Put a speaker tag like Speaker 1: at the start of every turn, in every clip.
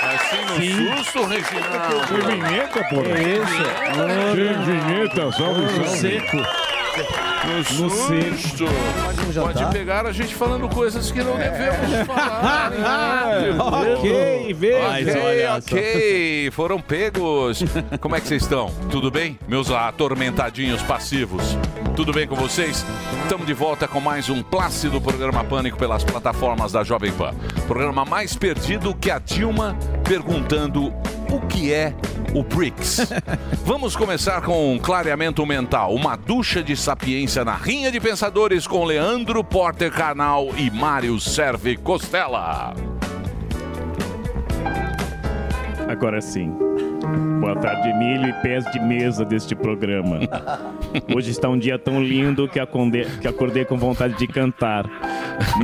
Speaker 1: Assim no susto, Reginaldo.
Speaker 2: Tem vinheta, porra.
Speaker 1: É isso.
Speaker 2: Tem vinheta, salve, salve.
Speaker 1: No
Speaker 2: No
Speaker 1: susto. Pode pegar a gente falando coisas que não devemos falar.
Speaker 3: ah, é. Ok, veja. Mas
Speaker 1: Ok,
Speaker 3: olha só.
Speaker 1: ok. Foram pegos. Como é que vocês estão? Tudo bem? Meus atormentadinhos passivos. Tudo bem com vocês? Estamos de volta com mais um plácido programa Pânico pelas plataformas da Jovem Pan. Programa mais perdido que a Dilma perguntando o que é o BRICS. Vamos começar com um clareamento mental, uma ducha de sapiência na Rinha de Pensadores com Leandro Porter Canal e Mário Serve Costela.
Speaker 4: Agora sim. Boa tarde, milho e pés de mesa deste programa. Hoje está um dia tão lindo que aconde- que acordei com vontade de cantar.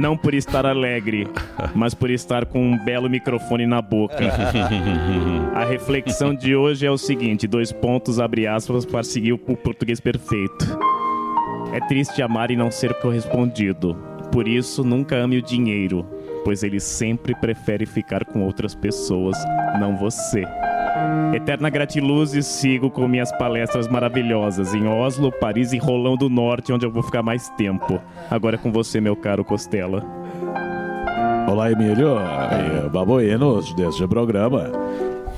Speaker 4: Não por estar alegre, mas por estar com um belo microfone na boca. A reflexão de hoje é o seguinte: dois pontos, abre aspas, para seguir o português perfeito. É triste amar e não ser correspondido. Por isso, nunca ame o dinheiro, pois ele sempre prefere ficar com outras pessoas, não você. Eterna gratiluz e sigo com minhas palestras maravilhosas em Oslo, Paris e Rolão do Norte, onde eu vou ficar mais tempo. Agora é com você, meu caro Costela.
Speaker 2: Olá, Emílio e baboinos É, deste programa.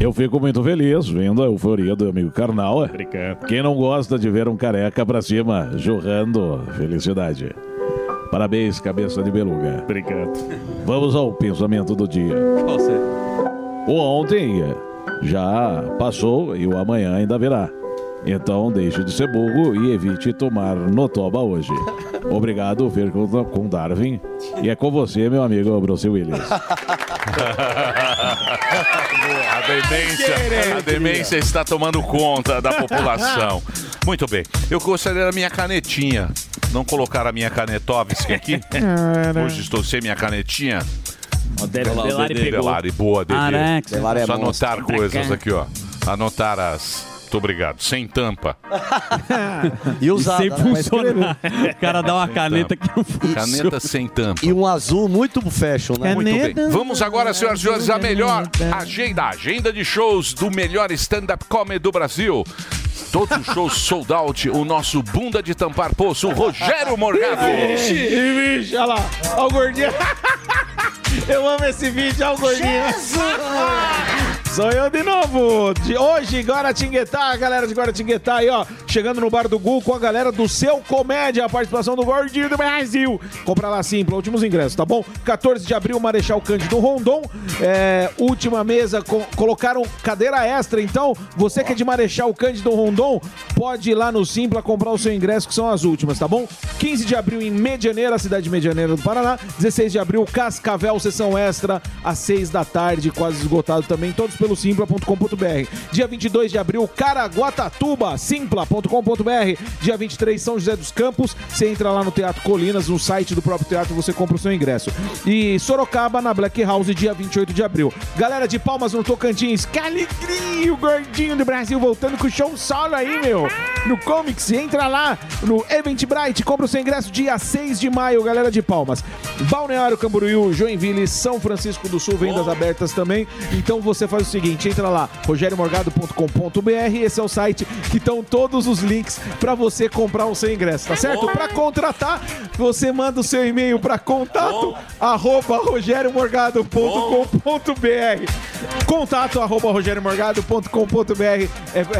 Speaker 2: Eu fico muito feliz vindo a euforia do amigo Carnal.
Speaker 4: Obrigado.
Speaker 2: Quem não gosta de ver um careca pra cima, jorrando felicidade. Parabéns, cabeça de beluga.
Speaker 4: Obrigado.
Speaker 2: Vamos ao pensamento do dia. O ontem já passou e o amanhã ainda virá. Então deixe de ser burro e evite tomar notoba hoje. Obrigado, ver com com Darwin. E é com você, meu amigo Bruce Willis.
Speaker 1: A demência, a demência está tomando conta da população. Muito bem. Eu gostaria da minha canetinha. Não colocar a minha canetovski aqui. Hoje estou sem minha canetinha.
Speaker 3: Olha lá, o Delari Dedê. pegou.
Speaker 1: Delari, boa, Dedê.
Speaker 3: Caraca. Delari é
Speaker 1: Só
Speaker 3: monstro.
Speaker 1: anotar coisas aqui, ó. Anotar as... Muito obrigado. Sem tampa.
Speaker 5: E usada,
Speaker 3: sem
Speaker 5: né? Vai
Speaker 3: funcionar.
Speaker 5: escrever.
Speaker 3: O cara dá uma caneta que não funciona.
Speaker 1: Caneta sem tampa.
Speaker 5: E um azul muito fashion,
Speaker 3: É
Speaker 5: né?
Speaker 1: Muito bem. Vamos agora, senhoras e senhores, a melhor agenda, a agenda de shows do melhor stand-up comedy do Brasil. Todos os shows sold out, o nosso bunda de tampar poço, Rogério Morgado.
Speaker 3: olha lá. Olha o gordinho. Eu amo esse vídeo, olha o gordinho. Sou eu de novo. De hoje, Guaratinguetá, a galera de Guaratinguetá aí, ó. Chegando no Bar do Gul com a galera do Seu Comédia, a participação do Gordinho do Brasil. Compra lá sim, para últimos ingressos, tá bom? 14 de abril, Marechal Cândido Rondon. É, última mesa, co- colocaram cadeira extra, então você que é de Marechal Cândido Rondon, pode ir lá no Simpla comprar o seu ingresso, que são as últimas, tá bom? 15 de abril em Medianeira, cidade de Medianeira do Paraná. 16 de abril, Cascavel, sessão extra, às 6 da tarde, quase esgotado também, todos pelo simpla.com.br. Dia 22 de abril, Caraguatatuba, simpla.com.br. Dia 23, São José dos Campos. Você entra lá no Teatro Colinas, no site do próprio teatro, você compra o seu ingresso. E Sorocaba, na Black House, dia 28 de abril. Galera de Palmas no Tocantins, que alegria! O gordinho do Brasil voltando com o show solo aí, meu! No Comics, entra lá no Eventbrite, compra o seu ingresso dia 6 de maio, galera de Palmas. Balneário Camboriú, Joinville, São Francisco do Sul, vendas abertas também. Então você faz o seguinte, entra lá, rogeriomorgado.com.br, esse é o site que estão todos os links para você comprar o seu ingresso, tá certo? Para contratar, você manda o seu e-mail para contato arroba rogeriomorgado.com.br contato arroba rogeriomorgado.com.br é,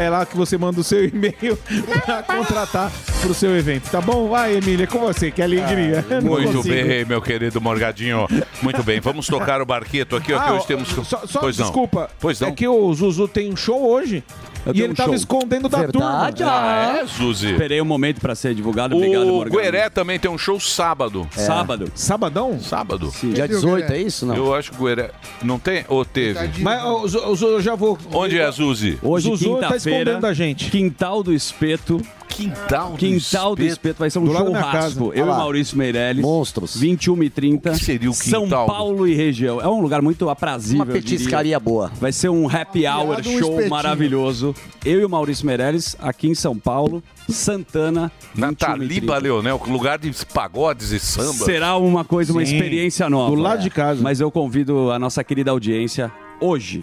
Speaker 3: é lá que você manda o seu e-mail para contratar pro seu evento, tá bom? Vai, Emília, com você, que é alegria. né? Não
Speaker 1: Ah, Muito
Speaker 3: consigo.
Speaker 1: bem, meu querido Morgadinho. Muito bem, vamos tocar o barqueto aqui, ó, que
Speaker 3: Ah,
Speaker 1: hoje temos.
Speaker 3: Só, só
Speaker 1: pois não.
Speaker 3: desculpa.
Speaker 1: Pois não.
Speaker 3: É que o Zuzu tem um show hoje. E
Speaker 6: tenho
Speaker 3: ele
Speaker 6: um
Speaker 3: tava
Speaker 6: show.
Speaker 3: escondendo da
Speaker 6: Verdade,
Speaker 3: turma.
Speaker 6: ah,
Speaker 1: é, Zuzi.
Speaker 6: Esperei um momento pra ser divulgado. Obrigado,
Speaker 1: O
Speaker 6: Morgado.
Speaker 1: Gueré também tem um show sábado.
Speaker 6: É. Sábado.
Speaker 3: Sabadão?
Speaker 1: Sábado?
Speaker 5: Dia 18, é isso? Não.
Speaker 1: Eu acho que o Gueré. Não tem? Ou teve?
Speaker 3: Mas ó, o Zu- o Zuzu, eu já vou.
Speaker 1: Onde é a Zuzi?
Speaker 6: Hoje,
Speaker 3: Zuzu tá
Speaker 6: quinta-feira,
Speaker 3: escondendo da gente.
Speaker 6: Quintal do Espeto.
Speaker 1: Quintal do
Speaker 6: Quintal do Espeto vai ser um
Speaker 3: Do lado da minha
Speaker 6: churrasco.
Speaker 3: casa.
Speaker 6: Eu e
Speaker 5: Olha lá.
Speaker 6: Maurício Meirelles.
Speaker 5: Monstros.
Speaker 6: 21 e 30.
Speaker 1: O que seria o
Speaker 6: São
Speaker 1: quintal do-
Speaker 6: Paulo e região. É um lugar muito aprazível.
Speaker 5: Uma
Speaker 6: eu diria.
Speaker 5: petiscaria boa.
Speaker 6: Vai ser um happy hour
Speaker 7: Obrigado, um
Speaker 6: show
Speaker 7: espetinho.
Speaker 6: maravilhoso. Eu e o Maurício Meirelles, aqui em São Paulo, Santana. 21 e
Speaker 1: Nataliba
Speaker 6: 30.
Speaker 1: Leonel, lugar de pagodes e samba.
Speaker 6: Será um- uma coisa, uma
Speaker 3: Sim.
Speaker 6: experiência nova.
Speaker 3: Do lado de casa.
Speaker 6: Mas eu convido a nossa querida audiência hoje,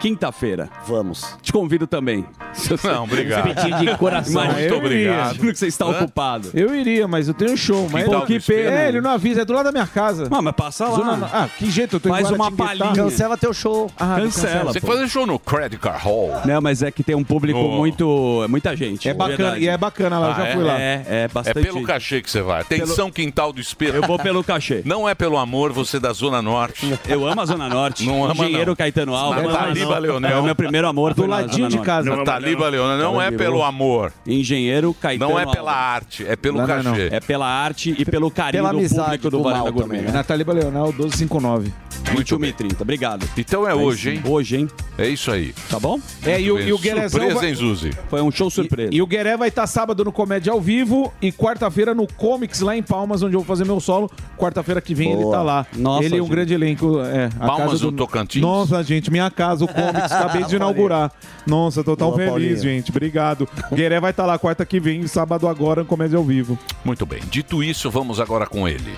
Speaker 6: quinta-feira.
Speaker 5: Vamos.
Speaker 6: Te convido também. Se você-
Speaker 1: Não, obrigado.
Speaker 4: de coração.
Speaker 6: Imagino-
Speaker 3: eu
Speaker 1: obrigado.
Speaker 6: Imagino que você está
Speaker 1: Hã?
Speaker 6: ocupado.
Speaker 3: Eu iria, mas eu tenho um show. Mas
Speaker 1: Quintal do
Speaker 6: que
Speaker 1: Espeto.
Speaker 6: pena.
Speaker 3: É, ele não avisa, é do lado da minha casa.
Speaker 6: Não, mas passa lá.
Speaker 3: Zona- Ah, que jeito, eu tô em
Speaker 6: Faz uma
Speaker 3: Guaratinguetá.
Speaker 6: palhinha.
Speaker 5: Cancela teu show.
Speaker 3: Ah,
Speaker 6: Cancela.
Speaker 1: Você que
Speaker 6: pô.
Speaker 1: fazer show no Credit Card Hall.
Speaker 6: Não, mas é que tem um público
Speaker 1: Oh.
Speaker 6: muito. É muita gente.
Speaker 3: É bacana,
Speaker 6: verdade.
Speaker 3: e é bacana lá, eu já
Speaker 1: Ah,
Speaker 3: fui lá.
Speaker 6: É, é
Speaker 1: É
Speaker 6: bastante.
Speaker 1: pelo
Speaker 6: gente.
Speaker 1: cachê que você vai. Atenção, Quintal do Espeto.
Speaker 6: Eu vou pelo cachê.
Speaker 1: Não é pelo amor, você é da Zona Norte.
Speaker 6: Eu amo a Zona Norte.
Speaker 1: Não ama,
Speaker 6: Engenheiro
Speaker 1: não.
Speaker 6: Caetano Alves.
Speaker 1: Mas Taliba Leonel.
Speaker 6: É o meu primeiro amor.
Speaker 3: Do
Speaker 6: foi na
Speaker 3: ladinho
Speaker 6: Zona
Speaker 3: de
Speaker 6: Norte.
Speaker 3: casa.
Speaker 4: Não,
Speaker 1: Taliba Leonel, não é pelo amor.
Speaker 6: Engenheiro Caetano
Speaker 1: Não é
Speaker 6: Alves.
Speaker 1: pela arte, é pelo
Speaker 3: Não, não,
Speaker 1: cachê.
Speaker 6: É pela arte e pelo carinho
Speaker 5: Pela
Speaker 6: do
Speaker 5: amizade
Speaker 6: público do
Speaker 5: do
Speaker 6: Varanda
Speaker 5: mal
Speaker 6: Gourmet.
Speaker 5: também,
Speaker 6: né?
Speaker 5: né?
Speaker 3: Natália Baleonal, 1259.
Speaker 1: Muito
Speaker 6: 21
Speaker 1: bem.
Speaker 6: e 30. Obrigado.
Speaker 1: Então é hoje, hein?
Speaker 6: Hoje, hein?
Speaker 1: É isso aí.
Speaker 6: Tá bom?
Speaker 3: É, e o, e o Guerezão
Speaker 1: Surpresa,
Speaker 3: vai-
Speaker 1: hein, Zuzi?
Speaker 6: Foi um show surpresa.
Speaker 3: E o Gueré vai estar sábado no Comédia ao Vivo e quarta-feira no Comics lá em Palmas, onde eu vou fazer meu solo. Quarta-feira que vem ele
Speaker 5: Boa.
Speaker 3: tá lá.
Speaker 6: Nossa,
Speaker 3: ele e um
Speaker 6: gente.
Speaker 3: grande elenco. É, a
Speaker 1: Palmas
Speaker 3: casa
Speaker 1: do Tocantins?
Speaker 3: Nossa, gente, minha casa, o Comics, acabei de inaugurar. Nossa, tô tão
Speaker 5: Boa,
Speaker 3: feliz,
Speaker 5: Paulinho.
Speaker 3: gente. Obrigado. Gueré vai estar lá quarta que vem, sábado agora, no Comédia ao Vivo.
Speaker 1: Muito bem. Dito isso, vamos agora com ele.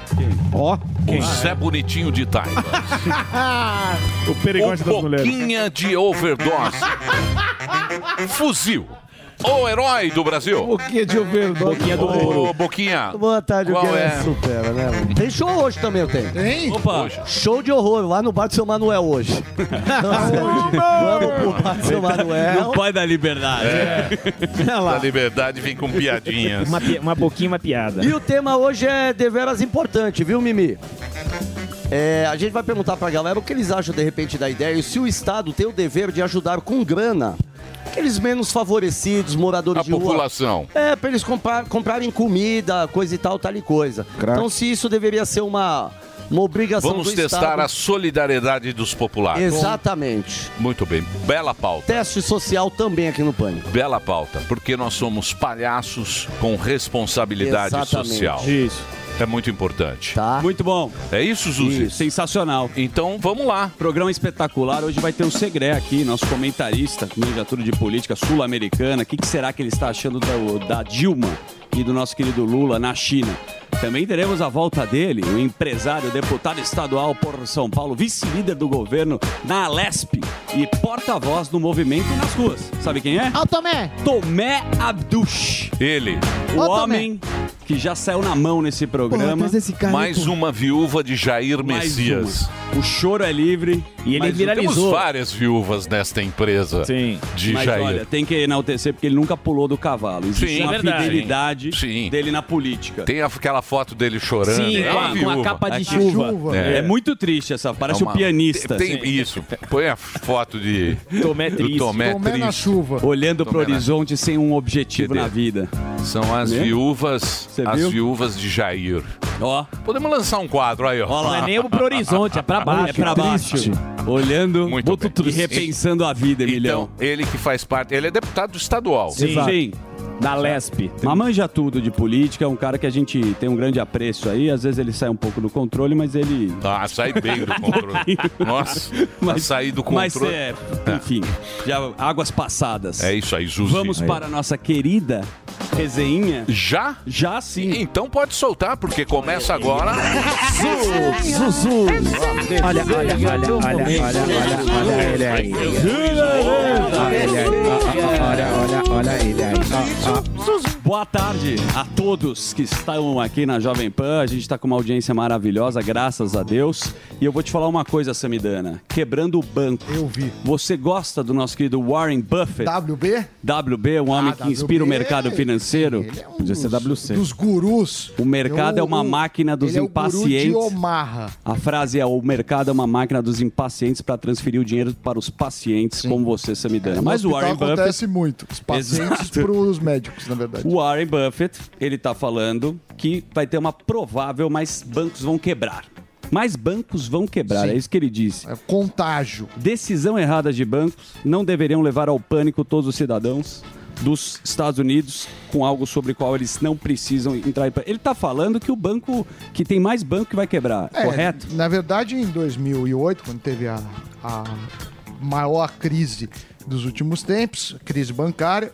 Speaker 3: Ó, Ah, é.
Speaker 1: O Zé Bonitinho de Taiba.
Speaker 3: o perigote das
Speaker 1: o
Speaker 3: mulheres.
Speaker 1: Boquinha de Overdose. Fuzil. O herói do Brasil.
Speaker 3: Boquinha de overdose.
Speaker 5: Boquinha do
Speaker 1: Ô, Boquinha.
Speaker 5: Boa tarde,
Speaker 1: Qual
Speaker 5: o Guerra
Speaker 1: é?
Speaker 5: supera, né? Tem show hoje também, eu tenho.
Speaker 7: Hein?
Speaker 6: Opa!
Speaker 5: Show de horror lá no Bar do Seu Manuel hoje. Vamos pro Bar do Seu
Speaker 6: Não
Speaker 5: Manuel.
Speaker 6: pode dar liberdade.
Speaker 1: É. Da liberdade vem com piadinhas.
Speaker 4: Uma, pi- uma boquinha, uma piada.
Speaker 5: E o tema hoje é deveras importante, viu, Mimi? É, a gente vai perguntar pra galera o que eles acham de repente da ideia e se o Estado tem o dever de ajudar com grana aqueles menos favorecidos, moradores
Speaker 1: A
Speaker 5: de rua.
Speaker 1: população.
Speaker 5: É, pra eles comprar- comprarem comida, coisa e tal, tal e coisa. Então, se isso deveria ser uma, uma obrigação
Speaker 1: Vamos
Speaker 5: do
Speaker 1: testar
Speaker 5: Estado.
Speaker 1: a solidariedade dos populares.
Speaker 5: Exatamente.
Speaker 1: Muito bem. Bela pauta.
Speaker 5: Teste social também aqui no Pânico.
Speaker 1: Bela pauta. Porque nós somos palhaços com responsabilidade
Speaker 5: Exatamente.
Speaker 1: social.
Speaker 4: Isso.
Speaker 1: É muito importante.
Speaker 5: Tá?
Speaker 6: Muito bom.
Speaker 1: É isso, Zuzi?
Speaker 6: Sensacional.
Speaker 1: Então vamos lá.
Speaker 6: Programa espetacular. Hoje vai ter o Segré aqui, nosso comentarista, manjatura de política sul-americana. O que, que será que ele está achando do- da Dilma e do nosso querido Lula na China? Também teremos a volta dele, o empresário, deputado estadual por São Paulo, vice-líder do governo na Alesp e porta-voz do movimento nas ruas. Sabe quem é?
Speaker 7: Ó, Tomé.
Speaker 6: Tomé Abdush,
Speaker 1: Ele,
Speaker 6: o
Speaker 7: Ô, Tomé.
Speaker 6: homem que já saiu na mão nesse
Speaker 7: Porra,
Speaker 6: programa.
Speaker 7: traz esse cara aí,
Speaker 1: mais
Speaker 7: pô.
Speaker 1: uma viúva de Jair
Speaker 6: Mais
Speaker 1: Messias.
Speaker 6: uma. O choro é livre.
Speaker 4: E ele
Speaker 6: mas o-
Speaker 1: Temos
Speaker 4: viralizou.
Speaker 1: várias viúvas nesta empresa
Speaker 4: Sim.
Speaker 1: de
Speaker 6: Mas
Speaker 1: Jair.
Speaker 6: olha, tem que enaltecer porque ele nunca pulou do cavalo. Existe
Speaker 1: Sim.
Speaker 6: uma
Speaker 1: É
Speaker 4: verdade.
Speaker 6: fidelidade
Speaker 1: Sim.
Speaker 6: dele na política.
Speaker 1: Tem aquela foto dele chorando.
Speaker 4: Sim,
Speaker 1: é
Speaker 4: com
Speaker 1: uma
Speaker 4: a- com
Speaker 1: viúva.
Speaker 4: a capa de
Speaker 6: Aqui.
Speaker 4: chuva.
Speaker 7: Chuva.
Speaker 6: É.
Speaker 1: É.
Speaker 6: muito triste essa,
Speaker 1: É
Speaker 6: parece
Speaker 1: uma-
Speaker 6: o pianista.
Speaker 1: Tem,
Speaker 6: assim,
Speaker 1: isso. Põe a foto de
Speaker 4: Tomé
Speaker 1: do
Speaker 4: triste.
Speaker 1: Tomé,
Speaker 7: Tomé na
Speaker 1: Triste.
Speaker 7: chuva.
Speaker 6: Olhando pro
Speaker 1: Tomé, né?
Speaker 6: horizonte sem um objetivo
Speaker 1: Cadê?
Speaker 6: na vida.
Speaker 1: São as
Speaker 6: Né?
Speaker 1: viúvas,
Speaker 6: Você
Speaker 1: as
Speaker 6: viu?
Speaker 1: viúvas de Jair.
Speaker 6: Ó,
Speaker 1: Podemos lançar um quadro aí, ó.
Speaker 6: ó
Speaker 4: Não é
Speaker 6: lá.
Speaker 4: nem pro horizonte, é pra baixo.
Speaker 6: É pra baixo. Olhando
Speaker 1: Muito
Speaker 6: muito
Speaker 1: bem.
Speaker 6: triste. e repensando a vida,
Speaker 1: Então,
Speaker 6: Emilhão.
Speaker 1: ele que faz parte, ele é deputado estadual.
Speaker 4: Exato.
Speaker 6: Sim.
Speaker 4: Da Lesp.
Speaker 6: Mas manja tudo de política, é um cara que a gente tem um grande apreço aí. Às vezes ele sai um pouco do controle, mas ele.
Speaker 1: Ah, sai bem do controle. Nossa, mas, sair do
Speaker 6: Mas
Speaker 1: controle.
Speaker 6: é, enfim, já águas passadas.
Speaker 1: É isso aí, Zuzi.
Speaker 6: Vamos para a nossa querida resenha.
Speaker 1: Já?
Speaker 6: Já sim.
Speaker 1: Então pode soltar, porque começa agora.
Speaker 5: Zuzu!
Speaker 7: Olha, olha, olha, olha, olha, olha, olha ele aí. Olha, olha, olha, olha ele aí. Ó, ó.
Speaker 6: Boa tarde a todos que estão aqui na Jovem Pan. A gente está com uma audiência maravilhosa, graças a Deus. E eu vou te falar uma coisa, Samidana. Quebrando o banco. Eu vi. Você gosta do nosso querido Warren Buffett? WB? WB,
Speaker 8: Ah,
Speaker 6: um homem que inspira o
Speaker 8: WB,
Speaker 6: mercado financeiro. Podia ser WC.
Speaker 8: é um Dos gurus.
Speaker 6: O mercado é,
Speaker 8: Eu-
Speaker 6: uma máquina dos
Speaker 8: ele é o guru
Speaker 6: impacientes.
Speaker 8: de Omaha.
Speaker 6: A frase é: o mercado é uma máquina dos impacientes para transferir o dinheiro para os pacientes, como você, Samidana. Mas
Speaker 8: É, No
Speaker 6: É o Warren
Speaker 8: hospital
Speaker 6: Buffett.
Speaker 8: acontece muito. Os pacientes
Speaker 6: Exato.
Speaker 8: para os médicos, na verdade.
Speaker 6: O Warren Buffett, ele tá falando que vai ter uma provável, mas bancos vão quebrar. Mais bancos vão quebrar,
Speaker 8: Sim.
Speaker 6: é isso que ele disse.
Speaker 8: É contágio.
Speaker 6: Decisão errada de bancos não deveriam levar ao pânico todos os cidadãos dos Estados Unidos com algo sobre o qual eles não precisam entrar. em pan- Ele tá falando que o banco que tem mais banco que vai quebrar,
Speaker 8: É,
Speaker 6: correto?
Speaker 8: Na verdade, em 2008, quando teve a, a maior crise dos últimos tempos, crise bancária,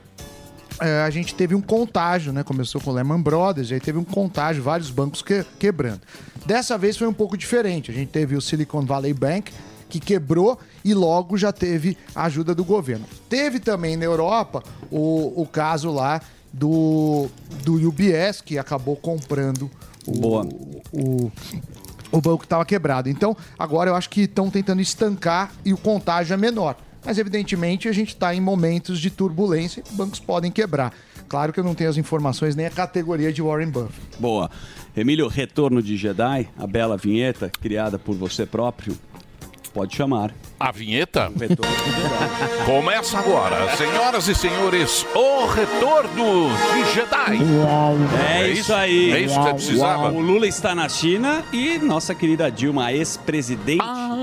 Speaker 8: é, a gente teve um contágio, né? Começou com o Lehman Brothers, e aí teve um contágio, vários bancos que- quebrando. Dessa vez foi um pouco diferente. A gente teve o Silicon Valley Bank, que quebrou e logo já teve a ajuda do governo. Teve também na Europa o, o caso lá do, do UBS, que acabou comprando o,
Speaker 6: Boa.
Speaker 8: o, o banco estava quebrado. Então, agora eu acho que estão tentando estancar e o contágio é menor. Mas, evidentemente, a gente está em momentos de turbulência e bancos podem quebrar. Claro que eu não tenho as informações nem a categoria de Warren Buffett.
Speaker 6: Boa. Emílio, retorno de Jedi, a bela vinheta criada por você próprio. Pode chamar.
Speaker 1: A vinheta? Começa agora, senhoras e senhores, o retorno de Jedi.
Speaker 6: É isso aí.
Speaker 1: É isso que você precisava.
Speaker 6: O Lula está na China e nossa querida Dilma, a ex-presidente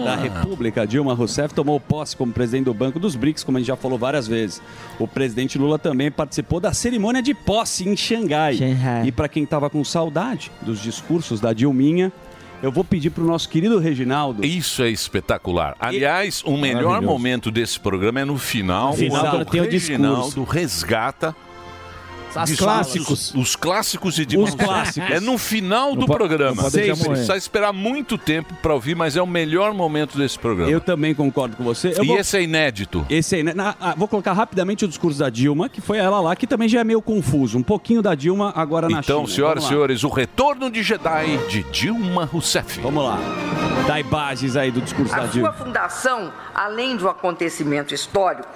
Speaker 6: da República, Dilma Rousseff, tomou posse como presidente do Banco dos BRICS, como a gente já falou várias vezes. O presidente Lula também participou da cerimônia de posse em Xangai. E para quem estava com saudade dos discursos da Dilminha, eu vou pedir para o nosso querido Reginaldo.
Speaker 1: Isso é espetacular. Aliás, o melhor
Speaker 6: Maravilhoso.
Speaker 1: momento desse programa é no final,
Speaker 6: Final,
Speaker 1: quando
Speaker 6: quando tem
Speaker 1: o
Speaker 6: o
Speaker 1: Reginaldo
Speaker 6: discurso.
Speaker 1: resgata
Speaker 6: As
Speaker 1: discursos-
Speaker 6: clássicos.
Speaker 1: Os clássicos e de
Speaker 6: Os
Speaker 1: Mansur.
Speaker 6: clássicos.
Speaker 1: É no final
Speaker 6: Não
Speaker 1: do
Speaker 6: po-
Speaker 1: programa.
Speaker 6: não pode deixar
Speaker 1: Você
Speaker 6: morrer.
Speaker 1: precisa esperar muito tempo para ouvir, mas é o melhor momento desse programa.
Speaker 6: Eu também concordo com você. Eu
Speaker 1: e
Speaker 6: vou-
Speaker 1: esse é inédito.
Speaker 6: Esse aí, né? Na- ah, vou colocar rapidamente o discurso da Dilma, que foi ela lá, que também já é meio confuso. Um pouquinho da Dilma agora Tá na China.
Speaker 1: Então,
Speaker 6: Vamos
Speaker 1: senhoras e
Speaker 6: lá.
Speaker 1: senhores, o retorno de Jedi de Dilma Rousseff.
Speaker 6: Vamos lá. Dá bases aí do discurso da
Speaker 9: A sua
Speaker 6: Dilma.
Speaker 9: fundação, além do acontecimento histórico,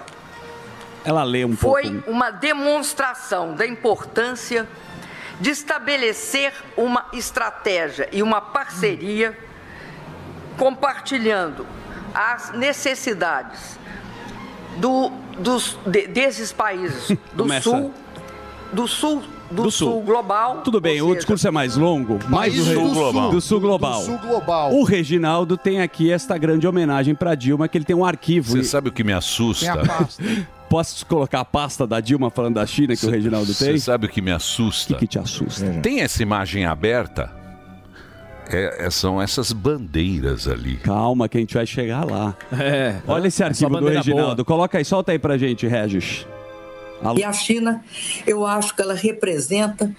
Speaker 6: Ela lê um pouco.
Speaker 9: foi uma demonstração da importância de estabelecer uma estratégia e uma parceria compartilhando as necessidades do- dos- de- desses países do
Speaker 6: Começa.
Speaker 9: sul, do sul, do,
Speaker 6: Do
Speaker 9: sul.
Speaker 6: Sul.
Speaker 9: global.
Speaker 6: Tudo bem, o
Speaker 9: ou seja,
Speaker 6: discurso é mais longo, mas
Speaker 8: País
Speaker 6: o
Speaker 8: do Sul.
Speaker 6: do sul global.
Speaker 8: Do Sul Global.
Speaker 6: O Reginaldo tem aqui esta grande homenagem para Dilma, que ele tem um arquivo.
Speaker 1: Você
Speaker 6: E-
Speaker 1: sabe o que me
Speaker 8: Tem
Speaker 1: assusta?
Speaker 8: a pasta.
Speaker 6: Posso colocar a pasta da Dilma falando da China que o Reginaldo tem?
Speaker 1: Você sabe o que me assusta? É.
Speaker 6: O que te assusta?
Speaker 1: Tem essa imagem aberta? É- é- são essas bandeiras ali.
Speaker 6: Calma que a gente vai chegar lá.
Speaker 10: É,
Speaker 6: Olha esse arquivo do
Speaker 4: bandeira
Speaker 6: Reginaldo. Coloca aí, solta aí pra gente, Regis. Alô?
Speaker 11: E a China, eu acho que ela representa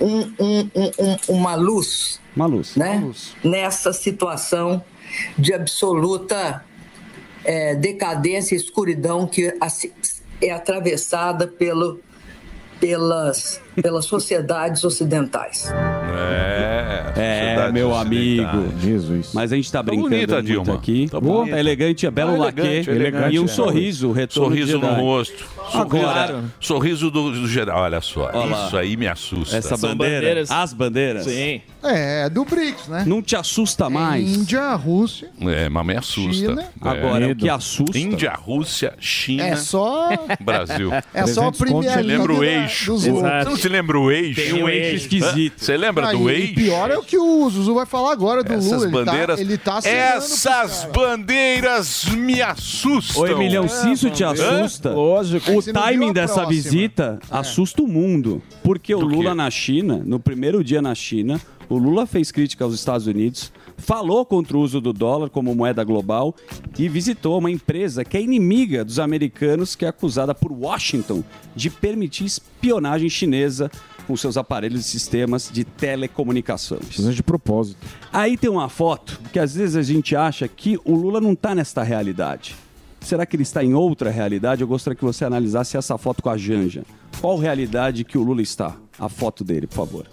Speaker 11: um- um- um- um- uma luz,
Speaker 6: Uma luz.
Speaker 11: né? Nessa situação de absoluta eh, decadência e escuridão que a ci- é atravessada pelo, pelas, pelas sociedades ocidentais.
Speaker 1: É,
Speaker 6: É,
Speaker 1: sociedade
Speaker 6: meu
Speaker 1: ocidental.
Speaker 6: amigo.
Speaker 2: Jesus.
Speaker 6: Mas a gente tá brincando
Speaker 1: bonita,
Speaker 6: muito
Speaker 1: Dilma.
Speaker 6: aqui.
Speaker 1: Tá
Speaker 6: Boa,
Speaker 1: bonita.
Speaker 6: tá elegante, é belo
Speaker 1: Ah,
Speaker 6: laque.
Speaker 1: elegante, elegante,
Speaker 6: e um
Speaker 1: é.
Speaker 6: sorriso, o retorno de
Speaker 1: Sorriso no
Speaker 6: Jedi.
Speaker 1: rosto.
Speaker 6: Agora.
Speaker 1: Sorriso, sorriso do, do geral. Olha só,
Speaker 6: Olha lá.
Speaker 1: isso aí me assusta.
Speaker 6: Essa
Speaker 4: São
Speaker 6: bandeira,
Speaker 4: bandeiras.
Speaker 6: as bandeiras,
Speaker 4: Sim.
Speaker 8: É, é do BRICS, né?
Speaker 6: não te assusta mais.
Speaker 8: Índia, Rússia.
Speaker 1: É, mas me assusta.
Speaker 8: China.
Speaker 1: É.
Speaker 6: Agora, o
Speaker 2: Medo.
Speaker 6: que assusta...
Speaker 1: Índia, Rússia, China,
Speaker 8: É só,
Speaker 1: Brasil.
Speaker 8: é só a
Speaker 2: 300 conto,
Speaker 8: primeira
Speaker 2: você
Speaker 1: lembra o
Speaker 8: linha da-
Speaker 1: eixo?
Speaker 8: dos
Speaker 4: Exato.
Speaker 8: outros.
Speaker 1: Você não se lembra o eixo?
Speaker 4: Tem um eixo
Speaker 6: esquisito.
Speaker 1: Você lembra
Speaker 8: Ah,
Speaker 1: do
Speaker 8: e
Speaker 1: eixo?
Speaker 8: pior é o que o Zuzu vai falar agora do
Speaker 1: Essas
Speaker 8: Lula. Ele
Speaker 1: bandeiras,
Speaker 8: tá, ele tá acenando pros
Speaker 1: essas
Speaker 8: caras.
Speaker 1: bandeiras me assustam. É,
Speaker 6: Ô, Emilhão, se isso é te assusta,
Speaker 2: Lógico.
Speaker 6: o
Speaker 8: Você não viu
Speaker 6: timing
Speaker 8: a
Speaker 6: dessa
Speaker 8: próxima. É.
Speaker 6: visita assusta o mundo. Porque o
Speaker 1: Do quê?
Speaker 6: Lula na China, no primeiro dia na China, o Lula fez crítica aos Estados Unidos, falou contra o uso do dólar como moeda global e visitou uma empresa que é inimiga dos americanos, que é acusada por Washington de permitir espionagem chinesa com seus aparelhos e sistemas de telecomunicações.
Speaker 2: Precisamos de propósito.
Speaker 6: Aí tem uma foto que às vezes a gente acha que o Lula não tá nesta realidade. Será que ele está em outra realidade? Eu gostaria que você analisasse essa foto com a Janja. Qual realidade que o Lula está? A foto dele, por favor.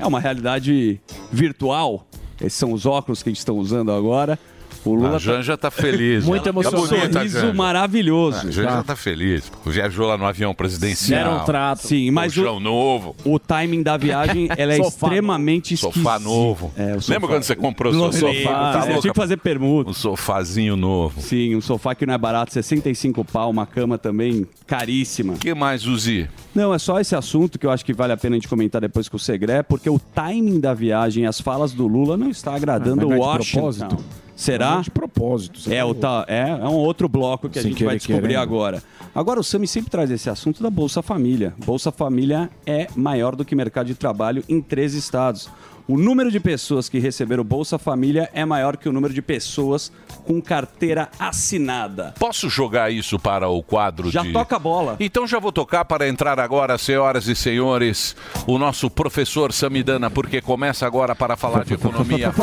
Speaker 6: É uma realidade virtual? Esses são os óculos que estão usando agora. O Lula
Speaker 1: A Janja tá feliz.
Speaker 6: Muito
Speaker 1: Ela tá
Speaker 6: emocionante.
Speaker 1: bonita,
Speaker 6: Sorriso
Speaker 1: Janja.
Speaker 6: maravilhoso.
Speaker 1: A Janja
Speaker 6: Tá.
Speaker 1: tá, feliz. Viajou lá no avião presidencial.
Speaker 6: Deram um trato. Sim, mas o-
Speaker 1: Colchão novo.
Speaker 6: O timing da viagem ela é
Speaker 1: Sofá
Speaker 6: extremamente esquisita.
Speaker 1: Sofá novo.
Speaker 6: É, o sofá.
Speaker 1: Lembra quando você comprou
Speaker 6: Nossa,
Speaker 1: seu
Speaker 6: eu
Speaker 1: sofá? Tá
Speaker 6: tive- eu tive que fazer permuta.
Speaker 1: Um sofazinho novo.
Speaker 6: Sim, um sofá que não é barato, 65 pau, uma cama também caríssima.
Speaker 1: O que mais, Uzi?
Speaker 6: Não, é só esse assunto que eu acho que vale a pena a gente comentar depois com o Segré, porque o timing da viagem e as falas do Lula não está agradando
Speaker 2: Ah, mas
Speaker 6: o
Speaker 2: não é de
Speaker 6: Washington.
Speaker 2: propósito? Não
Speaker 6: Será?
Speaker 2: é de propósito. você
Speaker 6: É,
Speaker 2: tá
Speaker 6: o
Speaker 2: louco.
Speaker 6: ta- é, é um outro bloco que a
Speaker 2: Sem
Speaker 6: gente
Speaker 2: querer
Speaker 6: vai descobrir
Speaker 2: querendo.
Speaker 6: agora. Agora, o Sami sempre traz esse assunto da Bolsa Família. Bolsa Família é maior do que mercado de trabalho em três estados. O número de pessoas que receberam Bolsa Família é maior que o número de pessoas com carteira assinada.
Speaker 1: Posso jogar isso para o quadro
Speaker 6: Já
Speaker 1: de...
Speaker 6: toca a bola.
Speaker 1: Então já vou tocar para entrar agora, senhoras e senhores, o nosso professor Samidana, porque começa agora para falar de economia.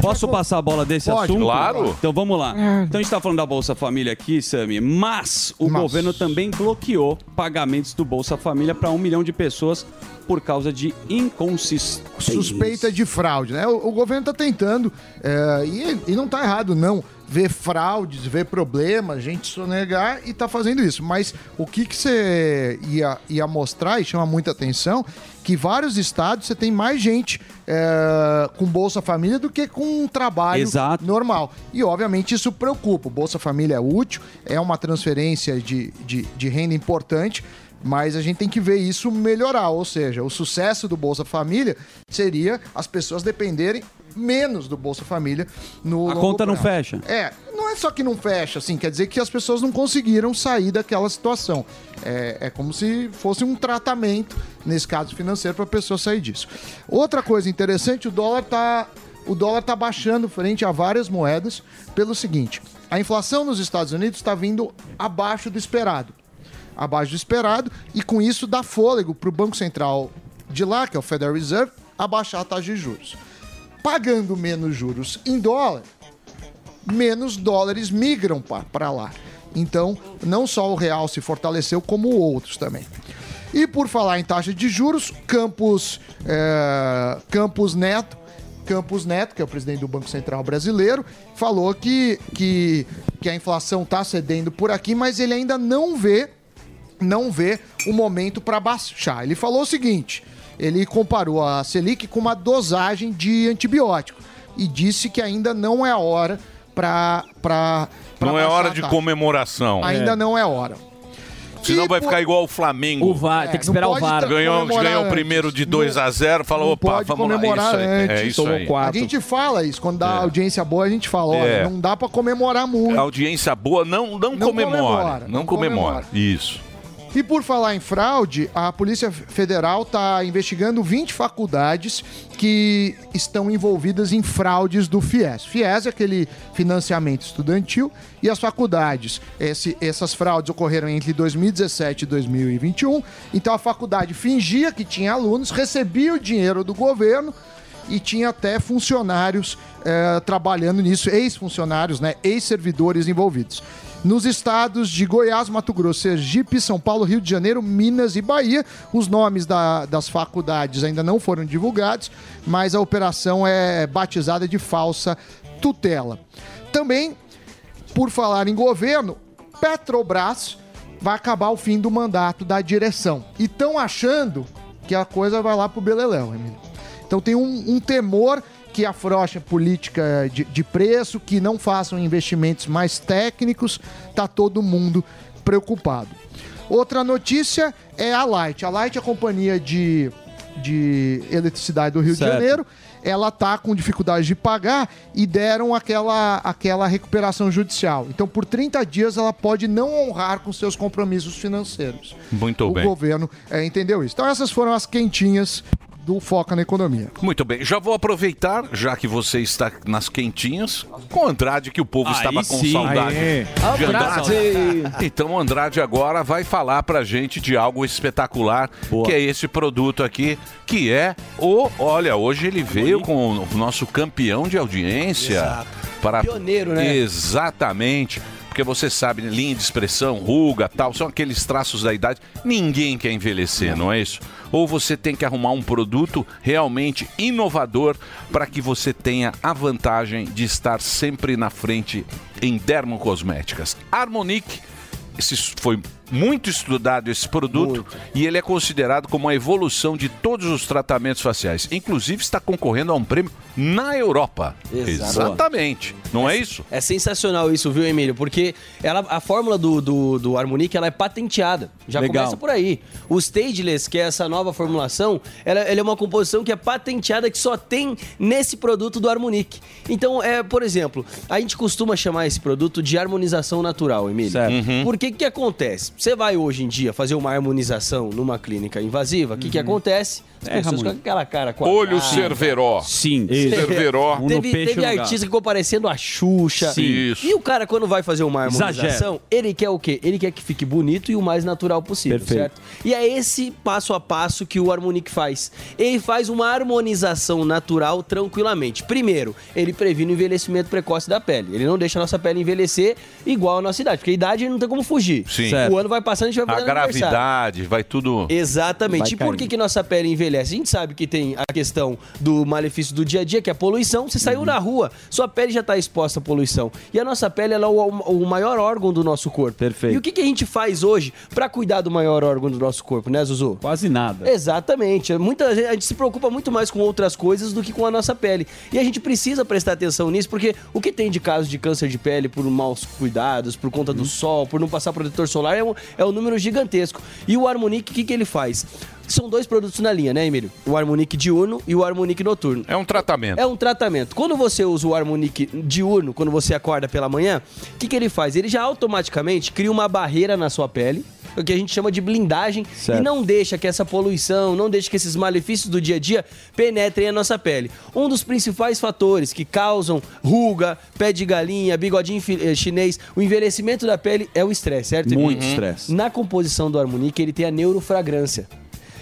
Speaker 6: Posso passar a bola desse
Speaker 1: Pode,
Speaker 6: assunto?
Speaker 1: claro.
Speaker 6: Então vamos lá. Então a gente está falando da Bolsa Família aqui, Sami, mas o governo também bloqueou pagamentos do Bolsa Família para um milhão de pessoas por causa de inconsistência.
Speaker 8: suspeita de fraude, né? O, o governo está tentando, é, e, e não está errado, não, ver fraudes, ver problemas, gente sonegar e está fazendo isso. Mas o que que você ia, ia mostrar e chama muita atenção, que vários estados você tem mais gente é, com Bolsa Família do que com um trabalho normal. E, obviamente, isso preocupa. O Bolsa Família é útil, é uma transferência de, de, de renda importante, mas a gente tem que ver isso melhorar, ou seja, o sucesso do Bolsa Família seria as pessoas dependerem menos do Bolsa Família no
Speaker 6: A
Speaker 8: longo
Speaker 6: conta não
Speaker 8: prazo.
Speaker 6: fecha.
Speaker 8: É, não é só que não fecha, assim, quer dizer que as pessoas não conseguiram sair daquela situação. É, é como se fosse um tratamento, nesse caso financeiro, para a pessoa sair disso. Outra coisa interessante, o dólar tá. O dólar tá baixando frente a várias moedas pelo seguinte: a inflação nos Estados Unidos está vindo abaixo do esperado. Abaixo do esperado, e com isso dá fôlego para o Banco Central de lá, que é o Federal Reserve, abaixar a taxa de juros. Pagando menos juros em dólar, menos dólares migram para lá. Então, não só o real se fortaleceu, como outros também. E por falar em taxa de juros, Campos, eh, Campos Neto, Campos Neto, que é o presidente do Banco Central brasileiro, falou que, que, que a inflação está cedendo por aqui, mas ele ainda não vê não vê o momento para baixar. Ele falou o seguinte: ele comparou a Selic com uma dosagem de antibiótico e disse que ainda não é a hora para.
Speaker 1: Não é hora de comemoração.
Speaker 8: Ainda não é hora.
Speaker 1: Senão vai
Speaker 8: por-
Speaker 1: ficar igual o Flamengo.
Speaker 8: O VAR, tem que É, esperar não o pode VAR. tra-
Speaker 1: Ganhou,
Speaker 8: comemorar
Speaker 1: ganhou o
Speaker 8: antes.
Speaker 1: primeiro de 2 a 0 falou, opa,
Speaker 8: Pode
Speaker 1: vamos lá.
Speaker 8: comemorar
Speaker 1: Isso aí,
Speaker 8: antes.
Speaker 1: é isso aí.
Speaker 8: A gente fala isso, quando dá audiência boa, a gente fala, olha,
Speaker 1: É.
Speaker 8: não dá para comemorar muito.
Speaker 1: A audiência boa não, não, comemora,
Speaker 8: comemora,
Speaker 1: Não
Speaker 8: não
Speaker 1: comemora. Isso.
Speaker 8: E por falar em fraude, a Polícia Federal está investigando 20 faculdades que estão envolvidas em fraudes do FIES. FIES é aquele financiamento estudantil e as faculdades. Esse- essas fraudes ocorreram entre 2017 e 2021. Então a faculdade fingia que tinha alunos, recebia o dinheiro do governo e tinha até funcionários eh, trabalhando nisso, ex-funcionários, né, ex-servidores envolvidos. Nos estados de Goiás, Mato Grosso, Sergipe, São Paulo, Rio de Janeiro, Minas e Bahia, os nomes da- das faculdades ainda não foram divulgados, mas a operação é batizada de falsa tutela. Também, por falar em governo, Petrobras vai acabar o fim do mandato da direção. E estão achando que a coisa vai lá pro Beleléu, Emílio. Então tem um, um temor que afrouxe a política de, de preço, que não façam investimentos mais técnicos, tá todo mundo preocupado. Outra notícia é a Light. A Light é a companhia de, de eletricidade do Rio
Speaker 6: Certo.
Speaker 8: de Janeiro. Ela tá com dificuldade de pagar e deram aquela, aquela recuperação judicial. Então, por 30 dias, ela pode não honrar com seus compromissos financeiros
Speaker 1: Muito
Speaker 8: o
Speaker 1: bem.
Speaker 8: governo é, entendeu isso. Então essas foram as quentinhas do Foca na Economia.
Speaker 1: Muito bem, já vou aproveitar, já que você está nas quentinhas, com o Andrade, que o povo
Speaker 6: Aí
Speaker 1: estava com
Speaker 6: sim.
Speaker 1: saudade.
Speaker 6: Aê.
Speaker 1: de
Speaker 6: Andrade!
Speaker 1: Andrade. Então o Andrade agora vai falar pra gente de algo espetacular, que é esse produto aqui, que é o. Olha, hoje ele veio com o nosso campeão de audiência.
Speaker 5: Exato.
Speaker 1: Para...
Speaker 5: Pioneiro, né?
Speaker 1: Exatamente. Porque você sabe, né, linha de expressão, ruga, tal, são aqueles traços da idade. Ninguém quer envelhecer, não é isso? Ou você tem que arrumar um produto realmente inovador para que você tenha a vantagem de estar sempre na frente em dermocosméticas. Harmonique, esse foi muito estudado esse produto e ele é considerado como a evolução de todos os tratamentos faciais. Inclusive está concorrendo a um prêmio na Europa.
Speaker 12: Exato.
Speaker 1: Exatamente. Não é isso?
Speaker 12: É sensacional isso, viu, Emílio? Porque ela, a fórmula do, do, do Harmonique ela é patenteada. Já
Speaker 6: Legal.
Speaker 12: começa por aí. O Stageless, que é essa nova formulação, ela, ela é uma composição que é patenteada que só tem nesse produto do Harmonique. Então, é, por exemplo, a gente costuma chamar esse produto de harmonização natural, Emílio.
Speaker 1: Uhum.
Speaker 12: Por que que acontece? Você vai hoje em dia fazer uma harmonização numa clínica invasiva, o que que acontece? As
Speaker 1: Uhum. É,
Speaker 12: pessoas
Speaker 1: Ramon.
Speaker 12: com aquela cara quadrada.
Speaker 1: Olho Cerveró.
Speaker 6: Sim.
Speaker 1: Cerveró.
Speaker 6: um
Speaker 12: teve teve artista que ficou parecendo a Xuxa.
Speaker 1: Sim. Isso.
Speaker 12: E o cara, quando vai fazer uma harmonização,
Speaker 6: Exagero.
Speaker 12: ele quer o quê? Ele quer que fique bonito e o mais natural possível,
Speaker 6: Perfeito.
Speaker 12: certo? E é esse passo a passo que o Harmonic faz. Ele faz uma harmonização natural tranquilamente. Primeiro, ele previne o envelhecimento precoce da pele. Ele não deixa a nossa pele envelhecer igual a nossa idade, porque a idade não tem como fugir.
Speaker 1: Sim.
Speaker 12: O ano vai passando, a gente vai
Speaker 1: A
Speaker 12: fazendo aniversário.
Speaker 1: gravidade, vai tudo.
Speaker 12: é Exatamente.
Speaker 1: Vai
Speaker 12: e por que,
Speaker 1: caindo.
Speaker 12: que nossa pele envelhece? A gente sabe que tem a questão do malefício do dia a dia, que é a poluição. Você
Speaker 6: Uhum.
Speaker 12: saiu na rua, sua pele já está exposta à poluição. E a nossa pele ela é o, o maior órgão do nosso corpo. Perfeito. E o que, que a gente faz hoje para cuidar do maior órgão do nosso corpo, né, Zuzu?
Speaker 6: Quase nada.
Speaker 12: Exatamente. Muita gente, a gente se preocupa muito mais com outras coisas do que com a nossa pele. E a gente precisa prestar atenção nisso, porque o que tem de casos de câncer de pele por maus cuidados, por conta
Speaker 6: Uhum.
Speaker 12: do sol, por não passar protetor solar, é um, é um número gigantesco. E o Harmonique, o que, que ele faz? São dois produtos na linha, né, Emílio? O Harmonique diurno e o Harmonique noturno.
Speaker 1: É um tratamento.
Speaker 12: É um tratamento. Quando você usa o Harmonique diurno, quando você acorda pela manhã, o que, que ele faz? Ele já automaticamente cria uma barreira na sua pele, o que a gente chama de blindagem, e não deixa que essa poluição, não deixa que esses malefícios do dia a dia penetrem a nossa pele. Um dos principais fatores que causam ruga, pé de galinha, bigodinho fi- eh, chinês, o envelhecimento da pele é o estresse, certo? Emílio?
Speaker 6: Muito estresse.
Speaker 12: Na composição do Harmonique, ele tem a neurofragrância.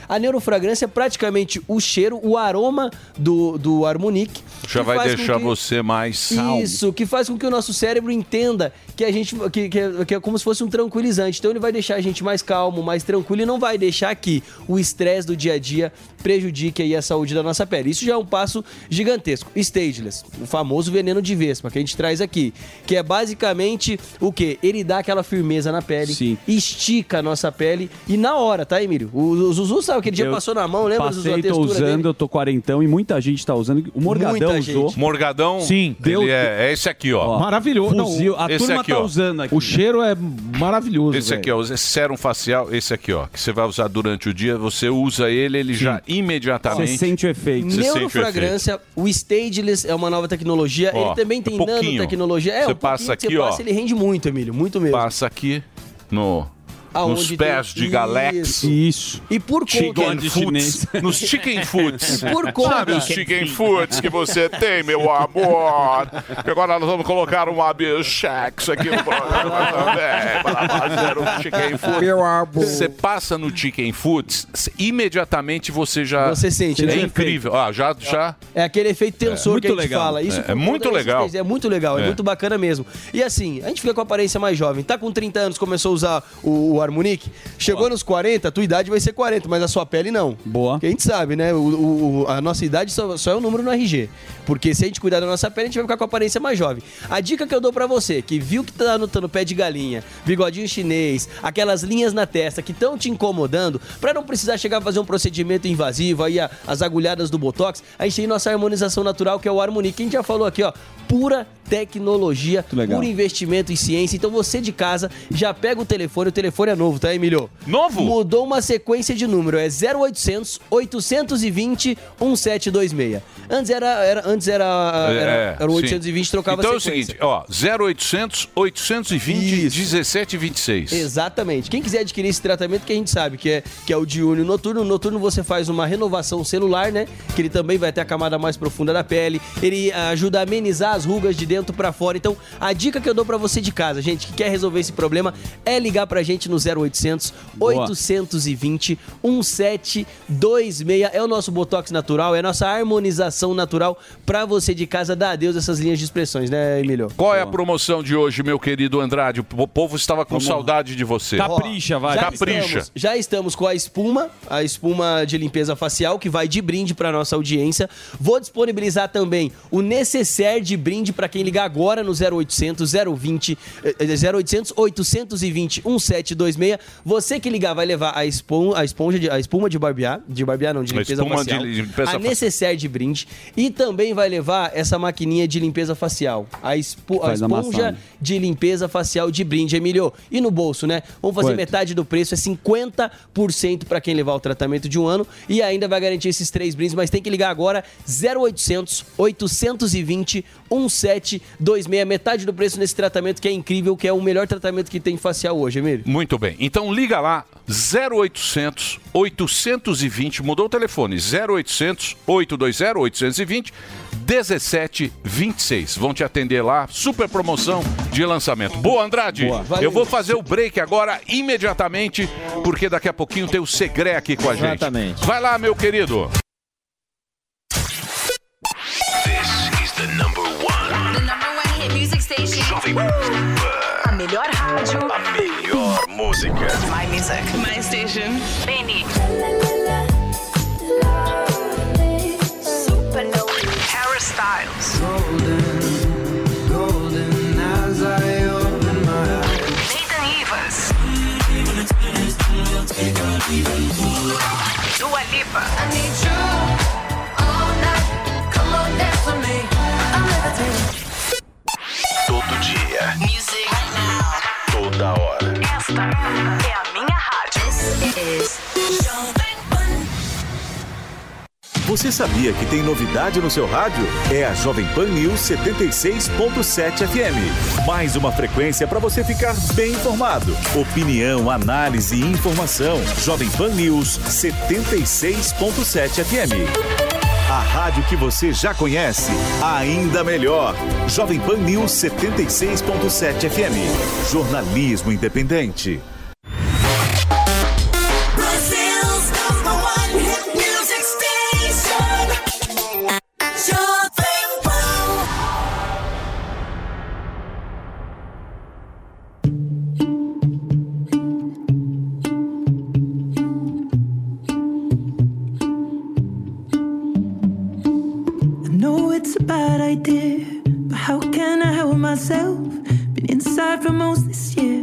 Speaker 12: A neurofragrância é praticamente o cheiro, o aroma do, do harmonique.
Speaker 1: Já
Speaker 12: que
Speaker 1: vai
Speaker 12: faz com
Speaker 1: deixar
Speaker 12: que-
Speaker 1: você mais
Speaker 12: Isso, que faz com que o nosso cérebro entenda que a gente. Que, que é- que é como se fosse um tranquilizante. Então ele vai deixar a gente mais calmo, mais tranquilo e não vai deixar que o estresse do dia a dia prejudique aí a saúde da nossa pele. Isso já é um passo gigantesco. Stageless, o famoso veneno de Vespa que a gente traz aqui. Que é basicamente o quê? Ele dá aquela firmeza na pele, estica a nossa pele e na hora, tá, Emílio? O, o Zuzu sabe aquele dia
Speaker 6: Eu
Speaker 12: passou na mão, lembra, Zuzu?
Speaker 6: Passei,
Speaker 12: A
Speaker 6: tô
Speaker 12: textura
Speaker 6: usando,
Speaker 12: dele.
Speaker 6: eu tô quarentão e muita gente tá usando. O Morgadão
Speaker 12: Muita
Speaker 6: usou.
Speaker 12: gente.
Speaker 1: Morgadão?
Speaker 6: Sim.
Speaker 1: Deu...
Speaker 6: Deu-
Speaker 1: É, é esse aqui, ó.
Speaker 6: Maravilhoso. Não, Fuzil. A
Speaker 1: esse
Speaker 6: turma
Speaker 1: aqui,
Speaker 6: tá
Speaker 1: ó.
Speaker 6: usando aqui.
Speaker 2: O cheiro é maravilhoso.
Speaker 1: Esse aqui, ó, esse sérum facial, esse aqui, ó, que você vai usar durante o dia, você usa ele, ele já imediatamente.
Speaker 6: Você sente o efeito.
Speaker 1: Você sente o efeito.
Speaker 12: Neurofragrância, o Stageless é uma nova tecnologia.
Speaker 1: Ó,
Speaker 12: ele também tem
Speaker 1: é pouquinho.
Speaker 12: nanotecnologia. É,
Speaker 1: Você
Speaker 12: um pouquinho
Speaker 1: passa
Speaker 12: que
Speaker 1: aqui,
Speaker 12: você
Speaker 1: ó.
Speaker 12: Passa, ele rende muito, Emílio, muito mesmo.
Speaker 1: Passa aqui no,
Speaker 12: Aonde
Speaker 1: nos
Speaker 12: tem-
Speaker 1: pés de Galex.
Speaker 6: Isso.
Speaker 12: E por conta...
Speaker 1: Chicken
Speaker 12: Chicken
Speaker 1: Foods.
Speaker 12: chinês.
Speaker 1: Nos Chicken Foods.
Speaker 12: E por conta-
Speaker 1: Sabe os Chicken Foods que você tem, meu amor? E agora nós vamos colocar um Abishex aqui no programa também. Para fazer um Chicken Foods.
Speaker 8: Meu amor.
Speaker 1: Você passa no Chicken Foods, c- imediatamente você já...
Speaker 12: Você sente, né?
Speaker 1: É incrível. Ah, já... já...
Speaker 12: É aquele efeito
Speaker 1: É,
Speaker 12: tensor
Speaker 1: muito
Speaker 12: que a gente
Speaker 1: legal.
Speaker 12: fala. Isso
Speaker 1: É,
Speaker 12: por
Speaker 1: é
Speaker 12: conta
Speaker 1: muito
Speaker 12: da
Speaker 1: legal.
Speaker 12: resistência. É muito legal, é.
Speaker 1: É.
Speaker 12: muito bacana mesmo. E assim, a gente fica com a aparência mais jovem. Tá com 30 anos, começou a usar o, o Harmonic. Chegou nos 40, a tua idade vai ser 40, mas a sua pele não. Boa. Porque a gente sabe, né? O- o- o- a nossa idade só, só é o número no RG. Porque se a gente cuidar da nossa pele, a gente vai ficar com a aparência mais jovem. A dica que eu dou pra você, que viu que tá anotando pé de galinha, bigodinho chinês, aquelas linhas na testa que estão te incomodando, pra não precisar chegar a fazer um procedimento invasivo, aí a- as agulhadas do Botox, a gente tem nossa harmonização natural, que é o Harmonic. Quem já falou aqui, ó, pura tecnologia, puro investimento em ciência. Então você de casa já pega o telefone, o telefone número é novo, tá, Emílio?
Speaker 1: Novo?
Speaker 12: Mudou uma sequência de número. É 0800 820 1726. Antes era, era- antes era, Ah, era,
Speaker 1: É,
Speaker 12: era o
Speaker 1: sim.
Speaker 12: 820 trocava
Speaker 1: Então é o
Speaker 12: sequência.
Speaker 1: seguinte, ó, 0800 820 1726.
Speaker 12: Exatamente. Quem quiser adquirir esse tratamento que a gente sabe, que é, que é o diúrio noturno. No noturno você faz uma renovação celular, né? Que ele também vai até a camada mais profunda da pele. Ele ah, ajuda a amenizar as rugas de dentro pra fora. Então, a dica que eu dou pra você de casa, gente, que quer resolver esse problema, é ligar pra gente no 0800 820 1726. É o nosso Botox natural, é a nossa harmonização natural pra você de casa dar adeus a essas linhas de expressões, né, Emílio?
Speaker 1: Qual é a promoção de hoje, meu querido Andrade? O po- povo estava com
Speaker 12: Vamos lá.
Speaker 1: saudade de você.
Speaker 12: Tá Já
Speaker 1: Capricha.
Speaker 12: Estamos, já estamos com a espuma, a espuma de limpeza facial, que vai de brinde para nossa audiência. Vou disponibilizar também o necessaire de brinde para quem ligar agora no 0800 020 eh, eh, 0800 820 1726. Você que ligar vai levar a espuma, a esponja de, a espuma de barbear, de barbear não, de
Speaker 1: A
Speaker 12: limpeza
Speaker 1: espuma de
Speaker 12: facial.
Speaker 1: limpeza
Speaker 12: a
Speaker 1: facial.
Speaker 12: necessaire de brinde e também vai levar essa maquininha de limpeza facial, a, espo, a
Speaker 6: Faz a massagem.
Speaker 12: esponja de limpeza facial de brinde, Emílio. E no bolso, né? Vamos fazer
Speaker 6: Quanto?
Speaker 12: metade do preço, é 50% para quem levar o tratamento de um ano e ainda vai garantir esses três brindes, mas tem que ligar agora 0800 820 1726, metade do preço nesse tratamento que é incrível, que é o melhor tratamento que tem facial hoje, Emílio.
Speaker 1: Muito bem. Então liga lá 0800 820, mudou o telefone, 0800 820 820 1726. Vão te atender lá, super promoção de lançamento. Boa, Andrade.
Speaker 6: Boa. Valeu.
Speaker 1: Eu vou fazer o break agora imediatamente, porque daqui a pouquinho tem o Segré aqui com a gente.
Speaker 13: Exatamente.
Speaker 1: Vai lá, meu querido.
Speaker 14: A melhor rádio. A melhor
Speaker 13: música.
Speaker 14: My music. My station. Benny. Supernova. Harry Styles. Nathan Evans. Dua Lipa.
Speaker 13: Todo dia. Toda hora.
Speaker 14: Esta é a minha rádio.
Speaker 15: Você sabia que tem novidade no seu rádio? É a Jovem Pan News 76.7 FM. Mais uma frequência para você ficar bem informado. Opinião, análise e informação. Jovem Pan News 76.7 FM. A rádio que você já conhece, ainda melhor. Jovem Pan News 76.7 FM. Jornalismo independente.
Speaker 13: Brazil's number one hit music station. Jovem Pan.
Speaker 16: I know it's a bad idea, but how can I help myself? Been inside for most this year,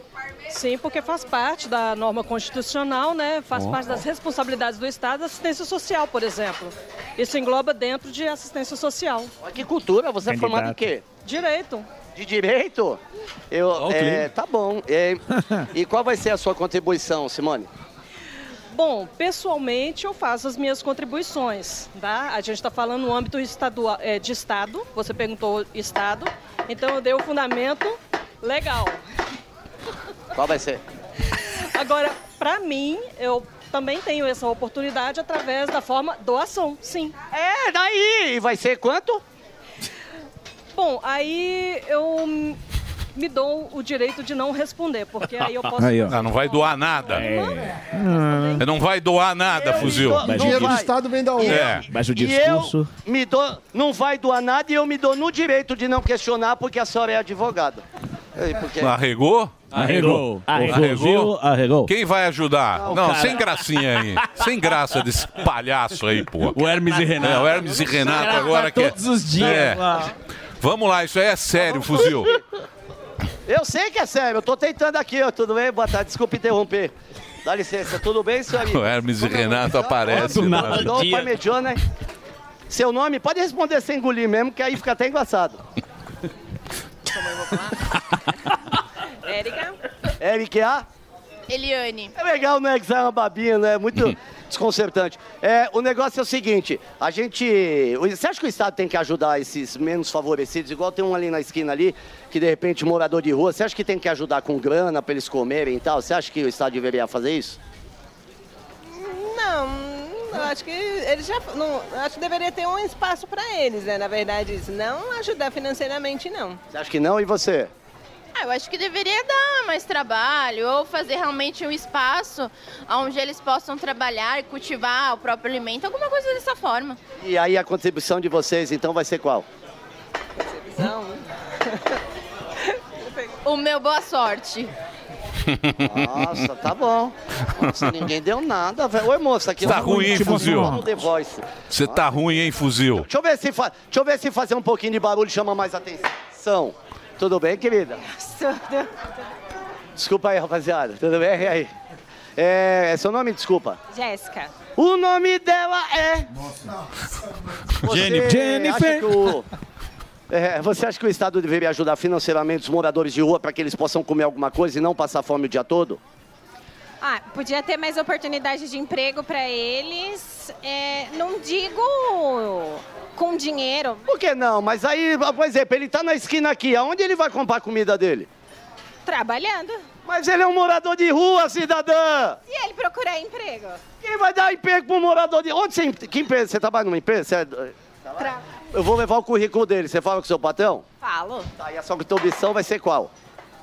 Speaker 17: Sim, porque faz parte da norma constitucional, né? Faz
Speaker 18: Ó.
Speaker 17: parte das responsabilidades do Estado, assistência social, por exemplo. Isso engloba dentro de assistência social.
Speaker 18: Que cultura? Você é formado em quê?
Speaker 17: Direito.
Speaker 18: De direito? Eu,
Speaker 17: Ó o
Speaker 18: é,
Speaker 17: clima.
Speaker 18: tá bom. É, e qual vai ser a sua contribuição, Simone?
Speaker 17: Bom, pessoalmente eu faço as minhas contribuições, tá? A gente está falando no âmbito estadual, eh, de Estado, você perguntou Estado, então eu dei o fundamento legal.
Speaker 18: Qual vai ser?
Speaker 17: Agora, para mim, eu também tenho essa oportunidade através da forma doação, sim.
Speaker 18: É, daí! E vai ser quanto?
Speaker 17: Bom, aí eu hum, me dou o direito de não responder, porque aí eu posso...
Speaker 1: Ah, não vai doar nada.
Speaker 18: É.
Speaker 1: Não vai doar nada,
Speaker 6: É.
Speaker 1: fuzil.
Speaker 18: dou- Mas não o dinheiro vai. do Estado
Speaker 8: vem da
Speaker 18: onde?
Speaker 1: É.
Speaker 4: Mas o
Speaker 18: E eu me dou, não vai doar nada e eu me dou no direito de não questionar porque a senhora é advogada. É, porque-
Speaker 1: Arregou?
Speaker 2: Arregou.
Speaker 1: Arregou?
Speaker 2: Arregou. Arregou.
Speaker 1: Quem vai ajudar? Não,
Speaker 2: cara.
Speaker 1: sem gracinha aí. Sem graça desse palhaço aí, pô.
Speaker 6: O Hermes e Renato.
Speaker 1: É, o Hermes e Renato
Speaker 6: Grava
Speaker 1: agora que é-
Speaker 6: todos os dias.
Speaker 1: É. Vamos lá, isso aí é sério, fuzil.
Speaker 18: Eu sei que é sério, eu tô tentando aqui, ó, tudo bem? Boa tarde, desculpa interromper. Dá licença, tudo bem, senhorinha?
Speaker 1: O Hermes e Renato aparece.
Speaker 18: Mandou-
Speaker 1: né?
Speaker 18: Mandou o parmegiana, hein? Seu nome? Pode responder sem engolir mesmo, que aí fica até engraçado.
Speaker 19: Érica.
Speaker 18: Eric A.
Speaker 19: Eliane.
Speaker 18: É legal, né? Que sai uma babinha, né? Muito desconcertante. É, o negócio é o seguinte: a gente. Você acha que o Estado tem que ajudar esses menos favorecidos? Igual tem um ali na esquina ali, que de repente um morador de rua. Você acha que tem que ajudar com grana pra eles comerem e tal? Você acha que o Estado deveria fazer isso?
Speaker 20: Não, eu acho que eles já. Não, eu acho que deveria ter um espaço para eles, né? Na verdade, isso. Não ajudar financeiramente, não.
Speaker 18: Você acha que não? E você?
Speaker 19: Ah, eu acho que deveria dar mais trabalho ou fazer realmente um espaço onde eles possam trabalhar e cultivar o próprio alimento, alguma coisa dessa forma.
Speaker 18: E aí a contribuição de vocês então vai ser qual?
Speaker 19: O meu boa sorte.
Speaker 18: Nossa, tá bom. Nossa, ninguém deu nada, velho. Oi, moça, aqui
Speaker 1: Tá
Speaker 18: eu-
Speaker 1: ruim, hein,
Speaker 18: Tipo,
Speaker 1: fuzil?
Speaker 18: eu não dei voz.
Speaker 1: Você tá ruim, hein, fuzil?
Speaker 18: Deixa eu ver se fa... Deixa eu ver se fazer um pouquinho de barulho chama mais atenção. Tudo bem, querida? Desculpa aí, rapaziada. Tudo bem? E aí? É, é seu nome? Desculpa.
Speaker 20: Jéssica.
Speaker 18: O nome dela é. Você Acha que o... É, você acha que o Estado deveria ajudar financeiramente os moradores de rua para que eles possam comer alguma coisa e não passar fome o dia todo?
Speaker 21: Ah, podia ter mais oportunidade de emprego para eles. É, não digo com dinheiro.
Speaker 18: Por que não? Mas aí, por exemplo, ele tá na esquina aqui. Aonde ele vai comprar a comida dele?
Speaker 21: Trabalhando.
Speaker 18: Mas ele é um morador de rua, cidadã!
Speaker 21: Se ele procurar emprego.
Speaker 18: Quem vai dar emprego para um morador de Onde você. Que empresa? Você trabalha numa empresa? Você é-
Speaker 21: Tra-
Speaker 18: Eu vou levar o currículo dele. Você fala com o seu patrão?
Speaker 21: Falo.
Speaker 18: Tá, e a sua contribuição vai ser qual?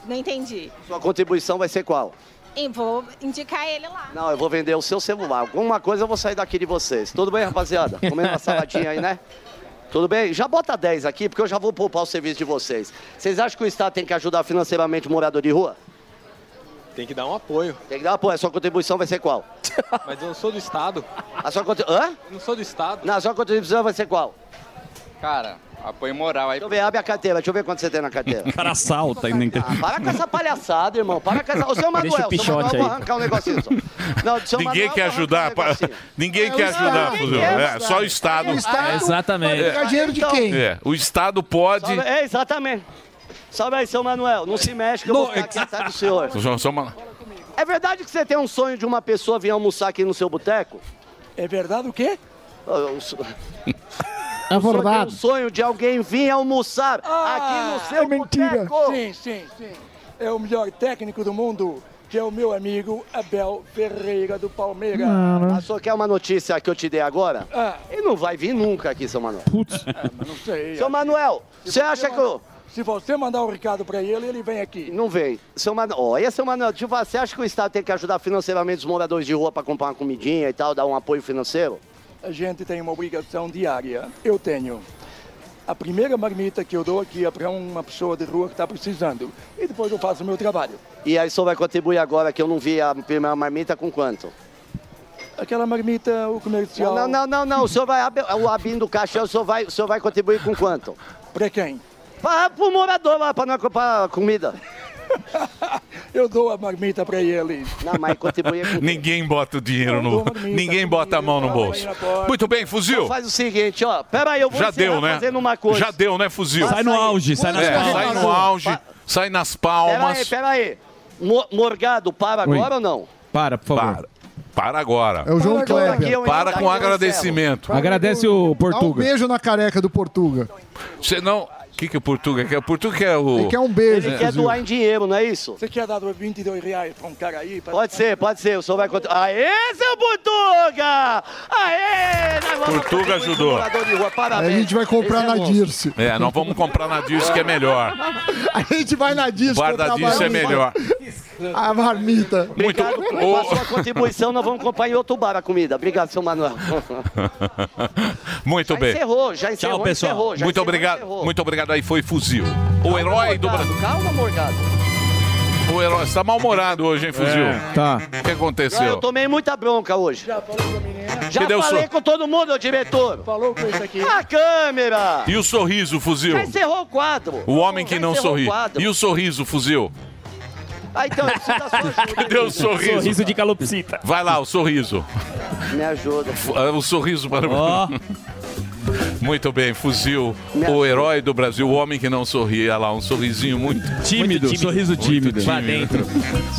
Speaker 21: Não entendi.
Speaker 18: Sua contribuição vai ser qual?
Speaker 21: E vou indicar ele lá.
Speaker 18: Não, eu vou vender o seu celular. Alguma coisa eu vou sair daqui de vocês. Tudo bem, rapaziada? Comendo uma saladinha aí, né? Tudo bem? Já bota 10 aqui, porque eu já vou poupar o serviço de vocês. Vocês acham que o Estado tem que ajudar financeiramente o morador de rua?
Speaker 7: Tem que dar um apoio.
Speaker 18: Tem que dar apoio. A sua contribuição vai ser qual?
Speaker 7: Mas eu não sou do Estado.
Speaker 18: A sua contribuição... Hã?
Speaker 7: Eu não sou do Estado.
Speaker 18: Não, a sua contribuição vai ser qual?
Speaker 7: Cara, apoio moral aí.
Speaker 18: Deixa eu ver, abre a carteira. Deixa eu ver quanto você tem na carteira.
Speaker 6: O cara salta ainda.
Speaker 8: Ah,
Speaker 18: Para com essa palhaçada, irmão. Para com essa... Ô, seu Manuel,
Speaker 6: Deixa o
Speaker 18: seu Manuel,
Speaker 6: pichote
Speaker 18: eu vou
Speaker 6: aí.
Speaker 18: arrancar um negocinho só. Não, seu
Speaker 1: Ninguém
Speaker 18: Manuel,
Speaker 1: quer
Speaker 18: eu vou
Speaker 1: ajudar.
Speaker 18: arrancar um
Speaker 1: pa-
Speaker 18: negocinho.
Speaker 1: Ninguém
Speaker 18: É,
Speaker 1: quer
Speaker 18: o Estado,
Speaker 1: ajudar,
Speaker 18: quem
Speaker 1: fuzil.
Speaker 18: quer
Speaker 1: É,
Speaker 18: ajudar?
Speaker 1: só o Estado.
Speaker 18: É, o Estado. Exatamente. Vai pegar dinheiro de quem?
Speaker 1: É, o Estado pode.
Speaker 18: Sobe- É, exatamente. Sobe aí, seu Manuel. Não se mexe que eu vou ficar aqui atrás do senhor.
Speaker 1: Só- só uma-
Speaker 18: É verdade que você tem um sonho de uma pessoa vir almoçar aqui no seu boteco? Ah, É verdade o quê?
Speaker 13: É
Speaker 18: Um sonho de alguém vir almoçar aqui no seu
Speaker 22: mentira.
Speaker 18: boteco.
Speaker 22: Sim, sim, sim. É o melhor técnico do mundo, que é o meu amigo Abel Ferreira do Palmeiras.
Speaker 18: Ah, só quer uma notícia que eu te dei agora?
Speaker 22: Ah.
Speaker 18: Ele não vai vir nunca aqui, seu Manuel. É
Speaker 22: Mas não sei.
Speaker 18: Seu Manuel, você acha que eu...
Speaker 22: Se você mandar um recado pra ele, ele vem aqui.
Speaker 18: Não vem. Seu Manuel, olha, seu Manuel, tipo, você acha que o Estado tem que ajudar financeiramente os moradores de rua para comprar uma comidinha e tal, dar um apoio financeiro?
Speaker 22: A gente tem uma obrigação diária. Eu tenho. A primeira marmita que eu dou aqui é pra uma pessoa de rua que está precisando. E depois eu faço o meu trabalho.
Speaker 18: E aí só vai contribuir agora que eu não vi a primeira marmita com quanto?
Speaker 22: Aquela marmita, o comercial.
Speaker 18: Não, não, não, não. O senhor vai ab- o abinho do caixão, o senhor vai, o senhor vai contribuir com quanto?
Speaker 22: Pra quem?
Speaker 18: Para o morador lá, para não comprar comida.
Speaker 22: Eu dou a marmita pra ele.
Speaker 18: Não, mas contribuir
Speaker 1: Ninguém bota o dinheiro no.
Speaker 18: tá
Speaker 1: Ninguém bota a mão no bolso. Muito bem, fuzil.
Speaker 18: Então faz o seguinte, ó. Pera aí, eu vou
Speaker 1: Já
Speaker 18: encerrar
Speaker 1: deu, né?
Speaker 18: fazendo uma coisa. Tá
Speaker 1: Já deu, né, fuzil?
Speaker 18: Sai no auge, sai nas
Speaker 1: É,
Speaker 18: palmas.
Speaker 1: Sai no auge, sai nas
Speaker 18: Pera aí,
Speaker 1: palmas.
Speaker 18: pera aí. Mo- Morgado, para
Speaker 1: Oi.
Speaker 18: agora ou não?
Speaker 23: Para, por favor.
Speaker 1: Para agora.
Speaker 23: É o João Kleber.
Speaker 1: Para,
Speaker 23: Aqui
Speaker 18: um
Speaker 23: eu
Speaker 1: para
Speaker 23: ainda-
Speaker 1: com
Speaker 23: aqui eu
Speaker 1: agradecimento.
Speaker 23: Agradece o
Speaker 8: Dá um
Speaker 23: Portuga.
Speaker 8: beijo na careca do Portuga.
Speaker 1: Senão. O que, que o Portuga quer? O Portuga quer o.
Speaker 8: Ele quer um beijo,
Speaker 1: É.
Speaker 18: em dinheiro, não é isso?
Speaker 22: Você quer dar 22 reais pra um cara aí? Pra...
Speaker 18: Pode ser, pode ser. O senhor vai contar. Aê, seu Portuga! Aê! nós vamos
Speaker 1: Portuga
Speaker 18: contribuir com o
Speaker 1: ajudou.
Speaker 18: morador de rua. Parabéns.
Speaker 8: Aí a gente vai comprar
Speaker 18: Esse é
Speaker 8: na
Speaker 18: bom.
Speaker 8: Dirce.
Speaker 1: É, nós vamos comprar na Dirce que é melhor.
Speaker 8: A gente vai na Dirce.
Speaker 1: O bar da
Speaker 8: comprar
Speaker 1: Dirce é
Speaker 8: marmita.
Speaker 1: melhor.
Speaker 8: A marmita.
Speaker 18: Muito Com a sua contribuição, nós vamos comprar em outro bar a comida. Obrigado, seu Manuel.
Speaker 1: Muito bem.
Speaker 18: encerrou, já Tá encerrou,
Speaker 1: Tchau, pessoal.
Speaker 18: encerrou, já
Speaker 1: muito
Speaker 18: encerrou,
Speaker 1: obrigado.
Speaker 18: encerrou. Tá
Speaker 1: Muito obrigado aí foi Fuzil. O herói do Brasil.
Speaker 18: Calma, Morgado.
Speaker 1: O herói você tá mal-humorado hoje, hein, Fuzil?
Speaker 23: É, tá.
Speaker 1: O que aconteceu?
Speaker 18: Não, eu tomei muita bronca hoje. Já
Speaker 1: Cadê o
Speaker 18: falei
Speaker 1: senhor?
Speaker 18: com todo mundo, ô diretor.
Speaker 22: Falou com isso aqui.
Speaker 18: A câmera!
Speaker 1: E o sorriso, Fuzil?
Speaker 18: Já encerrou o quadro.
Speaker 1: O homem que
Speaker 18: Já
Speaker 1: não
Speaker 18: encerrou o
Speaker 1: sorri.
Speaker 18: quadro.
Speaker 1: E o sorriso, Fuzil?
Speaker 18: Ah, então, eu preciso da sua ajuda.
Speaker 1: Cadê o sorriso?
Speaker 18: Sorriso
Speaker 1: de calopsita. Vai lá, o sorriso.
Speaker 18: Me ajuda.
Speaker 1: Fu- ah, O sorriso para
Speaker 18: Ó.
Speaker 1: Muito bem, fuzil, o herói do Brasil, o homem que não sorri. Olha lá, um sorrisinho muito
Speaker 6: Tímido, sorriso
Speaker 1: Muito
Speaker 6: tímido. Pra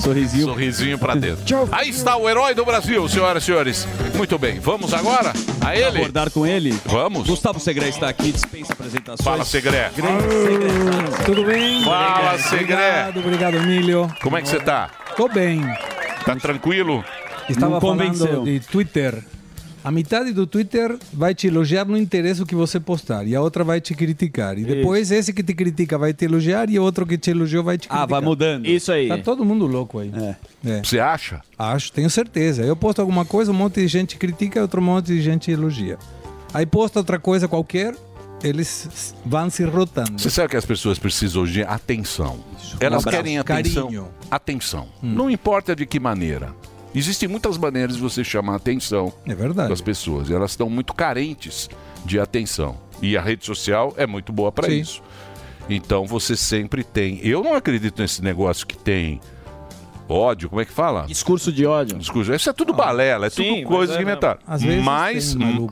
Speaker 1: Sorrisinho. Sorrisinho pra dentro. Aí está o herói do Brasil, senhoras e senhores. Muito bem, vamos agora a ele.
Speaker 6: Abordar com ele?
Speaker 1: Vamos.
Speaker 6: Gustavo Segré está aqui, dispensa apresentações.
Speaker 1: Fala, Segré.
Speaker 6: Grande secretário.
Speaker 23: Tudo bem?
Speaker 1: Fala, Segré.
Speaker 23: Obrigado, obrigado, Emílio.
Speaker 1: Como é que você tá?
Speaker 23: Tô bem.
Speaker 1: Tá tranquilo?
Speaker 23: Estava falando de Twitter. A metade do Twitter vai te elogiar no interesse que você postar e a outra vai te criticar. E depois esse que te critica vai te elogiar e outro que te elogiou Ah, vai te criticar.
Speaker 6: Ah, Isso aí. É.
Speaker 23: Tá todo mundo louco aí.
Speaker 1: Você acha?
Speaker 23: Acho, tenho certeza. Eu posto alguma coisa, um monte de gente critica, outro monte de gente elogia. Aí posta outra coisa qualquer, eles s- vão se rotando.
Speaker 1: Você sabe que as pessoas precisam de atenção. Elas
Speaker 23: Um abraço.
Speaker 1: querem atenção.
Speaker 23: Carinho.
Speaker 1: Atenção.
Speaker 6: Hum.
Speaker 1: Não importa de que maneira. Existem muitas maneiras de você chamar a atenção
Speaker 6: É
Speaker 23: É
Speaker 1: das pessoas. E Elas estão muito carentes de atenção. E a rede social é muito boa para isso. Então você sempre tem. Eu não acredito nesse negócio que tem ódio, como é que fala? Discurso de ódio. Discurso. Isso é tudo balela, é
Speaker 23: Sim,
Speaker 1: tudo
Speaker 23: mas
Speaker 1: coisa
Speaker 23: é
Speaker 1: que
Speaker 23: mesmo.
Speaker 1: inventaram.
Speaker 23: Às vezes
Speaker 1: mas
Speaker 23: tem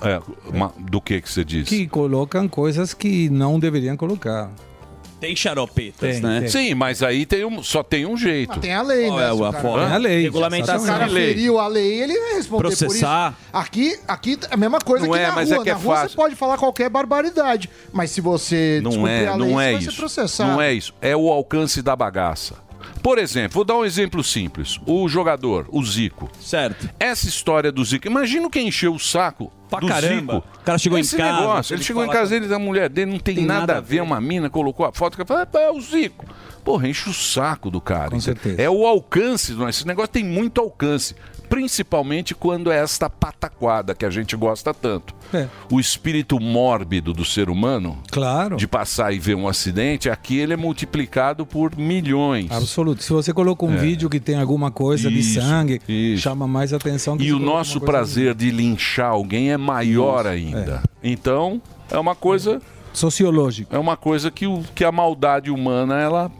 Speaker 1: É, ma- do que que você diz?
Speaker 23: Que colocam coisas que não deveriam colocar.
Speaker 6: Tem xaropetas,
Speaker 23: Tem,
Speaker 6: né?
Speaker 23: tem.
Speaker 1: Sim, mas aí tem um, só tem um jeito.
Speaker 8: Tem a lei,
Speaker 1: Qual
Speaker 8: né?
Speaker 1: é
Speaker 8: Se o
Speaker 1: a
Speaker 8: cara-
Speaker 1: forma? Tem a lei,
Speaker 8: Se o cara
Speaker 1: exatamente. Tem lei.
Speaker 8: feriu a lei, ele vai responder
Speaker 1: Processar.
Speaker 8: por isso. Aqui, aqui é a mesma coisa
Speaker 1: Não
Speaker 8: que
Speaker 1: é,
Speaker 8: na
Speaker 1: mas
Speaker 8: rua.
Speaker 1: é que é
Speaker 8: na rua você
Speaker 1: fácil.
Speaker 8: pode falar qualquer barbaridade, mas se você
Speaker 1: Não
Speaker 8: descumprir
Speaker 1: é,
Speaker 8: a lei,
Speaker 1: não
Speaker 8: você
Speaker 1: é
Speaker 8: vai ser
Speaker 1: isso.
Speaker 8: processado.
Speaker 1: Não é isso. É o alcance da bagaça. Por exemplo, vou dar um exemplo simples. O jogador, o Zico.
Speaker 6: Certo.
Speaker 1: Essa história do Zico. Imagina quem encheu o saco
Speaker 6: Pra
Speaker 1: do
Speaker 6: caramba.
Speaker 1: Zico.
Speaker 6: O cara chegou em
Speaker 1: Esse
Speaker 6: casa,
Speaker 1: negócio.
Speaker 6: teve
Speaker 1: Ele
Speaker 6: que
Speaker 1: chegou em
Speaker 6: falar
Speaker 1: casa
Speaker 6: com-
Speaker 1: dele da mulher dele, não tem, nada, a ver. Uma mina colocou a foto que falou, é o Zico. Porra, enche o saco do cara. entendeu? É o alcance. do- Esse negócio tem muito alcance. Principalmente quando é esta pataquada que a gente gosta tanto.
Speaker 23: É.
Speaker 1: O espírito mórbido do ser humano
Speaker 23: Claro.
Speaker 1: de passar e ver um acidente, aqui ele é multiplicado por milhões.
Speaker 23: Absoluto. Se você coloca um
Speaker 1: É.
Speaker 23: vídeo que tem alguma coisa de
Speaker 1: Isso,
Speaker 23: sangue, chama mais atenção. que
Speaker 1: E
Speaker 23: se
Speaker 1: o
Speaker 23: coloca
Speaker 1: nosso
Speaker 23: alguma coisa
Speaker 1: prazer de linchar alguém é maior
Speaker 23: Isso,
Speaker 1: ainda. Então, é uma coisa.
Speaker 23: Sociológico.
Speaker 1: É uma coisa que, o, que a maldade humana, ela.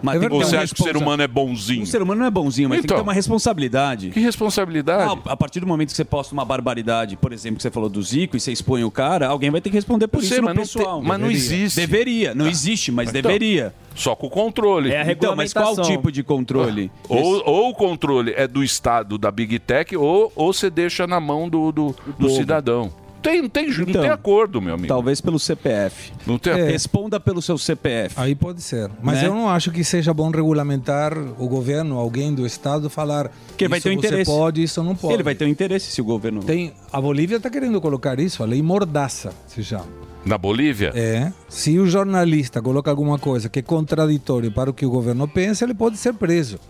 Speaker 6: Mas
Speaker 1: Ou
Speaker 6: tem que ter
Speaker 1: você
Speaker 6: um
Speaker 1: acha que o ser
Speaker 6: responsa-
Speaker 1: humano é bonzinho?
Speaker 6: O ser humano não é bonzinho, mas tem
Speaker 1: Então.
Speaker 6: que ter uma responsabilidade. Que
Speaker 1: responsabilidade?
Speaker 6: a partir do momento que você posta uma barbaridade, por exemplo, que você falou do Zico e você expõe o cara, alguém vai ter que responder por
Speaker 1: Eu
Speaker 6: isso
Speaker 1: sei,
Speaker 6: no
Speaker 1: mas não
Speaker 6: pessoal.
Speaker 1: tem- mas não
Speaker 6: Deveria.
Speaker 1: existe.
Speaker 6: Deveria, não existe, mas
Speaker 1: Então,
Speaker 6: deveria.
Speaker 1: Só com o controle.
Speaker 6: É a
Speaker 1: Então, mas
Speaker 6: regulamentação.
Speaker 1: qual tipo
Speaker 6: de controle?
Speaker 1: Ou, ou o controle é do Estado, da Big Tech, ou, ou você deixa na mão do, do, do cidadão. Tem, não tem, ju- não
Speaker 6: Então,
Speaker 1: tem acordo, meu amigo.
Speaker 6: Talvez pelo CPF.
Speaker 1: Não tem
Speaker 23: É.
Speaker 6: Responda pelo seu CPF.
Speaker 23: Aí pode ser. Mas
Speaker 6: Né?
Speaker 23: eu não acho que seja bom regulamentar o governo, alguém do Estado, falar
Speaker 6: Porque ele vai
Speaker 23: "Isso
Speaker 6: ter um interesse.
Speaker 23: Você pode, isso não pode.
Speaker 6: Ele vai ter um interesse se o governo.
Speaker 23: Tem, a Bolívia está querendo colocar isso, a lei Mordaça se chama.
Speaker 1: Na Bolívia?
Speaker 23: É. Se o jornalista coloca alguma coisa que é contraditório para o que o governo pensa, ele pode ser preso.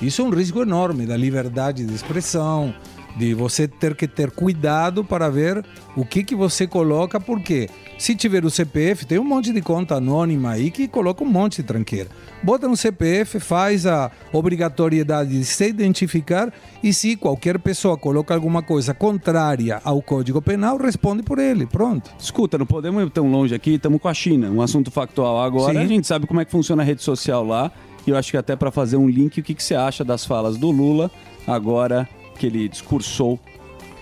Speaker 23: Isso é um risco enorme da liberdade de expressão, de você ter que ter cuidado para ver o que, que você coloca, porque se tiver o CPF, tem um monte de conta anônima aí que coloca um monte de tranqueira. Bota no CPF, faz a obrigatoriedade de se identificar e se qualquer pessoa coloca alguma coisa contrária ao Código Penal, responde por ele. Pronto.
Speaker 6: Escuta, não podemos ir tão longe aqui, estamos com a China, um assunto factual agora.
Speaker 23: Sim.
Speaker 6: A gente sabe como é que funciona a rede social lá. E eu acho que até para fazer um link, o que, que você acha das falas do Lula agora que ele discursou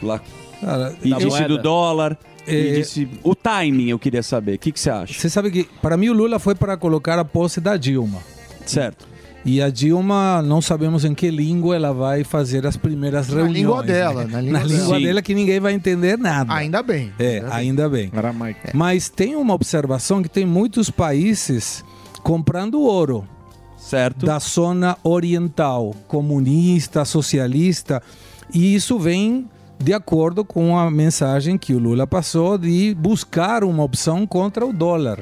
Speaker 6: lá?
Speaker 23: Cara,
Speaker 6: e
Speaker 23: da
Speaker 6: disse
Speaker 23: moeda.
Speaker 6: do dólar, e
Speaker 23: É.
Speaker 6: disse. O timing eu queria saber. O que, que você acha?
Speaker 23: Você sabe que, para mim, o Lula foi para colocar a posse da Dilma.
Speaker 6: Certo.
Speaker 23: E a Dilma, não sabemos em que língua ela vai fazer as primeiras
Speaker 8: Na
Speaker 23: reuniões.
Speaker 8: língua dela,
Speaker 23: né?
Speaker 8: na língua dela. Sim.
Speaker 23: dela que ninguém vai entender nada.
Speaker 8: Ainda bem.
Speaker 23: É, ainda bem. Mas tem uma observação que tem muitos países comprando ouro.
Speaker 6: Certo.
Speaker 23: Da zona oriental, comunista, socialista. E isso vem de acordo com a mensagem que o Lula passou de buscar uma opção contra o dólar.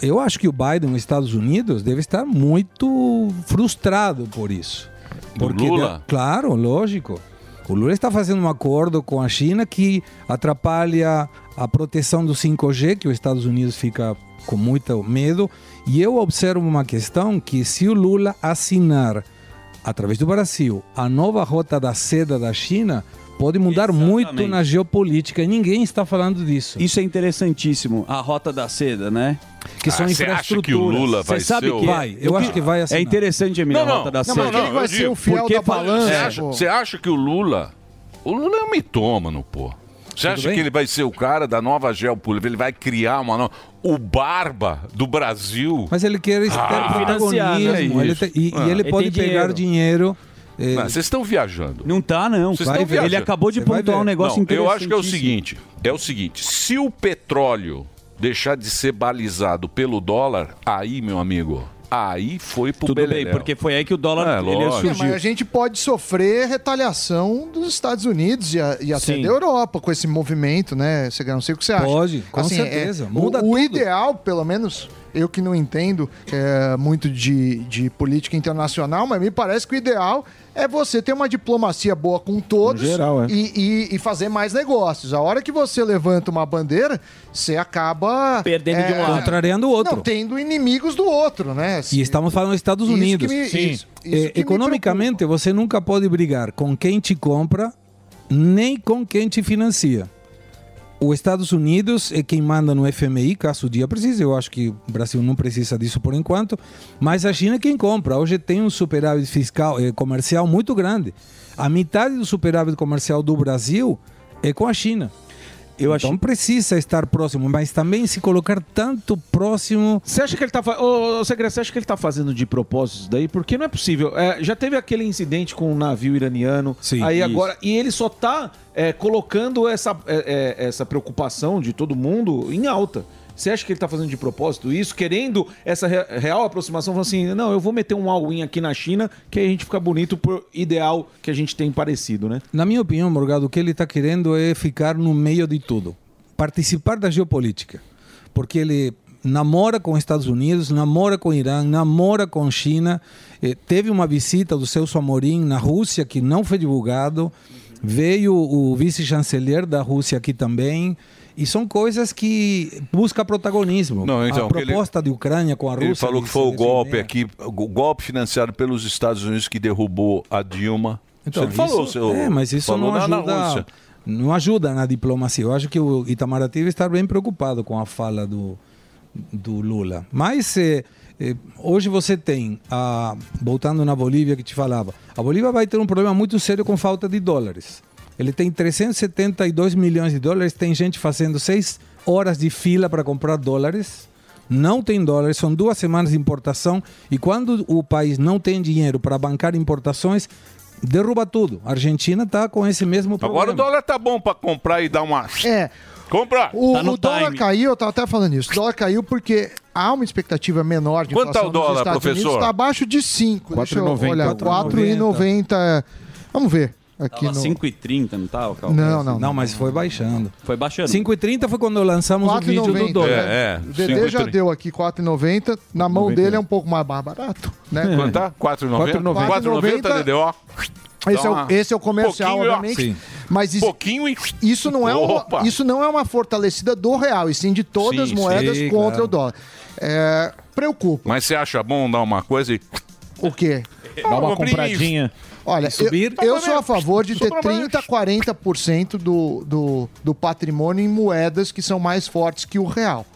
Speaker 23: Eu acho que o Biden nos Estados Unidos deve estar muito frustrado por isso.
Speaker 1: Do Lula?
Speaker 23: claro, lógico. O Lula está fazendo um acordo com a China que atrapalha a proteção do 5G, que os Estados Unidos fica com muito medo. E eu observo uma questão que se o Lula assinar através do Brasil a nova rota da seda da China, pode mudar muito na geopolítica. E ninguém está falando disso.
Speaker 6: Isso é interessantíssimo. A rota da seda, né?
Speaker 23: Que são Ah, você acha que o infraestruturas. Lula vai
Speaker 6: Você sabe
Speaker 23: ser o-
Speaker 6: que
Speaker 23: Vai, eu acho que vai assinar.
Speaker 6: É interessante, Emílio, a rota da seda.
Speaker 1: eu digo, porque fala- Você acha, você acha que o Lula. O Lula é um mitômano, pô. Você acha que ele vai ser o cara da nova geopolítica? Ele vai criar uma nova. O barba do Brasil.
Speaker 23: Mas ele quer ter
Speaker 1: Ah,
Speaker 23: protagonismo.
Speaker 1: é
Speaker 23: ele
Speaker 1: isso.
Speaker 23: te- e,
Speaker 1: Ah.
Speaker 23: e né? ele pode pegar dinheiro. eh,
Speaker 1: Não, Vocês estão viajando.
Speaker 6: Não tá, não.
Speaker 1: Vocês
Speaker 23: Vai
Speaker 1: estão
Speaker 23: ver.
Speaker 1: viajando.
Speaker 23: Ele acabou de Você vai pontuar um ver. negócio
Speaker 1: não, Eu acho que é o
Speaker 23: interessantíssimo.
Speaker 1: seguinte: é o seguinte: se o petróleo deixar de ser balizado pelo dólar, aí, meu amigo, aí foi pro
Speaker 6: Tudo bem,
Speaker 1: beleléu.
Speaker 6: porque foi aí que o dólar
Speaker 1: É,
Speaker 6: ele
Speaker 1: lógico.
Speaker 8: É, mas a gente pode sofrer retaliação dos Estados Unidos e, a- e até
Speaker 1: Sim.
Speaker 8: da Europa com esse movimento, né? Você não sei o que você acha.
Speaker 23: Pode, com
Speaker 8: é,
Speaker 23: certeza.
Speaker 8: o-
Speaker 23: Muda
Speaker 8: o, ideal, pelo menos eu que não entendo é, muito de, de política internacional, mas me parece que o ideal é você ter uma diplomacia boa com todos
Speaker 3: No geral, é.
Speaker 8: e, e- e fazer mais negócios. A hora que você levanta uma bandeira, você acaba é,
Speaker 23: Perdendo de um lado. Contrariando o outro.
Speaker 8: Não, tendo inimigos do outro, né?
Speaker 23: E estamos falando dos Estados
Speaker 8: Isso que
Speaker 23: Unidos.
Speaker 8: me- Sim. isso- isso
Speaker 23: Eh,
Speaker 8: que me
Speaker 23: economicamente, você nunca pode brigar com quem te compra, nem com quem te financia. os Estados Unidos é quem manda no FMI, caso o dia precise. Eu acho que o Brasil não precisa disso por enquanto. Mas a China é quem compra. Hoje tem um superávit fiscal eh, comercial muito grande. A metade do superávit comercial do Brasil é com a China. então precisa estar próximo, mas também se colocar tanto próximo.
Speaker 3: Você acha que ele tá fa... Ô, ô, Segre, você acha que ele tá fazendo de propósito isso daí? Porque não é possível. É, já teve aquele incidente com um navio iraniano. Sim, aí
Speaker 5: isso.
Speaker 3: agora. E ele só tá é, colocando essa, é, é, essa preocupação de todo mundo em alta. Você acha que ele tá fazendo de propósito isso, querendo essa re- real aproximação, falando assim, não, eu vou meter um all-in aqui na China, que aí a gente fica bonito por ideal que a gente tem parecido, né?
Speaker 23: Na minha opinião, Morgado, o que ele está querendo é ficar no meio de tudo. Participar da geopolítica. Porque ele namora com os Estados Unidos, namora com o Irã, namora com a China. Eh, teve uma visita do Celso Amorim na Rússia que não foi divulgado. Veio o vice-chanceler da Rússia aqui também. E são coisas que busca protagonismo.
Speaker 1: Não, então,
Speaker 23: a
Speaker 1: que ele-
Speaker 23: proposta de Ucrânia com a Rússia.
Speaker 1: Ele falou que
Speaker 23: de
Speaker 1: foi o
Speaker 23: se
Speaker 8: assim, né?
Speaker 1: golpe aqui, o golpe financiado pelos Estados Unidos que derrubou a Dilma.
Speaker 23: Então,
Speaker 1: Você falou,
Speaker 23: isso-
Speaker 1: seu,
Speaker 23: é, mas isso
Speaker 1: falou
Speaker 23: não
Speaker 1: lá na
Speaker 23: ajuda,
Speaker 1: Rússia.
Speaker 23: não ajuda na diplomacia. Eu acho que o Itamaraty deve estar bem preocupado com a fala do, do Lula. Mas eh, eh, hoje você tem, a, voltando na Bolívia que te falava, a Bolívia vai ter um problema muito sério com falta de dólares. Ele tem 372 milhões de dólares, tem gente fazendo seis horas de fila para comprar dólares não tem dólares, são duas semanas de importação e quando o país não tem dinheiro para bancar importações, derruba tudo. A Argentina está com esse mesmo problema.
Speaker 1: Agora o dólar tá bom pra comprar e dar uma.
Speaker 8: É.
Speaker 1: Compra!
Speaker 8: O,
Speaker 23: Tá
Speaker 8: o dólar caiu, eu tava até falando isso. O dólar caiu porque há uma expectativa menor de
Speaker 1: Quanto tá
Speaker 8: inflação
Speaker 1: o dólar,
Speaker 8: nos Estados
Speaker 1: professor?
Speaker 8: Unidos. Está abaixo de 5. Deixa eu
Speaker 6: 4,90.
Speaker 8: olhar. 4,90. Vamos ver aqui
Speaker 6: Tava
Speaker 8: no...
Speaker 6: 5,30, não tá, Calma?
Speaker 8: Não, não.
Speaker 23: Não, mas foi baixando.
Speaker 6: Foi baixando.
Speaker 23: 5,30 foi quando lançamos o vídeo do
Speaker 8: 4,90.
Speaker 23: dólar.
Speaker 1: É,
Speaker 8: O Dedê já deu aqui 4,90. Na mão
Speaker 23: 4,90.
Speaker 8: dele é um pouco mais barato, né?
Speaker 1: Quanto tá? 4,90?
Speaker 8: 4,90.
Speaker 1: 4,90, DDO.
Speaker 8: Esse é,
Speaker 1: Dá
Speaker 8: o,
Speaker 1: uma-
Speaker 8: esse é o comercial,
Speaker 1: Pouquinho, ó.
Speaker 8: obviamente.
Speaker 1: Sim.
Speaker 8: Mas isso,
Speaker 1: Pouquinho
Speaker 8: isso não é uma,
Speaker 1: Opa!
Speaker 8: isso não é uma fortalecida do real, e sim de todas as
Speaker 1: Sim,
Speaker 8: moedas
Speaker 1: sim,
Speaker 8: contra
Speaker 1: claro.
Speaker 8: o dólar. É, preocupa.
Speaker 1: Mas você acha bom dar uma coisa e.
Speaker 8: O quê?
Speaker 1: Dá uma compradinha.
Speaker 8: Olha,
Speaker 1: E subir?
Speaker 8: eu, eu sou a favor de ter 30, 40% do, do, do patrimônio em moedas que são mais fortes que o real.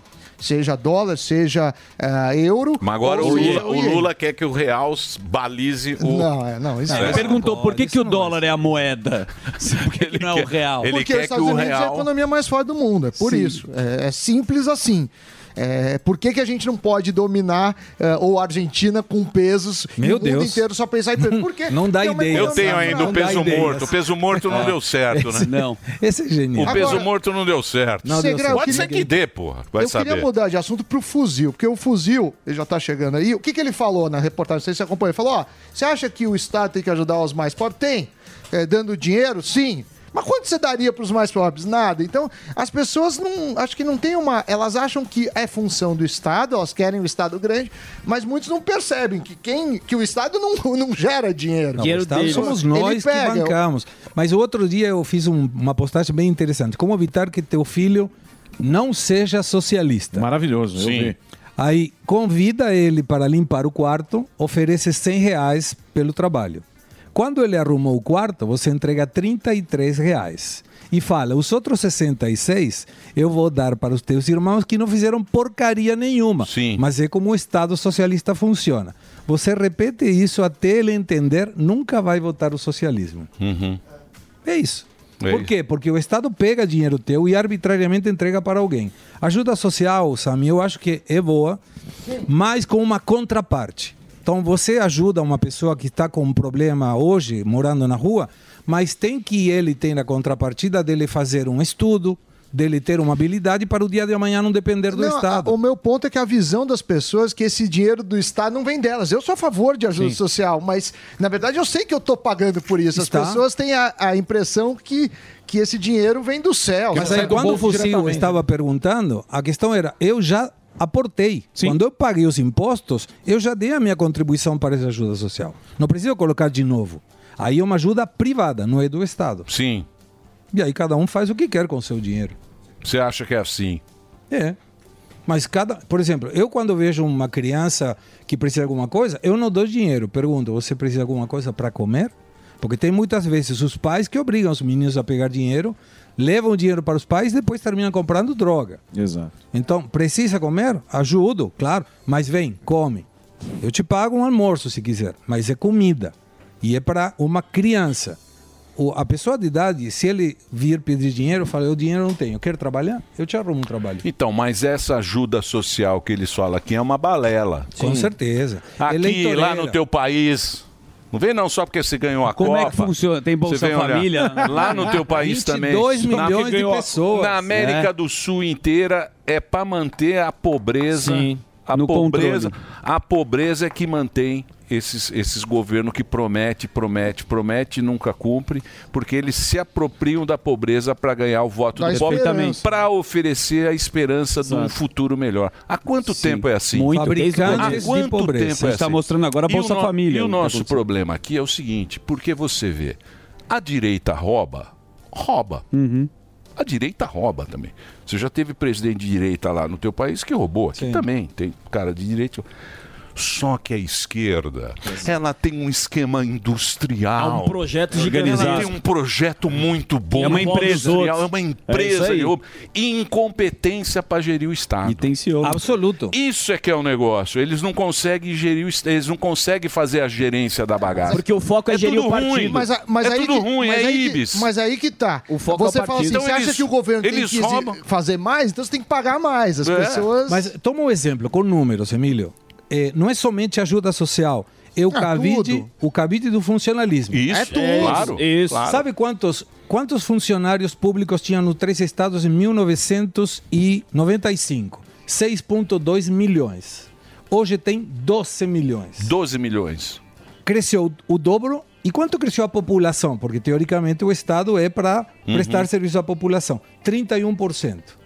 Speaker 8: Seja dólar, seja ah, euro.
Speaker 1: Mas agora o
Speaker 8: ou
Speaker 1: Lula,
Speaker 8: seja
Speaker 1: o
Speaker 8: iene.
Speaker 1: Lula quer que o real balize o.
Speaker 8: Não, é, não, isso
Speaker 1: Não,
Speaker 8: não.
Speaker 1: ele perguntou
Speaker 6: Por que, que o dólar é a moeda? Se- Por que que não é o real?
Speaker 8: Porque os Estados Unidos é a economia mais forte do mundo, é por
Speaker 6: Sim.
Speaker 8: isso. É, é simples assim. É, por que, que a gente não pode dominar eh, ou a Argentina com pesos e
Speaker 1: Meu
Speaker 8: o mundo
Speaker 1: Deus.
Speaker 8: inteiro só pensar em peso? Por quê?
Speaker 23: Não dá
Speaker 8: Porque é uma
Speaker 23: ideia.
Speaker 1: Eu tenho ainda o
Speaker 23: Não dá
Speaker 1: peso
Speaker 23: ideias.
Speaker 1: morto. O peso morto não
Speaker 23: É.
Speaker 1: deu certo, né?
Speaker 23: Esse- não. Esse é genial.
Speaker 1: O peso
Speaker 8: Agora-
Speaker 1: morto não deu certo.
Speaker 8: Não deu Segre, certo. eu
Speaker 1: Pode
Speaker 8: queria-
Speaker 1: ser que dê, porra. Vai
Speaker 8: eu
Speaker 1: saber.
Speaker 8: queria mudar de assunto pro fuzil, porque o fuzil, ele já tá chegando aí. O que, que ele falou na reportagem? Não sei se Você acompanhou? Ele falou: ó, você acha que o Estado tem que ajudar os mais pobres? Tem. É, dando dinheiro? Sim. Mas quanto você daria pros mais pobres? Nada. Então, as pessoas não. Acho que não tem uma. Elas acham que é função do Estado, elas querem o Estado grande, mas muitos não percebem que, quem, que o Estado não, não gera dinheiro.
Speaker 23: Não, o Estado somos
Speaker 8: Ele
Speaker 23: nós que
Speaker 8: pega. é
Speaker 23: bancamos. Mas o outro dia eu fiz um- uma postagem bem interessante. Como evitar que teu filho não seja socialista.
Speaker 2: Maravilhoso,
Speaker 23: eu
Speaker 2: vi.
Speaker 23: Aí convida ele para limpar o quarto, oferece 100 reais pelo trabalho. Quando ele arrumou o quarto, você entrega 33 reais. E fala, os outros 66 eu vou dar para os teus irmãos que não fizeram porcaria nenhuma. Sim. Mas é como o Estado socialista funciona. Você repete isso até ele entender, nunca vai votar o socialismo.
Speaker 1: Uhum.
Speaker 23: É isso.
Speaker 1: É
Speaker 23: Por
Speaker 1: isso.
Speaker 23: quê? Porque o Estado pega dinheiro teu e arbitrariamente entrega para alguém. Ajuda social, Sami, eu acho que é boa, mas com uma contraparte. Então você ajuda uma pessoa que está com um problema hoje, morando na rua, mas tem que ele ter na contrapartida dele fazer um estudo, dele ter uma habilidade para o dia de amanhã não depender do
Speaker 8: Não,
Speaker 23: Estado.
Speaker 8: a- o meu ponto é que a visão das pessoas é que esse dinheiro do Estado não vem delas. Eu sou a favor de ajuda
Speaker 23: Sim.
Speaker 8: social, mas na verdade eu sei que eu estou pagando por isso.
Speaker 23: Está.
Speaker 8: As pessoas têm a, a impressão que, que esse dinheiro vem do céu.
Speaker 23: Mas aí, quando o Fuzil estava perguntando, a questão era: eu já aportei. Quando eu paguei os impostos, eu já dei a minha contribuição para essa ajuda social. Não preciso colocar de novo. Aí é uma ajuda privada, não é do Estado.
Speaker 1: Sim.
Speaker 23: E aí cada um faz o que quer com o seu dinheiro.
Speaker 1: Você acha que é assim?
Speaker 23: É. Mas cada. Por exemplo, eu quando vejo uma criança que precisa de alguma coisa, eu não dou dinheiro. Pergunto: você precisa de alguma coisa para comer? Porque tem muitas vezes os pais que obrigam os meninos a pegar dinheiro, levam o dinheiro para os pais e depois terminam comprando droga.
Speaker 2: Exato.
Speaker 23: Então, precisa comer? Ajudo, claro. Mas vem, come. Eu te pago um almoço se quiser, mas é comida. E é para uma criança. O- a pessoa de idade, se ele vir pedir dinheiro, fala: Eu dinheiro não tenho, quero trabalhar? Eu te arrumo um trabalho.
Speaker 1: Então, mas essa ajuda social que eles falam aqui é uma balela.
Speaker 23: Com certeza.
Speaker 1: Aqui,
Speaker 23: Eleitoreira.
Speaker 1: lá no teu país. Não vem não só porque você ganhou a
Speaker 6: Como
Speaker 1: Copa.
Speaker 6: é que funciona? Tem Bolsa
Speaker 1: Você vem olhar.
Speaker 6: Família?
Speaker 1: Lá no teu país também.
Speaker 6: 22
Speaker 1: Na-
Speaker 6: milhões de
Speaker 1: ganhou a-
Speaker 6: pessoas.
Speaker 1: Na América
Speaker 6: É.
Speaker 1: do Sul inteira é para manter a pobreza.
Speaker 6: Sim,
Speaker 1: A
Speaker 6: no
Speaker 1: pobreza,
Speaker 6: controle.
Speaker 1: a pobreza é que mantém esses, esses governos que promete, promete, promete e nunca cumpre, porque eles se apropriam da pobreza para ganhar o voto
Speaker 6: Da
Speaker 1: do pobre,
Speaker 6: esperança.
Speaker 1: para oferecer a esperança de um
Speaker 6: Exato.
Speaker 1: futuro melhor. Há quanto
Speaker 6: Sim.
Speaker 1: tempo é assim?
Speaker 6: Muito.
Speaker 1: Há
Speaker 6: Fabricantes de
Speaker 1: quanto
Speaker 6: pobreza.
Speaker 1: tempo
Speaker 6: A
Speaker 1: é
Speaker 6: gente tá
Speaker 1: assim?
Speaker 6: mostrando agora a
Speaker 1: E o
Speaker 6: Bolsa
Speaker 1: no-
Speaker 6: Família,
Speaker 1: E
Speaker 6: o
Speaker 1: o
Speaker 6: que tá
Speaker 1: nosso
Speaker 6: acontecendo.
Speaker 1: problema aqui é o seguinte, porque você vê, a direita rouba, rouba.
Speaker 6: Uhum.
Speaker 1: A direita rouba também. Você já teve presidente de direita lá no teu país que roubou. Aqui também tem cara de direita. Só que a esquerda, ela tem um esquema industrial.
Speaker 6: Há um projeto
Speaker 1: Ela
Speaker 6: gigantesco.
Speaker 1: tem um projeto muito bom.
Speaker 6: É uma empresa.
Speaker 1: industrial, É uma
Speaker 6: É isso
Speaker 1: empresa.
Speaker 6: aí.
Speaker 1: de roubo. incompetência para gerir o Estado. E
Speaker 6: tem ciúme.
Speaker 23: Absoluto.
Speaker 1: Isso é que é o negócio. Eles não conseguem gerir o est- Eles não conseguem fazer a gerência da bagaça.
Speaker 8: Porque
Speaker 6: o foco
Speaker 8: é gerir
Speaker 1: tudo
Speaker 8: o partido.
Speaker 1: Ruim.
Speaker 8: Mas a- mas
Speaker 1: é
Speaker 8: aí
Speaker 1: tudo
Speaker 8: que-
Speaker 1: ruim,
Speaker 8: mas
Speaker 1: é
Speaker 8: aí que-
Speaker 1: Ibis.
Speaker 8: mas aí que tá. O
Speaker 23: foco é o
Speaker 8: você fala assim,
Speaker 23: partido.
Speaker 8: você
Speaker 23: Então
Speaker 8: acha
Speaker 23: eles-
Speaker 8: que o governo tem
Speaker 1: eles
Speaker 8: que exi-
Speaker 1: roubam.
Speaker 8: fazer mais? Então você tem que pagar mais.
Speaker 1: É.
Speaker 8: As pessoas...
Speaker 23: Mas toma um exemplo com números, Emílio. É, não é somente ajuda social. É o,
Speaker 8: Ah,
Speaker 23: cabide,
Speaker 8: tudo.
Speaker 23: o cabide do funcionalismo.
Speaker 1: Isso,
Speaker 23: é tudo.
Speaker 1: claro, Isso. claro.
Speaker 23: Sabe quantos, quantos funcionários públicos tinham nos três estados em 1995? 6,2 milhões. Hoje tem 12 milhões.
Speaker 1: 12 milhões.
Speaker 23: Cresceu o dobro. E quanto cresceu a população? Porque, teoricamente, o Estado é para
Speaker 1: Uhum.
Speaker 23: prestar serviço à população. 31%.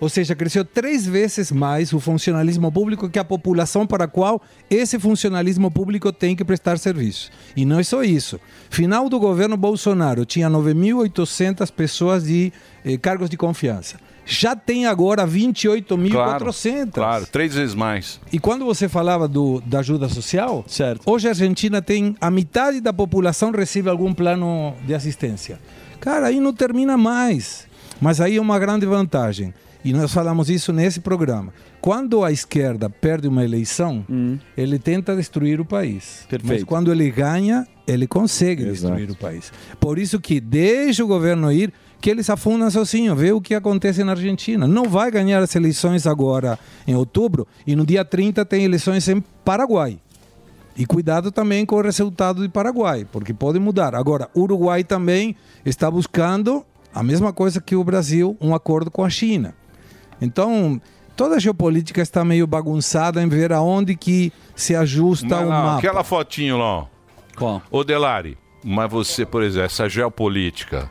Speaker 23: Ou seja, cresceu três vezes mais o funcionalismo público que a população para a qual esse funcionalismo público tem que prestar serviço. E não é só isso. Final do governo Bolsonaro, tinha 9.800 pessoas de eh, cargos de confiança. Já tem agora 28.400.
Speaker 1: Claro, claro, três vezes mais.
Speaker 23: E quando você falava do, da ajuda social, hoje a Argentina tem a metade da população recebe algum plano de assistência. Cara, aí não termina mais. Mas aí é uma grande vantagem. E nós falamos isso nesse programa. Quando a esquerda perde uma eleição, ele tenta destruir o país. Mas
Speaker 6: Perfeito.
Speaker 23: quando ele ganha, ele consegue destruir o país. Por isso que deixa o governo ir, que eles afundam sozinho. Vê o que acontece na Argentina. Não vai ganhar as eleições agora em outubro e no dia 30 tem eleições em Paraguai. E cuidado também com o resultado de Paraguai, porque pode mudar. Agora, Uruguai também está buscando a mesma coisa que o Brasil, um acordo com a China. Então, toda a geopolítica está meio bagunçada em ver aonde que se
Speaker 8: Tá
Speaker 23: ajusta
Speaker 8: um
Speaker 1: Mas
Speaker 23: o
Speaker 1: lá,
Speaker 23: mapa.
Speaker 1: Aquela fotinho lá, ó. Ô, Delari, mas você, por exemplo, essa geopolítica.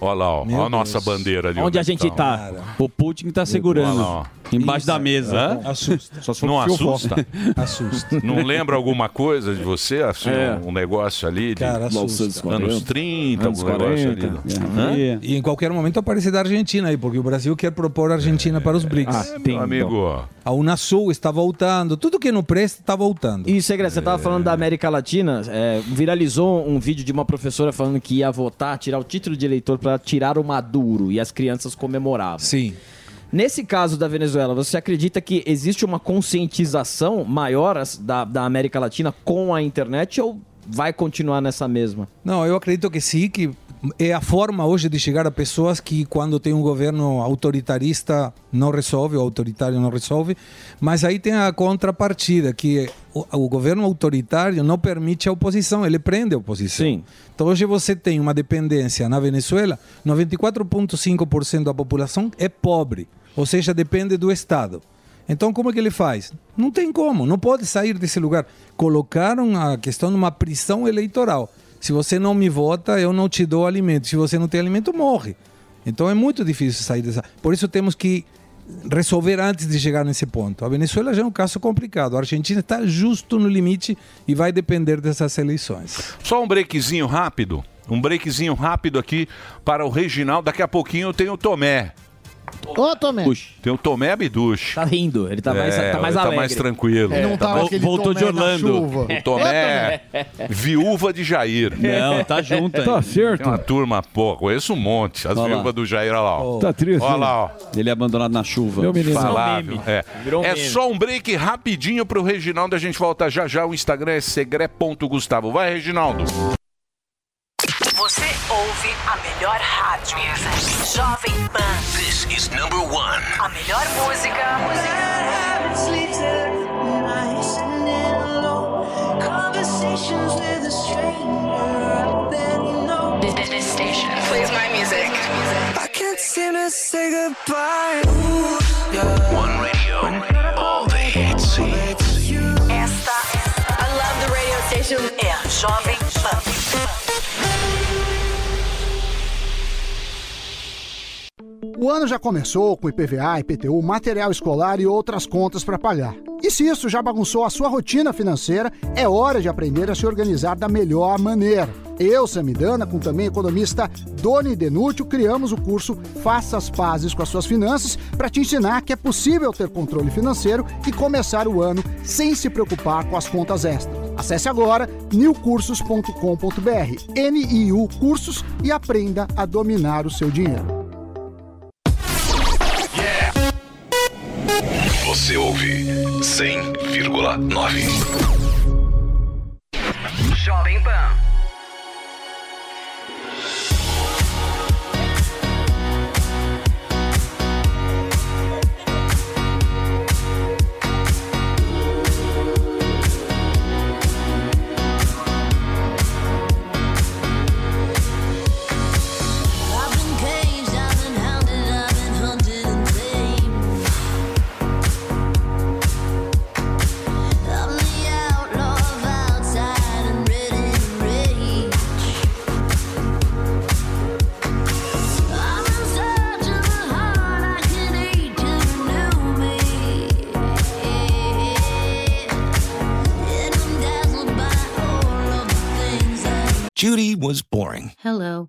Speaker 1: Olha lá, ó. Olha a nossa bandeira ali.
Speaker 6: Onde a
Speaker 1: é que
Speaker 6: gente tá? O Putin tá segurando.
Speaker 1: Olha lá, ó.
Speaker 6: Embaixo da
Speaker 8: Tá
Speaker 6: mesa.
Speaker 1: É.
Speaker 23: Assusta.
Speaker 1: Não assusta?
Speaker 23: Assusta.
Speaker 1: Não lembra alguma coisa de você? Assim,
Speaker 23: É.
Speaker 1: um, um negócio ali de
Speaker 23: Cara, assusta. um.
Speaker 1: anos 30,
Speaker 23: Anos
Speaker 1: algum negócio ali.
Speaker 23: 40,
Speaker 1: não? Hã?
Speaker 23: E em qualquer momento aparece da Argentina aí, porque o Brasil quer propor a Argentina para os BRICS.
Speaker 1: Ah, meu amigo, ó.
Speaker 23: A Unasul está voltando, tudo que não presta está voltando.
Speaker 10: E, Segredo, você tava falando da América Latina, é, viralizou um vídeo de uma professora falando que ia votar, tirar o título de eleitor para tirar o Maduro e as crianças comemoravam.
Speaker 23: Sim.
Speaker 10: Nesse caso da Venezuela, você acredita que existe uma conscientização maior as- da, da América Latina com a internet ou vai continuar nessa mesma?
Speaker 23: Não, eu acredito que sim, que é a forma hoje de chegar a pessoas que quando tem um governo autoritarista não resolve, ou autoritário não resolve, mas aí tem a contrapartida, que o, o governo autoritário não permite a oposição, ele prende a oposição. Sim. Então hoje você tem uma dependência na Venezuela, 94,5% da população é pobre, ou seja, depende do Estado. Então, como é que ele faz? Não tem como, não pode sair desse lugar. Colocaram a questão numa prisão eleitoral. Se você não me vota, eu não te dou alimento. Se você não tem alimento, morre. Então é muito difícil sair dessa. Por isso temos que resolver antes de chegar nesse ponto. A Venezuela já é um caso complicado. A Argentina está justo no limite e vai depender dessas eleições.
Speaker 1: Só um breakzinho rápido. Um breakzinho rápido aqui para o Reginaldo. Daqui a pouquinho tem o Tomé.
Speaker 8: Ô, Tomé.
Speaker 1: Tem o Tomé Abiduche. Tá
Speaker 10: rindo, ele
Speaker 8: tá mais- tá mais
Speaker 1: ele tá
Speaker 8: alegre.
Speaker 1: mais tranquilo.
Speaker 8: Ele não tá
Speaker 1: mais-
Speaker 8: aquele Tomé na chuva.
Speaker 1: O Tomé,
Speaker 8: Ô, Tomé.
Speaker 1: viúva de Jair.
Speaker 8: Não, tá junto ainda.
Speaker 1: Tá certo. Tem uma turma, pô, conheço um monte. As
Speaker 6: Olha lá.
Speaker 1: viúvas do Jair, olha lá. ó.
Speaker 6: Tá triste,
Speaker 1: Olha
Speaker 6: né?
Speaker 1: lá, ó.
Speaker 6: Ele é abandonado na chuva.
Speaker 1: Meu menino.
Speaker 6: Falável.
Speaker 1: Falável. É,
Speaker 6: Virou um
Speaker 1: é
Speaker 6: meme.
Speaker 1: só um break rapidinho pro Reginaldo. A gente volta já já. O Instagram é segre.gustavo. Vai, Reginaldo.
Speaker 13: Você ouve a melhor rádio. Jovem Pan. This is number one. A melhor música.
Speaker 14: Plays my music. I can't seem to say goodbye. Ooh, yeah. One radio, all the hits.
Speaker 13: Esta. I love the radio station. É a Jovem Pan.
Speaker 8: O ano já começou com IPVA, IPTU, material escolar e outras contas para pagar. E se isso já bagunçou a sua rotina financeira, é hora de aprender a se organizar da melhor maneira. Eu, Samidana, com também economista Doni Denútil, criamos o curso Faça as Pazes com as Suas Finanças para te ensinar que é possível ter controle financeiro e começar o ano sem se preocupar com as contas extras. Acesse agora newcursos.com.br, N-I-U Cursos e aprenda a dominar o seu dinheiro.
Speaker 14: Você ouve 100,9.
Speaker 13: Jovem Pan.
Speaker 14: I've been caged, I've been hounded, I've been hunted and tamed. I'm the outlaw of outside and ready to rage. I'm in search of a heart I can aid to renew me. And I'm dazzled by all of the things I
Speaker 9: Judy was boring.
Speaker 11: Hello.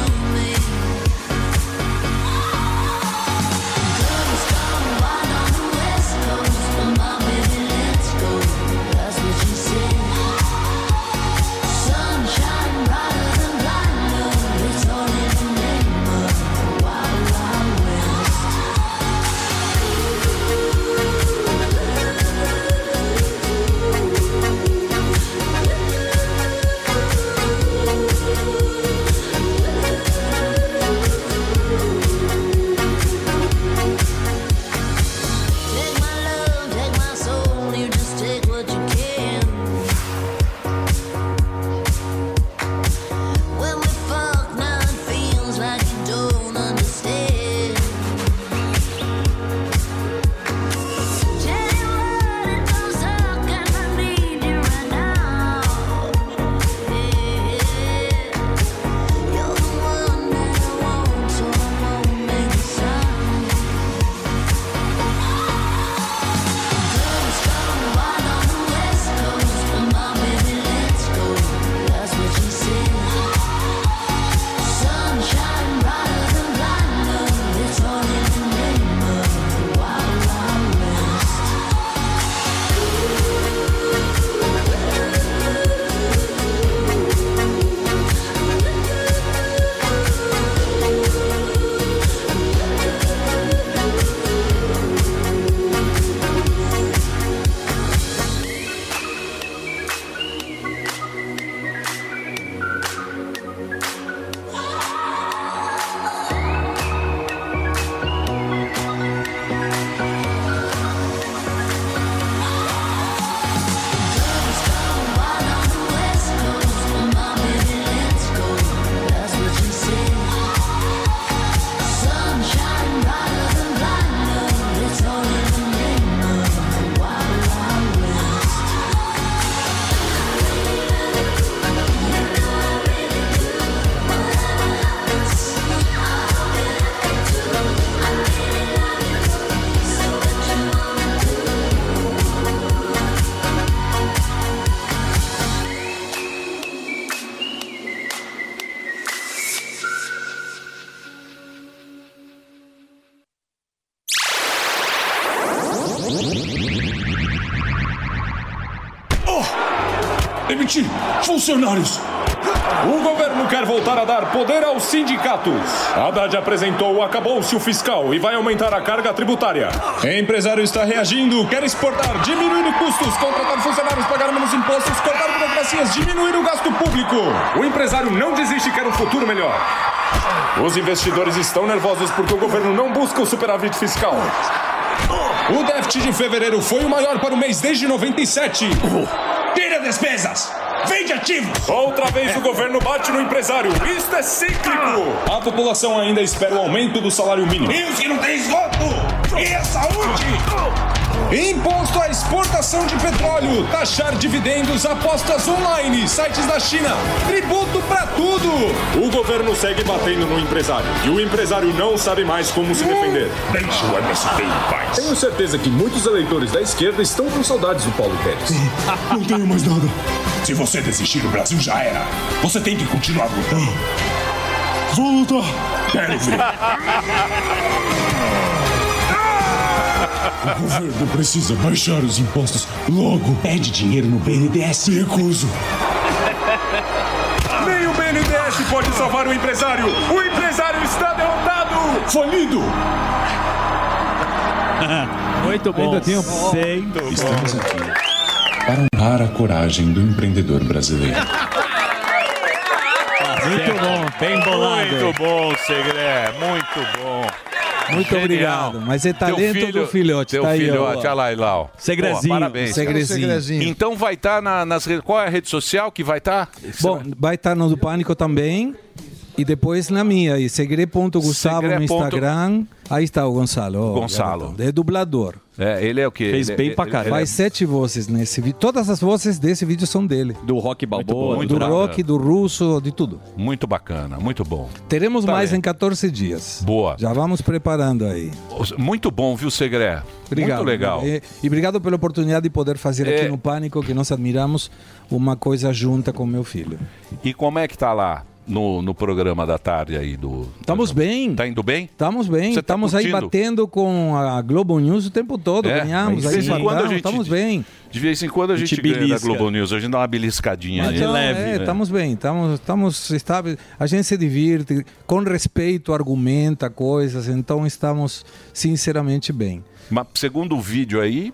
Speaker 14: Thank you
Speaker 24: demitir Oh! É funcionários. O governo quer voltar a dar poder aos sindicatos. Haddad apresentou o acabou-se o fiscal e vai aumentar a carga tributária. Empresário está reagindo, quer exportar, diminuir custos, contratar funcionários, pagar menos impostos, cortar burocracias, diminuir o gasto público. O empresário não desiste e quer um futuro melhor. Os investidores estão nervosos porque o governo não busca o superávit fiscal. O déficit de fevereiro foi o maior para o mês desde 97. Tira despesas! Vende ativos! Outra vez o governo bate no empresário. Isto é cíclico! A população ainda espera o aumento do salário mínimo.
Speaker 14: E os que não tem esgoto? E a saúde?
Speaker 24: Imposto à exportação de petróleo, taxar dividendos, apostas online, sites da China, tributo pra tudo. O governo segue batendo no empresário e o empresário não sabe mais como se defender. Deixe o MST em paz. Tenho certeza que muitos eleitores da esquerda estão com saudades do Paulo Pérez. Não tenho mais nada. Se você desistir, o Brasil já era. Você tem que continuar lutando.
Speaker 14: Vou lutar.
Speaker 24: Quero ver. O governo precisa baixar os impostos logo. Pede dinheiro no BNDES. Recuso. Nem o BNDES pode salvar o empresário. O empresário está derrotado. Falido.
Speaker 13: Muito bom.
Speaker 24: Ainda tem um-
Speaker 13: Muito bom.
Speaker 24: Estamos aqui para honrar a coragem do empreendedor brasileiro.
Speaker 1: Muito bom.
Speaker 24: Bem bolado.
Speaker 1: Muito bom, Segré. Muito bom.
Speaker 23: Muito obrigado. Mas é talento do filhote.
Speaker 1: Teu
Speaker 23: tá aí, ó.
Speaker 1: filhote, olha lá, olha lá. ó.
Speaker 23: Segrezinho.
Speaker 1: Pô, parabéns.
Speaker 23: Segrezinho. Segrezinho.
Speaker 1: Então vai estar nas redes. Qual é a rede social que vai tá? estar?
Speaker 23: Bom, vai estar no do Pânico também. E depois na minha, aí, segre.gustavo
Speaker 1: Segre
Speaker 23: no
Speaker 1: ponto-
Speaker 23: Instagram. Aí está o Gonçalo. ó,
Speaker 1: Gonçalo.
Speaker 23: garotão. É dublador.
Speaker 1: É, ele é o quê? Ele é- ele- ele
Speaker 23: Faz sete vozes nesse vídeo. Todas as vozes desse vídeo são dele.
Speaker 25: Do rock
Speaker 1: bom,
Speaker 23: do
Speaker 1: muito
Speaker 23: rock,
Speaker 1: bacana.
Speaker 23: do russo, de tudo.
Speaker 1: Muito bacana, muito bom.
Speaker 23: Teremos
Speaker 1: Tá
Speaker 23: mais
Speaker 1: bem.
Speaker 23: em 14 dias.
Speaker 1: Boa.
Speaker 23: Já vamos preparando aí.
Speaker 1: Muito bom, viu, Segré?
Speaker 23: Obrigado.
Speaker 1: Muito legal.
Speaker 23: E, e obrigado pela oportunidade de poder fazer
Speaker 1: É.
Speaker 23: aqui no Pânico, que nós admiramos, uma coisa junta com meu filho.
Speaker 1: E como é que tá lá no, no programa da tarde aí do.
Speaker 23: Estamos bem.
Speaker 1: Tá indo bem?
Speaker 23: Estamos bem,
Speaker 1: Você tá
Speaker 23: estamos aí
Speaker 1: curtindo?
Speaker 23: batendo com a Globo News o tempo todo,
Speaker 1: É,
Speaker 23: ganhamos,
Speaker 1: de
Speaker 23: aí
Speaker 1: vez em quando a
Speaker 23: empatamos,
Speaker 1: gente-
Speaker 23: estamos bem.
Speaker 1: De vez em quando a
Speaker 23: A
Speaker 1: gente,
Speaker 23: gente
Speaker 1: ganha da
Speaker 23: belisca.
Speaker 1: Globo News, a gente dá uma beliscadinha aí. né?
Speaker 23: Então, é, estamos bem, estamos, estamos estáveis, a gente se divirte, com respeito argumenta coisas, então estamos sinceramente bem.
Speaker 1: Mas segundo o vídeo aí,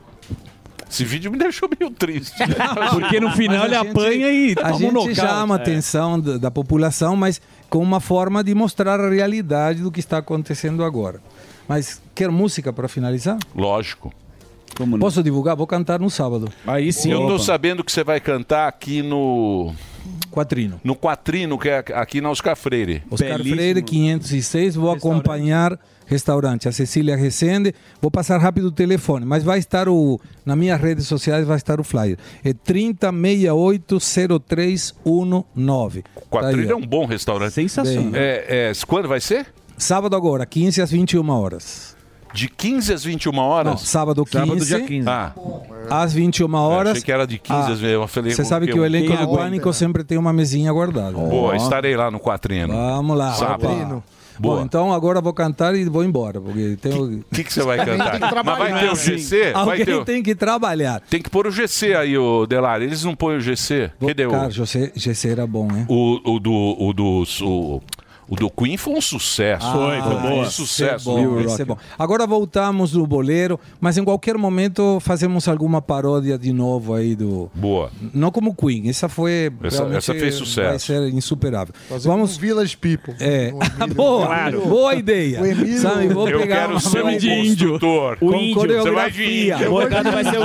Speaker 1: esse vídeo me deixou meio triste. né?
Speaker 23: Porque no final ele apanha um
Speaker 1: e
Speaker 23: A gente
Speaker 1: né?
Speaker 23: chama a atenção da, da população, mas com uma forma de mostrar a realidade do que está acontecendo agora. Mas quer música para finalizar?
Speaker 1: Lógico.
Speaker 23: Posso divulgar? Vou cantar no sábado. Aí
Speaker 1: Eu tô sabendo que você vai cantar aqui no.
Speaker 23: Quatrino.
Speaker 1: No Quatrino, que é aqui na Oscar Freire.
Speaker 23: Oscar Freire tá 506, vou acompanhar restaurante. A Cecília Recende, vou passar rápido o telefone, mas vai estar o. Nas minhas redes sociais vai estar o flyer. É 30680319.
Speaker 1: Quatrino é um bom restaurante.
Speaker 23: Sensacional.
Speaker 1: É, é, quando vai ser?
Speaker 23: Sábado agora, 15 às 21 horas.
Speaker 1: De 15 às 21 horas?
Speaker 23: Não, sábado 15.
Speaker 1: Sábado, dia 15. Ah.
Speaker 23: Às 21 horas. ah,
Speaker 1: É, achei que era de 15 às 21, eu falei,
Speaker 23: Você sabe
Speaker 1: porque
Speaker 23: que o
Speaker 1: eu-
Speaker 23: elenco
Speaker 1: Quem
Speaker 23: do
Speaker 1: aguenta,
Speaker 23: Pânico sempre tem uma mesinha guardada.
Speaker 1: um Boa, estarei lá no Quatrino.
Speaker 23: Vamos lá.
Speaker 1: Sábado.
Speaker 23: opa. Bom,
Speaker 1: Boa.
Speaker 23: então agora vou cantar e vou embora. Porque tem o
Speaker 1: O que, que você vai cantar?
Speaker 23: Tem que
Speaker 1: Mas vai
Speaker 23: trabalhar,
Speaker 1: ter o
Speaker 23: sim.
Speaker 1: GC? Vai
Speaker 23: Alguém
Speaker 1: ter o-
Speaker 23: tem que trabalhar.
Speaker 1: Tem que pôr o GC aí, o Delari. Eles não põem o GC. Cadê o,
Speaker 23: Cara, José, José era bom, né?
Speaker 1: o, o do. O do o, o do Queen foi um sucesso. Um
Speaker 23: Ah, esse
Speaker 1: sucesso.
Speaker 23: é bom,
Speaker 1: Viu,
Speaker 23: esse é bom.
Speaker 1: Rock?
Speaker 23: Agora voltamos do boleiro, mas em qualquer momento fazemos alguma paródia de novo aí do.
Speaker 1: Boa.
Speaker 23: Não como Queen, essa foi.
Speaker 1: Essa-
Speaker 23: realmente
Speaker 1: essa fez
Speaker 23: Vai
Speaker 1: sucesso.
Speaker 23: ser insuperável.
Speaker 2: Fazer Vamos... um Village People.
Speaker 23: É. boa, boa ideia.
Speaker 2: O Emílio-
Speaker 23: Sabe, vou
Speaker 2: Eu
Speaker 23: pegar
Speaker 2: quero
Speaker 23: uma
Speaker 2: ser um
Speaker 23: boa-
Speaker 2: construtor.
Speaker 23: Com
Speaker 2: O índio. Você
Speaker 23: coreografia.
Speaker 2: vai de índio.
Speaker 23: Molecada
Speaker 2: Vai de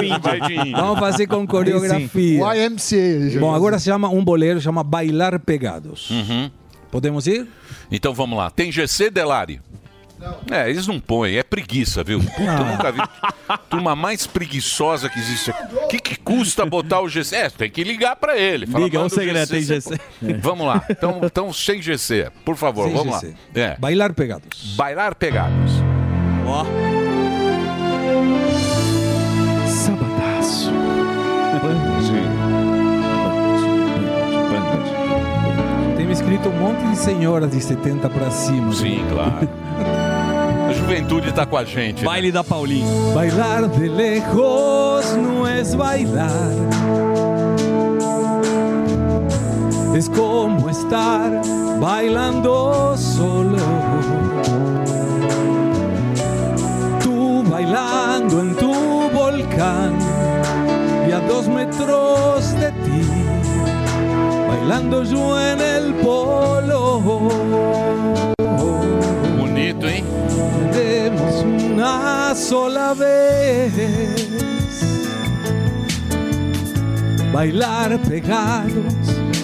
Speaker 2: índio.
Speaker 23: Vamos fazer com coreografia.
Speaker 2: O YMCA.
Speaker 23: Bom, agora se chama um boleiro, chama Bailar Pegados.
Speaker 1: Uhum.
Speaker 23: Podemos ir?
Speaker 1: Então vamos lá. Tem GC, Delari? É, eles não põem, é preguiça, viu? Puta, eu nunca vi. Turma mais preguiçosa que existe. O que, que custa botar o GC? É, tem que ligar pra ele. Fala,
Speaker 23: Liga,
Speaker 1: manda
Speaker 23: o segredo, tem
Speaker 1: você
Speaker 23: GC.
Speaker 1: põe. Vamos lá, então, então sem GC, por favor,
Speaker 23: Sem
Speaker 1: vamos
Speaker 23: GC.
Speaker 1: lá. É.
Speaker 23: Bailar Pegados.
Speaker 1: Bailar Pegados.
Speaker 25: Ó.
Speaker 14: Sabadaço.
Speaker 23: Tem me escrito um monte de senhoras de 70 pra cima.
Speaker 1: Sim, claro. A juventude tá com a gente.
Speaker 25: Baile da Paulinha.
Speaker 23: Bailar de lejos no es bailar.
Speaker 2: es como estar bailando solo. Tú bailando en tu volcán y a dos metros de ti, bailando yo en el polo.
Speaker 1: Bonito, hein?
Speaker 2: Demos una sola vez. Bailar pegados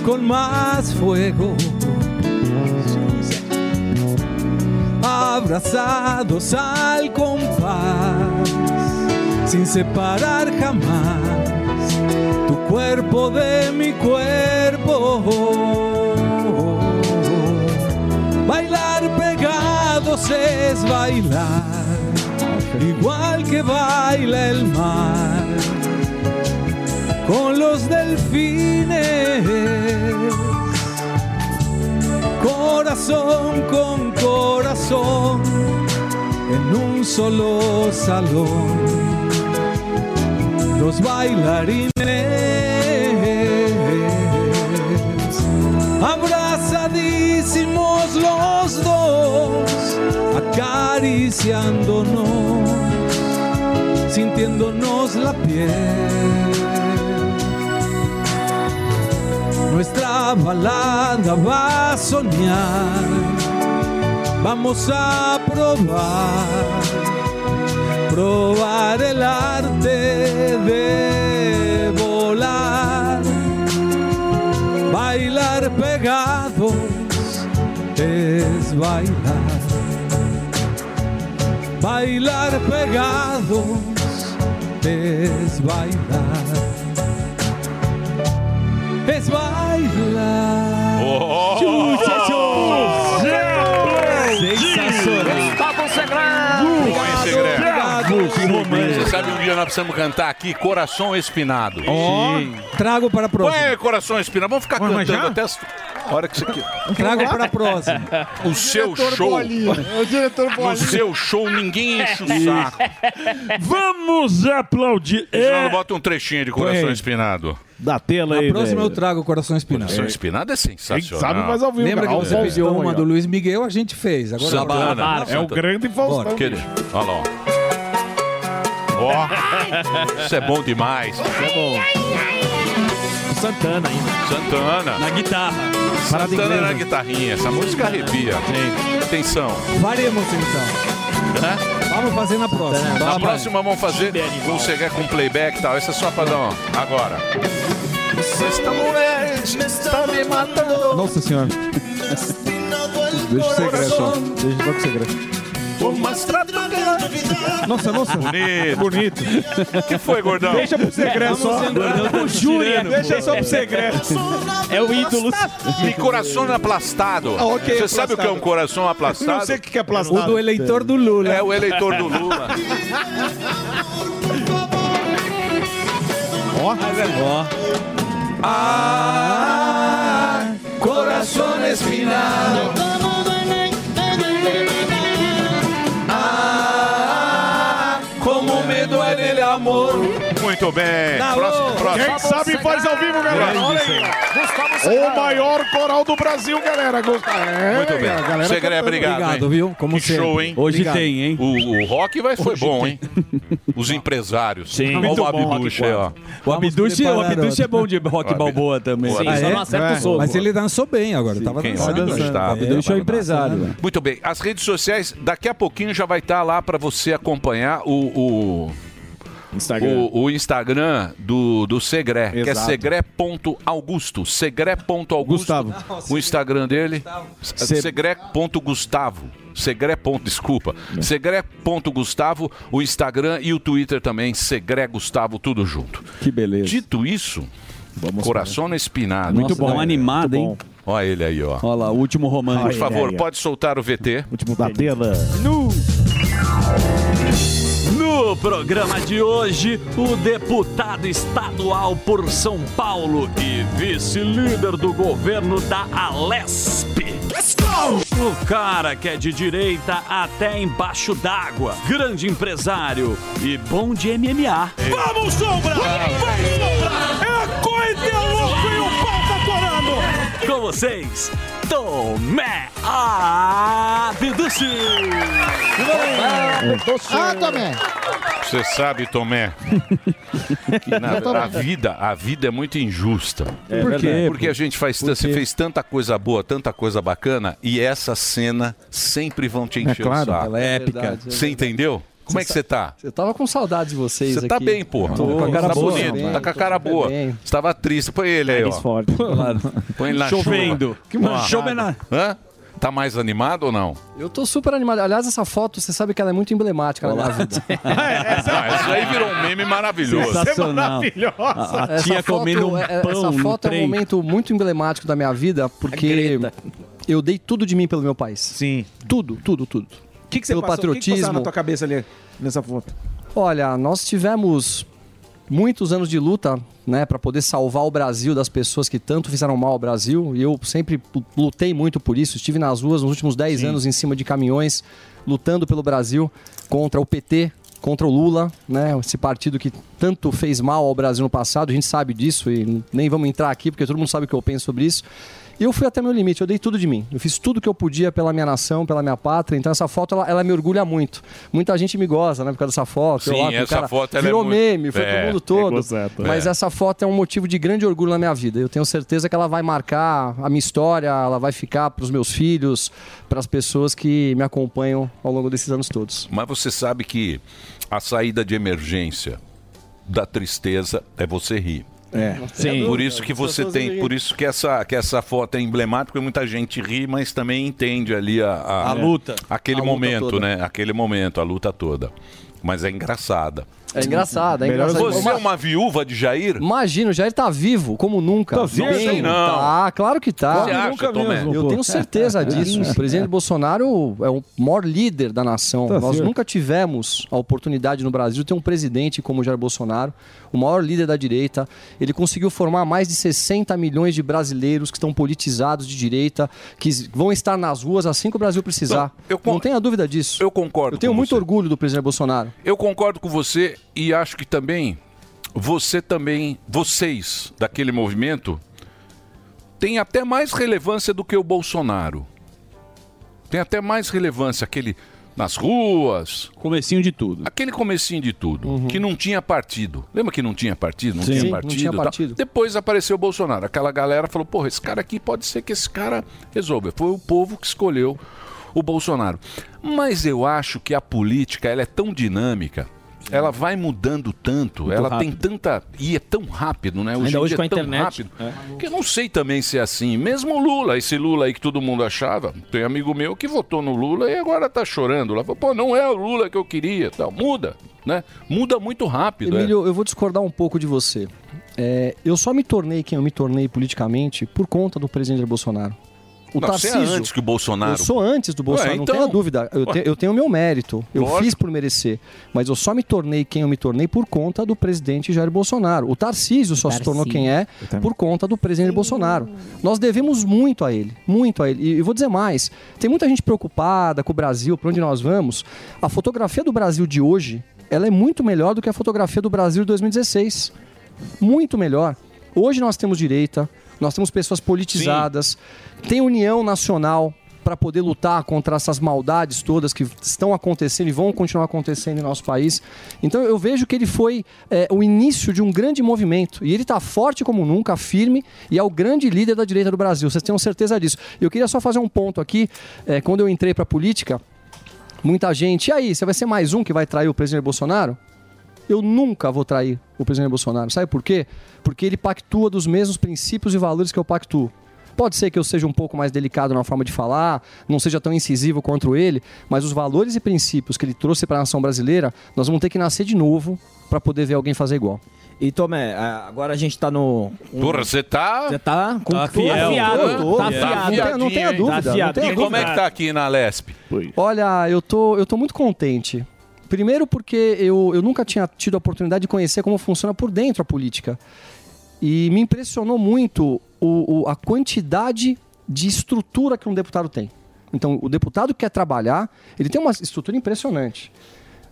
Speaker 2: con más fuego. Abrazados al compás, sin separar jamás tu cuerpo de mi cuerpo. Bailar pegados es bailar, igual que baila el mar con los delfines. Corazón con corazón en un solo salón. Los bailarines abrazadísimos los dos, acariciándonos, sintiéndonos la piel. Nuestra balada va a soñar, vamos a probar, probar el arte de volar bailar pegados es bailar. Bailar pegados es bailar. Es bailar.
Speaker 1: Oh!
Speaker 13: Sensacional.
Speaker 1: é Segredo. Você sabe um dia nós precisamos cantar aqui Coração Espinado.
Speaker 2: Ó, trago para a próxima.
Speaker 1: Ué, Coração Espinado, vamos ficar
Speaker 2: Ué, mas
Speaker 1: cantando
Speaker 2: já?
Speaker 1: até as- a hora que isso aqui.
Speaker 2: Trago para a próxima.
Speaker 1: O seu
Speaker 2: diretor
Speaker 1: show.
Speaker 2: Bolinha.
Speaker 1: O diretor No seu show ninguém
Speaker 13: É.
Speaker 1: enche o
Speaker 26: Isso.
Speaker 1: saco.
Speaker 26: Vamos aplaudir.
Speaker 13: É.
Speaker 1: Senão bota um trechinho de Coração
Speaker 2: Põe.
Speaker 1: Espinado.
Speaker 23: Da tela
Speaker 2: Na
Speaker 23: aí,
Speaker 2: próxima
Speaker 23: velho.
Speaker 2: eu trago o Coração Espinado.
Speaker 1: Coração Espinado é sensacional.
Speaker 2: Lembra que você pediu uma do Luiz Miguel, a gente fez. Agora
Speaker 23: é
Speaker 1: Santana.
Speaker 6: É
Speaker 2: Bora. Bora.
Speaker 1: Aquele- Olha lá, ó. Ó, isso é bom demais. é bom.
Speaker 26: Santana ainda.
Speaker 1: Santana. Na
Speaker 26: guitarra.
Speaker 1: Santana
Speaker 26: Parada inglesa.
Speaker 1: na guitarrinha. Essa música arrepia. Atenção.
Speaker 2: Faremos então. Vamos fazer na próxima.
Speaker 1: Na próxima vamos fazer um CG com playback e tal. Essa é só pra dar uma... Agora.
Speaker 13: Esta mulher está me matando.
Speaker 2: Nossa senhora.
Speaker 13: Deixa
Speaker 2: Deixa
Speaker 13: o
Speaker 2: o
Speaker 13: segredo
Speaker 2: segredo só.
Speaker 13: só.
Speaker 2: Deixa só com o segredo.
Speaker 13: Por mais trato
Speaker 2: Nossa, nossa.
Speaker 1: É Bonito.
Speaker 2: Bonito.
Speaker 1: que foi, gordão?
Speaker 2: Deixa pro segredo só.
Speaker 1: O Júlia.
Speaker 2: Deixa só pro segredo.
Speaker 1: É o ídolo. Mi coração aplastado.
Speaker 2: Ah, ok,
Speaker 1: Você
Speaker 2: aplastado.
Speaker 1: sabe o que é um coração aplastado?
Speaker 2: Não sei o que que é aplastado. O do eleitor do Lula.
Speaker 1: É o eleitor do Lula.
Speaker 2: Ó. Ó. Ah,
Speaker 13: Corazón espinado. Ah, como me duele el amor.
Speaker 1: Muito bem.
Speaker 13: Tá
Speaker 1: Próximo,
Speaker 13: bom.
Speaker 1: próximo.
Speaker 3: é
Speaker 13: Quem sabe faz ao vivo, galera. Olha aí.
Speaker 3: O maior coral do Brasil, galera. Gosta- É,
Speaker 1: Muito bem.
Speaker 3: a
Speaker 6: tá
Speaker 3: galera
Speaker 1: Segre,
Speaker 3: cantando.
Speaker 1: obrigado. hein?
Speaker 2: viu? Como
Speaker 1: que
Speaker 2: sempre.
Speaker 1: show, hein?
Speaker 2: Hoje Obrigado.
Speaker 6: tem, hein?
Speaker 1: O, o rock vai, foi
Speaker 6: Hoje
Speaker 1: bom,
Speaker 6: tem.
Speaker 1: hein? Os empresários.
Speaker 6: Sim.
Speaker 1: Olha
Speaker 6: Muito
Speaker 1: o
Speaker 6: bom,
Speaker 1: Abiduche aí, ó.
Speaker 6: Rock O Abduche, o Abduche é bom de rock balboa também. né? Ah, é?
Speaker 1: Sim, só não acerta o soco.
Speaker 2: Mas ele dançou bem agora. Tava
Speaker 1: Quem
Speaker 2: dançando.
Speaker 1: olha,
Speaker 2: dançando.
Speaker 1: tá,
Speaker 2: Abduche
Speaker 1: tá,
Speaker 2: é o
Speaker 1: tá,
Speaker 2: empresário.
Speaker 1: tá. Muito bem. As redes sociais, daqui a pouquinho já vai estar lá para você acompanhar o. o...
Speaker 26: Instagram.
Speaker 1: O, o Instagram do, do Segré, que é
Speaker 26: Exato.
Speaker 1: segré.augusto. Segré.augusto. Gustavo. O Instagram dele,
Speaker 26: Se-
Speaker 1: segré.gustavo. Segré. ponto- Desculpa. Segré.gustavo. O Instagram e o Twitter também, Segré Gustavo, tudo junto.
Speaker 6: Que beleza.
Speaker 1: Dito isso, coração espinado.
Speaker 6: Muito Nossa, bom. dá uma animada, hein?
Speaker 1: Olha ele aí, ó.
Speaker 6: Olha lá, o último romance.
Speaker 1: Por favor, pode soltar o VT.
Speaker 6: Último da tela. No... No programa de hoje, o deputado estadual por São Paulo e vice-líder do governo da Alesp. O cara que é de direita até embaixo d'água, grande empresário e bom de MMA.
Speaker 13: Vamos, sombra! Vem, sombra! É coisa louco e o pau tá torando!
Speaker 16: vocês, Tomé Abducci.
Speaker 8: Ah, também.
Speaker 1: Você sabe, Tomé, que na-
Speaker 13: Eu também.
Speaker 1: a vida, a vida é muito injusta.
Speaker 13: É Por quê? verdade.
Speaker 1: Porque a gente faz, tan- você fez tanta coisa boa, tanta coisa bacana, e essa cena sempre vão te
Speaker 27: É
Speaker 1: encher
Speaker 27: claro,
Speaker 1: o saco.
Speaker 27: ela é épica. É verdade, é
Speaker 1: Você entendeu? Como é que você tá?
Speaker 27: Eu tava com saudade de vocês
Speaker 1: Você tá
Speaker 27: aqui.
Speaker 1: bem, porra.
Speaker 27: Tô,
Speaker 1: Você tá
Speaker 27: tá
Speaker 1: bonito, tá com a cara boa. Você tava triste. Põe ele aí, ó.
Speaker 27: Nariz forte. Claro.
Speaker 1: Põe ele na
Speaker 27: Chovendo.
Speaker 1: chuva.
Speaker 27: Que
Speaker 1: Ó.
Speaker 27: manchada.
Speaker 1: Hã? Tá mais animado ou não?
Speaker 27: Eu tô super animado. Aliás, essa foto, você sabe que ela é muito emblemática na minha vida. É,
Speaker 1: Ah, isso aí virou um meme maravilhoso.
Speaker 3: é
Speaker 27: Sensacional.
Speaker 1: Maravilhosa.
Speaker 27: Essa foto é- é- Essa foto é um momento muito emblemático da minha vida, porque eu dei tudo de mim pelo meu país. Sim. Tudo, tudo, tudo. O
Speaker 3: que, que você
Speaker 27: Pelo
Speaker 3: passou, O que, que passava
Speaker 27: patriotismo.
Speaker 3: na tua cabeça ali, nessa foto?
Speaker 27: Olha, nós tivemos muitos anos de luta, né, para poder salvar o Brasil das pessoas que tanto fizeram mal ao Brasil. E eu sempre pu- lutei muito por isso. Estive nas ruas nos últimos 10 anos em cima de caminhões, lutando pelo Brasil contra o PT, contra o Lula, né, esse partido que tanto fez mal ao Brasil no passado. A gente sabe disso e nem vamos entrar aqui porque todo mundo sabe o que eu penso sobre isso. E eu fui até meu limite, eu dei tudo de mim. Eu fiz tudo que eu podia pela minha nação, pela minha pátria. Então essa foto, ela, ela me orgulha muito. Muita gente me goza, né, por causa dessa foto. Eu
Speaker 1: Sim,
Speaker 27: lá com o
Speaker 1: essa
Speaker 27: cara.
Speaker 1: foto, ela é
Speaker 27: Virou
Speaker 1: muito-
Speaker 27: meme, foi
Speaker 1: É,
Speaker 27: pro mundo todo.
Speaker 1: pegou certo.
Speaker 27: Mas
Speaker 1: É.
Speaker 27: essa foto é um motivo de grande orgulho na minha vida. Eu tenho certeza que ela vai marcar a minha história, ela vai ficar pros meus filhos, pras pessoas que me acompanham ao longo desses anos todos.
Speaker 1: Mas você sabe que a saída de emergência da tristeza é você rir.
Speaker 27: É.
Speaker 1: Sim. Por isso que você tem, por isso que essa, que essa foto é emblemática, porque muita gente ri, mas também entende ali a,
Speaker 27: A luta.
Speaker 1: Aquele
Speaker 27: A luta
Speaker 1: momento,
Speaker 27: toda.
Speaker 1: né? Aquele momento, a luta toda. Mas é engraçada.
Speaker 27: É engraçado, é engraçado.
Speaker 1: Você é uma viúva de Jair?
Speaker 27: Imagina, o Jair tá vivo, como nunca.
Speaker 1: Tá vivo,
Speaker 27: Bem,
Speaker 1: não.
Speaker 27: Tá, claro que tá.
Speaker 1: Você acha, Nunca Tomé? mesmo,
Speaker 27: Eu
Speaker 1: pô.
Speaker 27: tenho certeza
Speaker 1: É.
Speaker 27: disso. O presidente Bolsonaro é o maior líder da nação.
Speaker 17: Tá
Speaker 27: Nós
Speaker 17: certo.
Speaker 27: nunca tivemos a oportunidade no Brasil de ter um presidente como o Jair Bolsonaro, o maior líder da direita. Ele conseguiu formar mais de 60 milhões de brasileiros que estão politizados de direita, que vão estar nas ruas assim que o Brasil precisar. Não tenha dúvida disso.
Speaker 1: Eu concordo.
Speaker 27: Eu tenho muito orgulho do presidente Bolsonaro.
Speaker 1: Eu concordo com você e acho que também você também, vocês daquele movimento têm até mais relevância do que o Bolsonaro. Tem até mais relevância aquele nas ruas,
Speaker 27: comecinho de tudo. Uhum.
Speaker 1: Aquele comecinho de tudo, que não tinha partido. Lembra que não tinha partido, não
Speaker 27: Sim. Sim,
Speaker 1: tinha
Speaker 27: não
Speaker 1: partido.
Speaker 27: tinha
Speaker 1: e tal?
Speaker 27: partido.
Speaker 1: Depois apareceu o Bolsonaro. Aquela galera falou: "Porra, esse cara aqui pode ser que esse cara resolva". Foi o povo que escolheu o Bolsonaro. Mas eu acho que a política, ela é tão dinâmica, ela vai mudando tanto,
Speaker 27: Muito
Speaker 1: ela
Speaker 27: rápido.
Speaker 1: tem tanta e é tão rápido, né?
Speaker 27: Ainda
Speaker 1: em
Speaker 27: hoje
Speaker 1: dia
Speaker 27: com a
Speaker 1: é tão
Speaker 27: internet,
Speaker 1: rápido, que eu não sei também se é assim. Mesmo o Lula, esse Lula aí que todo mundo achava, tem amigo meu que votou no Lula e agora tá chorando lá. Fala, Pô, não é o Lula que eu queria. Tal. Muda, né? Muda muito rápido. é.
Speaker 27: Emílio, eu vou discordar um pouco de você. É, eu só me tornei quem eu me tornei politicamente por conta do presidente Jair Bolsonaro. O
Speaker 1: Não, você é
Speaker 27: Tarcísio.
Speaker 1: antes que o Bolsonaro.
Speaker 27: Eu sou antes do Bolsonaro,
Speaker 1: Ué,
Speaker 27: não
Speaker 1: então-
Speaker 27: tenha dúvida. Eu, te-
Speaker 1: Ué.
Speaker 27: eu tenho o meu mérito. Eu
Speaker 1: Lógico.
Speaker 27: fiz por merecer. Mas eu só me tornei quem eu me tornei por conta do presidente Jair Bolsonaro. O Tarcísio só se tornou quem é por conta do presidente Bolsonaro. Nós devemos muito a ele. Muito a ele. E eu vou dizer mais. Tem muita gente preocupada com o Brasil, para onde nós vamos. A fotografia do Brasil de hoje, ela é muito melhor do que a fotografia do Brasil de 2016 muito melhor. Hoje nós temos direita, nós temos pessoas politizadas, tem união nacional para poder lutar contra essas maldades todas que estão acontecendo e vão continuar acontecendo em nosso país. Então eu vejo que ele foi é, o início de um grande movimento e ele está forte como nunca, firme e é o grande líder da direita do Brasil. Vocês tenham certeza disso. Eu queria só fazer um ponto aqui. é, quando eu entrei para a política, muita gente. E aí, você vai ser mais um que vai trair o presidente Bolsonaro? Eu nunca vou trair o presidente Bolsonaro. Sabe por quê? Porque ele pactua dos mesmos princípios e valores que eu pactuo. Pode ser que eu seja um pouco mais delicado na forma de falar, não seja tão incisivo contra ele, mas os valores e princípios que ele trouxe para a nação brasileira, nós vamos ter que nascer de novo para poder ver alguém fazer igual.
Speaker 17: E
Speaker 10: É,
Speaker 17: Tomé, a- agora a gente tá no. um-
Speaker 1: Porra, você tá.
Speaker 17: Você tá com
Speaker 27: Tá
Speaker 17: tudo.
Speaker 27: fiel.
Speaker 17: afiado.
Speaker 27: Tô,
Speaker 17: Tá
Speaker 27: tô.
Speaker 17: afiado.
Speaker 27: Não tenha- não
Speaker 1: Afiadinho,
Speaker 27: tenha
Speaker 1: hein?
Speaker 27: dúvida, não tenha
Speaker 1: E como é
Speaker 27: dúvida.
Speaker 1: que tá aqui na Lesp?
Speaker 27: Olha, eu tô, eu tô muito contente. Primeiro porque eu, eu nunca tinha tido a oportunidade de conhecer como funciona por dentro a política. E me impressionou muito o, o- a quantidade de estrutura que um deputado tem. Então, o deputado que quer trabalhar, ele tem uma estrutura impressionante.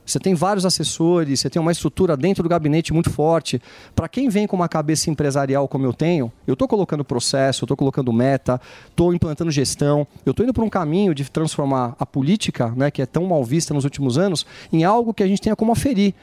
Speaker 27: Você tem vários assessores, você tem uma estrutura dentro do gabinete muito forte. Para quem vem com uma cabeça empresarial como eu tenho, eu estou colocando processo, eu estou colocando meta, estou implantando gestão, eu estou indo para um caminho de transformar a política, né, que é tão mal vista nos últimos anos, em algo que a gente tenha como aferir.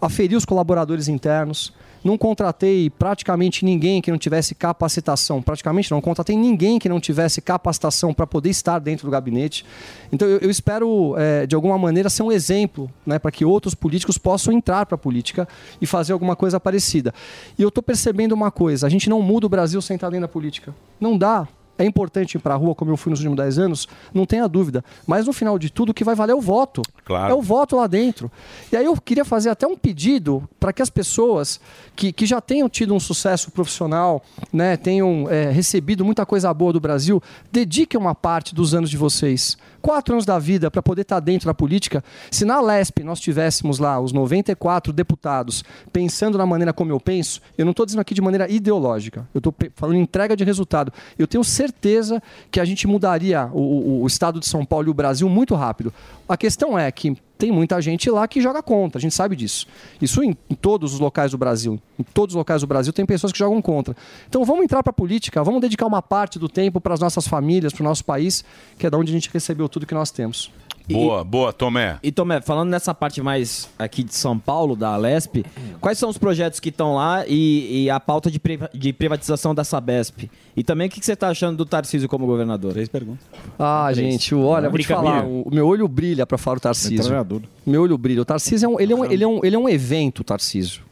Speaker 27: Aferir os colaboradores internos, não contratei praticamente ninguém que não tivesse capacitação. Praticamente não, contratei ninguém que não tivesse capacitação para poder estar dentro do gabinete. Então eu, eu espero, eh, de alguma maneira, ser um exemplo né, para que outros políticos possam entrar para a política e fazer alguma coisa parecida. E eu estou percebendo uma coisa: a gente não muda o Brasil sem estar dentro da política. Não dá. É importante ir para a rua, como eu fui nos últimos 10 anos, não tenha dúvida. Mas no final de tudo, o que vai valer é o voto.
Speaker 1: Claro.
Speaker 27: É o voto lá dentro. E aí eu queria fazer até um pedido para que as pessoas que, que já tenham tido um sucesso profissional, né, tenham é, recebido muita coisa boa do Brasil, dediquem uma parte dos anos de vocês, quatro anos da vida, para poder estar dentro da política. Se na Lesp nós tivéssemos lá os 94 deputados pensando na maneira como eu penso, eu não estou dizendo aqui de maneira ideológica, eu estou falando em entrega de resultado. Eu tenho certeza que a gente mudaria o- o- o estado de São Paulo e o Brasil muito rápido. A questão é que tem muita gente lá que joga contra, a gente sabe disso. Isso em, em todos os locais do Brasil. Em todos os locais do Brasil tem pessoas que jogam contra. Então vamos entrar para a política, vamos dedicar uma parte do tempo para as nossas famílias, para o nosso país, que é da onde a gente recebeu tudo que nós temos.
Speaker 1: Boa, boa, Tomé.
Speaker 10: E Tomé, falando nessa parte mais aqui de São Paulo, da Alesp, quais são os projetos que estão lá e, e a pauta de, priva- de privatização da Sabesp? E também o que, que você está achando do Tarcísio como governador? Três perguntas.
Speaker 27: Ah,
Speaker 10: Três.
Speaker 27: gente, o- olha, vou te
Speaker 10: Brinca,
Speaker 27: falar,
Speaker 10: brilha.
Speaker 27: o o meu olho brilha para falar o Tarcísio.
Speaker 10: Metralhadora.
Speaker 27: Meu olho brilha. O Tarcísio é um, ele é um, ele é um, ele é um evento, Tarcísio.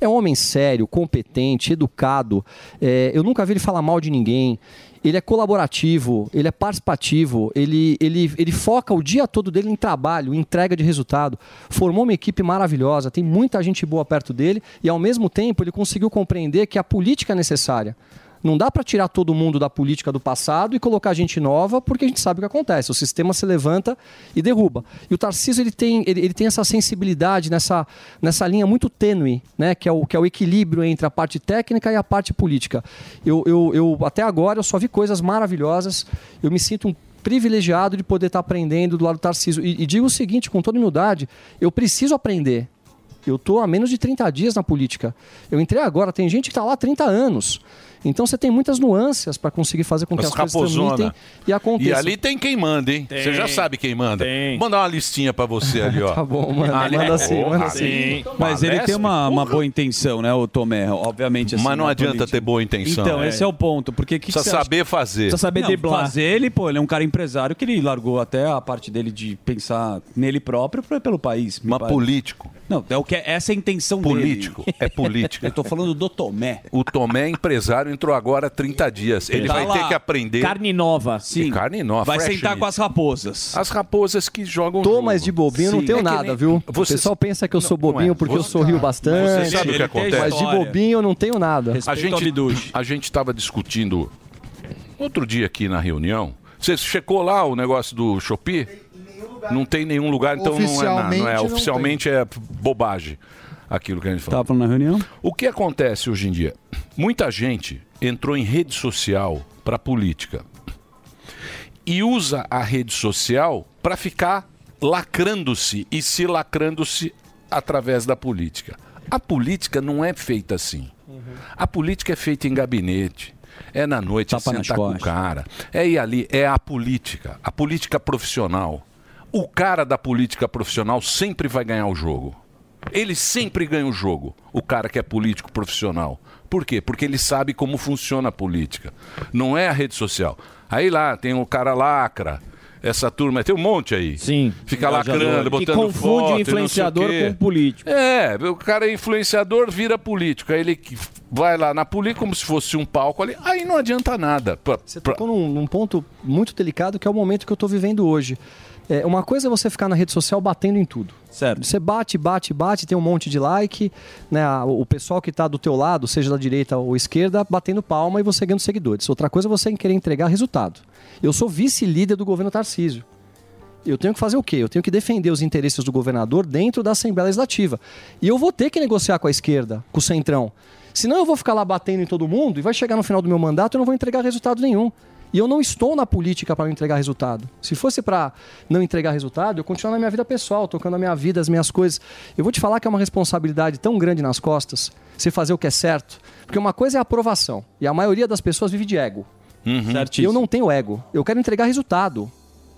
Speaker 27: É um homem sério, competente, educado. É, eu nunca vi ele falar mal de ninguém. Ele é colaborativo, ele é participativo, ele, ele, ele foca o dia todo dele em trabalho, em entrega de resultado. Formou uma equipe maravilhosa, tem muita gente boa perto dele e, ao mesmo tempo, ele conseguiu compreender que a política é necessária. Não dá para tirar todo mundo da política do passado e colocar gente nova, porque a gente sabe o que acontece. O sistema se levanta e derruba. E o Tarcísio ele tem, ele, ele tem essa sensibilidade nessa, nessa linha muito tênue, né? que, é o, que é o equilíbrio entre a parte técnica e a parte política. Eu, eu, eu Até agora eu só vi coisas maravilhosas. Eu me sinto um privilegiado de poder estar aprendendo do lado do Tarcísio. E, e digo o seguinte, com toda humildade, eu preciso aprender. Eu estou há menos de 30 dias na política. Eu entrei agora, tem gente que está lá há 30 anos. Então você tem muitas nuances para conseguir fazer com que
Speaker 1: Mas
Speaker 27: as coisas transmitem
Speaker 1: capozona.
Speaker 27: e aconteçam.
Speaker 1: E ali tem quem manda, hein? Você já sabe quem manda. Mandar uma listinha pra você ali, ó.
Speaker 27: Tá bom, manda.
Speaker 1: Ah,
Speaker 27: Manda
Speaker 1: assim,
Speaker 27: assim. sim, manda sim.
Speaker 6: Mas é ele tem uma, uma boa intenção, né, o Tomé? Obviamente. assim,
Speaker 1: Mas não
Speaker 6: na
Speaker 1: adianta ter boa intenção.
Speaker 6: Então,
Speaker 1: É.
Speaker 6: esse é o ponto. Porque que que
Speaker 1: Precisa
Speaker 6: você acha
Speaker 1: saber
Speaker 6: que-
Speaker 1: fazer. Precisa saber
Speaker 6: não,
Speaker 1: driblar.
Speaker 6: Fazer ele, pô, ele é um cara empresário que ele largou até a parte dele de pensar nele próprio pra- pelo país. Mas
Speaker 1: político.
Speaker 6: Não, é o que essa é a intenção
Speaker 1: Político,
Speaker 6: dele.
Speaker 1: é político.
Speaker 6: Eu tô falando do Tomé.
Speaker 1: O Tomé, empresário, entrou agora há 30 dias. Ele
Speaker 6: Tá
Speaker 1: vai
Speaker 6: lá.
Speaker 1: ter que aprender.
Speaker 6: Carne
Speaker 10: nova.
Speaker 1: Sim. Carne nova.
Speaker 6: Vai
Speaker 1: fresh
Speaker 6: sentar
Speaker 1: meat.
Speaker 6: com as raposas.
Speaker 1: As raposas que jogam.
Speaker 27: Tô mais de bobinho, eu não
Speaker 6: Sim.
Speaker 27: tenho
Speaker 6: É que
Speaker 27: nada,
Speaker 6: nem-
Speaker 27: viu?
Speaker 6: Você-
Speaker 27: O pessoal pensa que eu sou
Speaker 1: Não é.
Speaker 27: bobinho porque eu
Speaker 1: Você-
Speaker 27: sorrio bastante.
Speaker 1: Você sabe o que acontece.
Speaker 27: Mas de bobinho eu não tenho nada.
Speaker 1: A gente, a gente estava discutindo outro dia aqui na reunião. Você checou lá o negócio do Shopee? Não tem nenhum lugar, então não é nada. Não
Speaker 6: Oficialmente
Speaker 1: é.
Speaker 6: não
Speaker 1: Oficialmente é bobagem aquilo que a gente falou.
Speaker 6: Tava falando na reunião?
Speaker 1: O que acontece hoje em dia? Muita gente entrou em rede social para política e usa a rede social para ficar lacrando-se e se lacrando-se através da política. A política não é feita assim. A política é feita em gabinete. É na noite, é sentar com o cara. É ir ali, é a política, a política profissional. O cara da política profissional sempre vai ganhar o jogo. Ele sempre ganha o jogo, o cara que é político profissional. Por quê? Porque ele sabe como funciona a política. Não é a rede social. Aí lá tem o cara lacra, essa turma, tem um monte aí. Sim. Fica
Speaker 10: Engajador.
Speaker 1: lacrando,
Speaker 10: Que
Speaker 1: botando
Speaker 10: confunde o
Speaker 1: foto, e não sei
Speaker 10: influenciador
Speaker 1: quê.
Speaker 10: com o político.
Speaker 1: É, o cara é influenciador, vira político. Aí ele que vai lá na política como se fosse um palco ali. Aí não adianta nada. Pra-
Speaker 27: Você tocou num, num ponto muito delicado que é o momento que eu estou vivendo hoje. É, uma coisa é você ficar na rede social batendo em tudo.
Speaker 6: Certo.
Speaker 27: Você bate, bate, bate, tem um monte de like, né? a- O pessoal que está do teu lado, seja da direita ou esquerda, batendo palma e você ganhando seguidores. Outra coisa é você querer entregar resultado. Eu sou vice-líder do governo Tarcísio. Eu tenho que fazer o quê? Eu tenho que defender os interesses do governador dentro da Assembleia Legislativa. E eu vou ter que negociar com a esquerda, com o Centrão. Senão eu vou ficar lá batendo em todo mundo e vai chegar no final do meu mandato e eu não vou entregar resultado nenhum. E eu não estou na política para não entregar resultado. Se fosse para não entregar resultado, eu continuo na minha vida pessoal, tocando a minha vida, as minhas coisas. Eu vou te falar que é uma responsabilidade tão grande nas costas você fazer o que é certo. Porque uma coisa é a aprovação. E a maioria das pessoas vive de ego. E eu não tenho ego. Eu quero entregar resultado.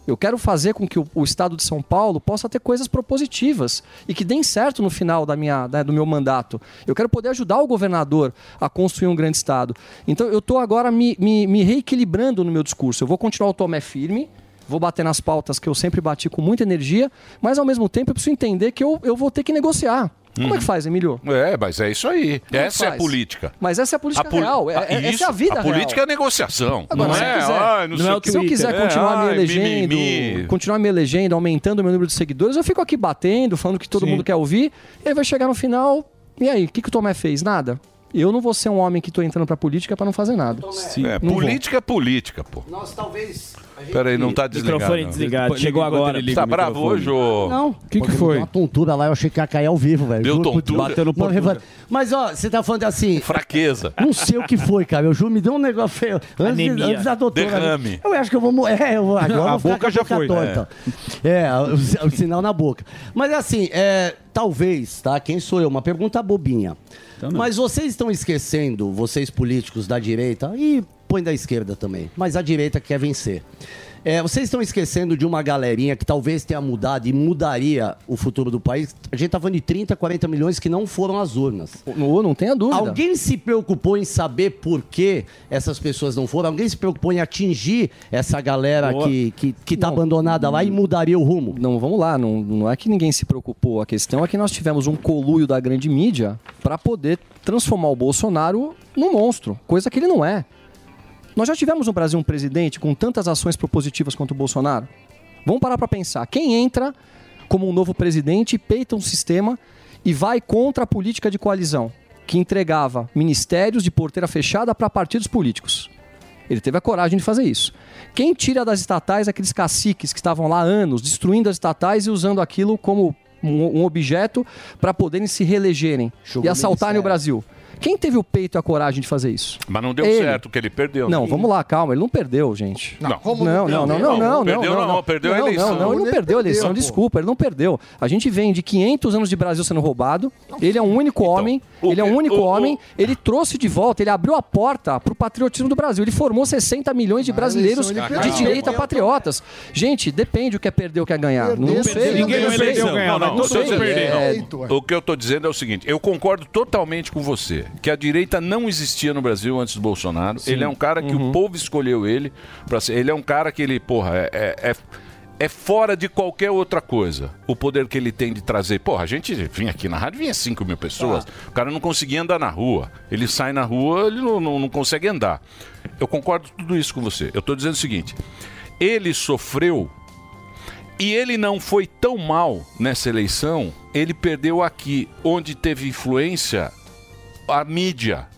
Speaker 27: Eu quero fazer com que o, o Estado de São Paulo possa ter coisas propositivas e que deem certo no final da minha, da- do meu mandato. Eu quero poder ajudar o governador a construir um grande Estado. Então eu estou agora me, me- me reequilibrando no meu discurso. Eu vou continuar o Tomé firme, vou bater nas pautas que eu sempre bati com muita energia, mas ao mesmo tempo eu preciso entender que eu, eu vou ter que negociar. Como é que faz, Emílio?
Speaker 1: É, mas é isso aí.
Speaker 27: Como
Speaker 1: Essa é a
Speaker 27: faz?
Speaker 1: política.
Speaker 27: Mas essa é a política
Speaker 1: poli-
Speaker 27: real. É-
Speaker 1: Ah,
Speaker 27: é- essa é
Speaker 1: isso.
Speaker 27: a vida real.
Speaker 1: política é negociação.
Speaker 27: Agora,
Speaker 1: não
Speaker 27: se,
Speaker 1: é,
Speaker 27: eu quiser,
Speaker 1: ah, não sei o que.
Speaker 27: se eu é, quiser continuar me
Speaker 1: ai,
Speaker 27: elegendo,
Speaker 1: mimimi.
Speaker 27: continuar me elegendo, aumentando o meu número de seguidores, eu fico aqui batendo, falando que todo mundo quer ouvir, e aí vai chegar no final, e aí, o que, que o Tomé fez? Nada. Eu não vou ser um homem que tô entrando pra política pra não fazer nada.
Speaker 1: É,
Speaker 27: Não vou.
Speaker 1: política é política, pô.
Speaker 21: Nós talvez.
Speaker 1: Peraí, não tá desligado.
Speaker 21: Microfone
Speaker 1: não.
Speaker 21: desligado, chegou
Speaker 1: enquanto
Speaker 21: agora.
Speaker 1: ele liga
Speaker 21: Tá
Speaker 1: o bravo
Speaker 21: microfone.
Speaker 1: hoje, ô?
Speaker 21: Não.
Speaker 1: que
Speaker 21: Porque
Speaker 1: foi?
Speaker 21: Deu uma tontura lá, eu achei que ia cair ao vivo, velho.
Speaker 1: Deu
Speaker 21: Juro por-
Speaker 1: tontura?
Speaker 21: Bateu no
Speaker 1: Não,
Speaker 21: portão. Mas, ó, você tá falando assim...
Speaker 1: Fraqueza.
Speaker 21: Não sei o que foi, cara. Eu juro, me deu um negócio feio. Antes, de,
Speaker 1: Anemia.
Speaker 21: antes da doutora.
Speaker 1: Derrame.
Speaker 21: Eu acho que eu vou morrer. É, eu, agora eu
Speaker 1: A
Speaker 21: vou ficar
Speaker 1: boca
Speaker 21: com a
Speaker 1: já foi,
Speaker 21: Torta. É, o, si- o sinal na boca. Mas assim, é, talvez, tá? Quem sou eu? Uma pergunta bobinha. Mas vocês estão esquecendo, vocês políticos da direita, e põe da esquerda também, mas a direita quer vencer. É, vocês estão esquecendo de uma galerinha que talvez tenha mudado e mudaria o futuro do país. A gente tá falando de 30, 40 milhões que não foram às urnas.
Speaker 27: Não, não tenha dúvida.
Speaker 21: Alguém se preocupou em saber por que essas pessoas não foram? Alguém se preocupou em atingir essa galera
Speaker 27: Boa.
Speaker 21: que, que, que tá abandonada lá e mudaria o rumo?
Speaker 27: Não, vamos lá, não, não é que ninguém se preocupou. A questão é que nós tivemos um coluio da grande mídia para poder transformar o Bolsonaro num monstro, coisa que ele não é. Nós já tivemos no Brasil um presidente com tantas ações propositivas quanto o Bolsonaro? Vamos parar para pensar. Quem entra como um novo presidente, peita um sistema e vai contra a política de coalizão, que entregava ministérios de porteira fechada para partidos políticos? Ele teve a coragem de fazer isso. Quem tira das estatais aqueles caciques que estavam lá há anos, destruindo as estatais e usando aquilo como um, um objeto para poderem se reelegerem e assaltarem o Brasil? Quem teve o peito e a coragem de fazer isso?
Speaker 1: Mas não deu
Speaker 27: Ele.
Speaker 1: certo, que ele perdeu.
Speaker 27: Não, vamos lá, calma, ele não perdeu, gente.
Speaker 1: Não, como
Speaker 27: não, não, não, não, não, não,
Speaker 1: Perdeu não, perdeu a
Speaker 27: Não,
Speaker 1: eleição.
Speaker 27: Não, não, ele não
Speaker 1: Ele
Speaker 27: perdeu a eleição,
Speaker 1: perdeu, pô.
Speaker 27: desculpa, ele não perdeu. A gente vem de 500 anos de Brasil sendo roubado, ele é um único
Speaker 1: Então,
Speaker 27: homem, ele é um único homem, ele trouxe de volta, ele abriu a porta pro patriotismo do Brasil, ele formou 60 milhões de brasileiros
Speaker 1: Ah, ele
Speaker 27: de
Speaker 1: perdeu.
Speaker 27: direita patriotas. Gente, depende o que é perder o que é ganhar. Não sei,
Speaker 1: Ninguém ganhou
Speaker 27: não sei.
Speaker 1: eleição. Não, não,
Speaker 27: Não
Speaker 1: não tô
Speaker 27: sei.
Speaker 1: dizendo-
Speaker 27: É,
Speaker 1: não. O que eu tô dizendo é o seguinte: eu concordo totalmente com você que a direita não existia no Brasil antes do Bolsonaro.
Speaker 7: Sim.
Speaker 1: Ele é um cara que o povo escolheu ele para ser. Ele é um cara que ele, porra, é. é- é- é fora de qualquer outra coisa. O poder que ele tem de trazer. Porra, a gente vinha aqui na rádio, vinha 5 mil pessoas. O cara não conseguia andar na rua. Ele sai na rua, ele não, não- não consegue andar. Eu concordo tudo isso com você. Eu tô dizendo o seguinte: ele sofreu e ele não foi tão mal nessa eleição, ele perdeu aqui, onde teve influência a mídia.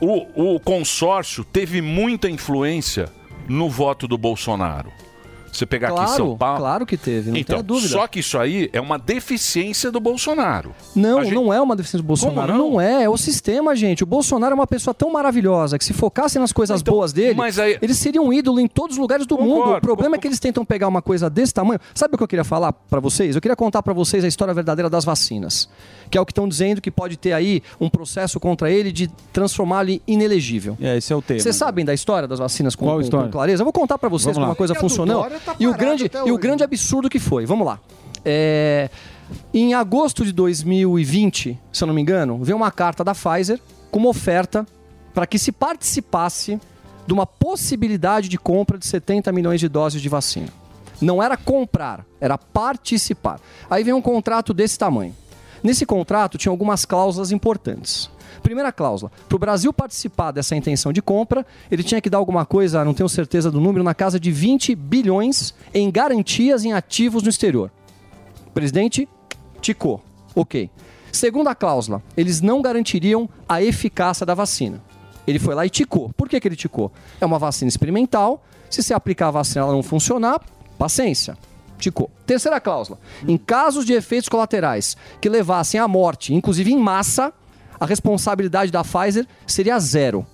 Speaker 1: O, o consórcio teve muita influência no voto do Bolsonaro. Você pegar aqui
Speaker 27: Claro,
Speaker 1: São Paulo.
Speaker 27: claro que teve, não
Speaker 1: então,
Speaker 27: tenha dúvida.
Speaker 1: Só que isso aí é uma deficiência do Bolsonaro.
Speaker 27: Não, não é uma deficiência do Bolsonaro. Não? é, é o sistema, gente. O Bolsonaro é uma pessoa tão maravilhosa que se focassem nas coisas boas dele,
Speaker 1: Então, mas aí-
Speaker 27: ele seria um ídolo em todos os lugares do mundo. O problema é que eles tentam pegar uma coisa desse tamanho. Sabe o que eu queria falar pra vocês? Eu queria contar pra vocês a história verdadeira das vacinas, que é o que estão dizendo que pode ter aí um processo contra ele de transformá-lo inelegível.
Speaker 6: É, esse é o tema.
Speaker 27: Vocês sabem da história das vacinas com,
Speaker 6: Qual
Speaker 27: com-
Speaker 6: história?
Speaker 27: com clareza? Eu vou contar pra vocês
Speaker 6: Vamos lá.
Speaker 27: como a coisa
Speaker 6: A do
Speaker 27: funcionou.
Speaker 6: Dória tá
Speaker 27: e, o
Speaker 6: parado
Speaker 27: grande,
Speaker 6: até
Speaker 27: e o
Speaker 6: hoje. né?
Speaker 27: grande absurdo que foi. Vamos lá. É, em agosto de 2020, se eu não me engano, veio uma carta da Pfizer com uma oferta para que se participasse de uma possibilidade de compra de 70 milhões de doses de vacina. Não era comprar, era participar. Aí vem um contrato desse tamanho. Nesse contrato tinha algumas cláusulas importantes. Primeira cláusula: para o Brasil participar dessa intenção de compra, ele tinha que dar alguma coisa, não tenho certeza do número, na casa de 20 bilhões em garantias em ativos no exterior. Presidente, ticou. Ok. Segunda cláusula, eles não garantiriam a eficácia da vacina. Ele foi lá e ticou. Por que, que ele ticou? É uma vacina experimental. Se você aplicar a vacina e ela não funcionar, paciência. Ticou. Terceira cláusula. Em casos de efeitos colaterais que levassem à morte, inclusive em massa, a responsabilidade da Pfizer seria zero.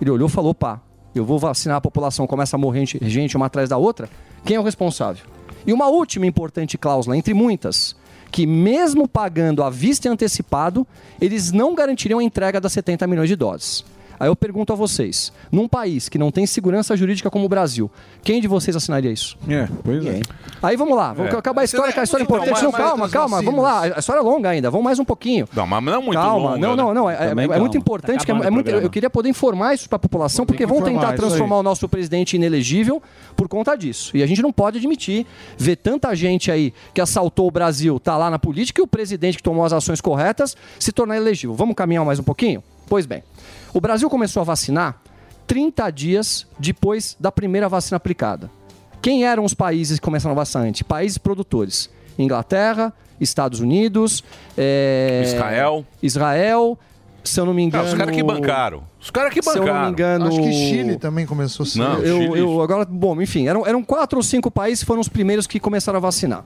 Speaker 27: Ele olhou e falou: pá, eu vou vacinar a população, começa a morrer gente- gente uma atrás da outra, quem é o responsável? E uma última importante cláusula, entre muitas, que mesmo pagando à vista e antecipado, eles não garantiriam a entrega das 70 milhões de doses. Aí eu pergunto a vocês, num país que não tem segurança jurídica como o Brasil, quem de vocês assinaria isso?
Speaker 2: É, pois é.
Speaker 27: Aí vamos lá, vamos
Speaker 1: É.
Speaker 27: acabar a história, que a história é
Speaker 1: Então,
Speaker 27: importante.
Speaker 1: mas-
Speaker 27: Não,
Speaker 1: mas
Speaker 27: calma,
Speaker 1: das
Speaker 27: calma,
Speaker 1: vacinas.
Speaker 27: vamos lá. A história é longa ainda, vamos mais um pouquinho.
Speaker 1: Não, mas não muito
Speaker 27: calma.
Speaker 1: longa,
Speaker 27: Não,
Speaker 1: né?
Speaker 27: não, não. É, é-
Speaker 1: Também
Speaker 27: é
Speaker 1: calma.
Speaker 27: muito importante.
Speaker 1: Tá
Speaker 27: que é-
Speaker 1: acabando
Speaker 27: é
Speaker 1: o
Speaker 27: muito-
Speaker 1: programa.
Speaker 27: eu queria poder informar isso para a população, porque
Speaker 1: que
Speaker 27: vão
Speaker 1: informar,
Speaker 27: tentar
Speaker 1: isso aí.
Speaker 27: transformar o nosso presidente inelegível por conta disso. E a gente não pode admitir ver tanta gente aí que assaltou o Brasil, tá lá na política, e o presidente que tomou as ações corretas se tornar elegível. Vamos caminhar mais um pouquinho? Pois bem. O Brasil começou a vacinar 30 dias depois da primeira vacina aplicada. Quem eram os países que começaram a vacinar antes? Países produtores. Inglaterra, Estados Unidos, é,
Speaker 1: Israel.
Speaker 27: Israel, se eu não me
Speaker 1: Ah,
Speaker 27: engano.
Speaker 1: os caras que bancaram. Os caras que
Speaker 27: Se eu não
Speaker 1: bancaram.
Speaker 27: me engano.
Speaker 8: Acho que Chile também começou assim. a ser.
Speaker 1: Não,
Speaker 27: eu,
Speaker 1: Chile-
Speaker 27: eu agora, bom, enfim, eram, eram quatro ou cinco países que foram os primeiros que começaram a vacinar.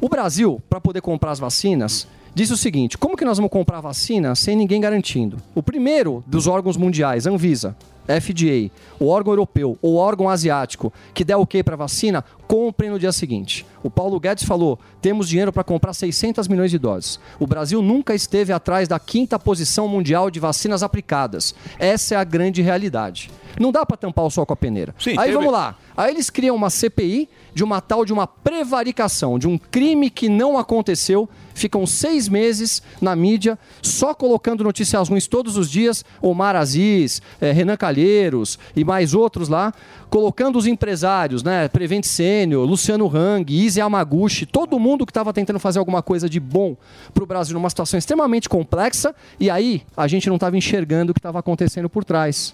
Speaker 27: O Brasil, para poder comprar as vacinas, disse o seguinte: como que nós vamos comprar vacina sem ninguém garantindo? O primeiro dos órgãos mundiais, Anvisa, FDA, o órgão europeu ou órgão asiático que der ok para vacina, comprem no dia seguinte. O Paulo Guedes falou: temos dinheiro para comprar 600 milhões de doses. O Brasil nunca esteve atrás da quinta posição mundial de vacinas aplicadas. Essa é a grande realidade. Não dá para tampar o sol com a peneira.
Speaker 1: Sim,
Speaker 27: Aí
Speaker 1: teve-
Speaker 27: vamos lá. Aí eles criam uma CPI de uma tal de uma prevaricação, de um crime que não aconteceu. Ficam seis meses na mídia, só colocando notícias ruins todos os dias. Omar Aziz, eh, Renan Calheiros e mais outros lá, colocando os empresários, né? Prevent Sênior, Luciano Hang, Izzy Yamaguchi, todo mundo que estava tentando fazer alguma coisa de bom para o Brasil numa situação extremamente complexa. E aí a gente não estava enxergando o que estava acontecendo por trás.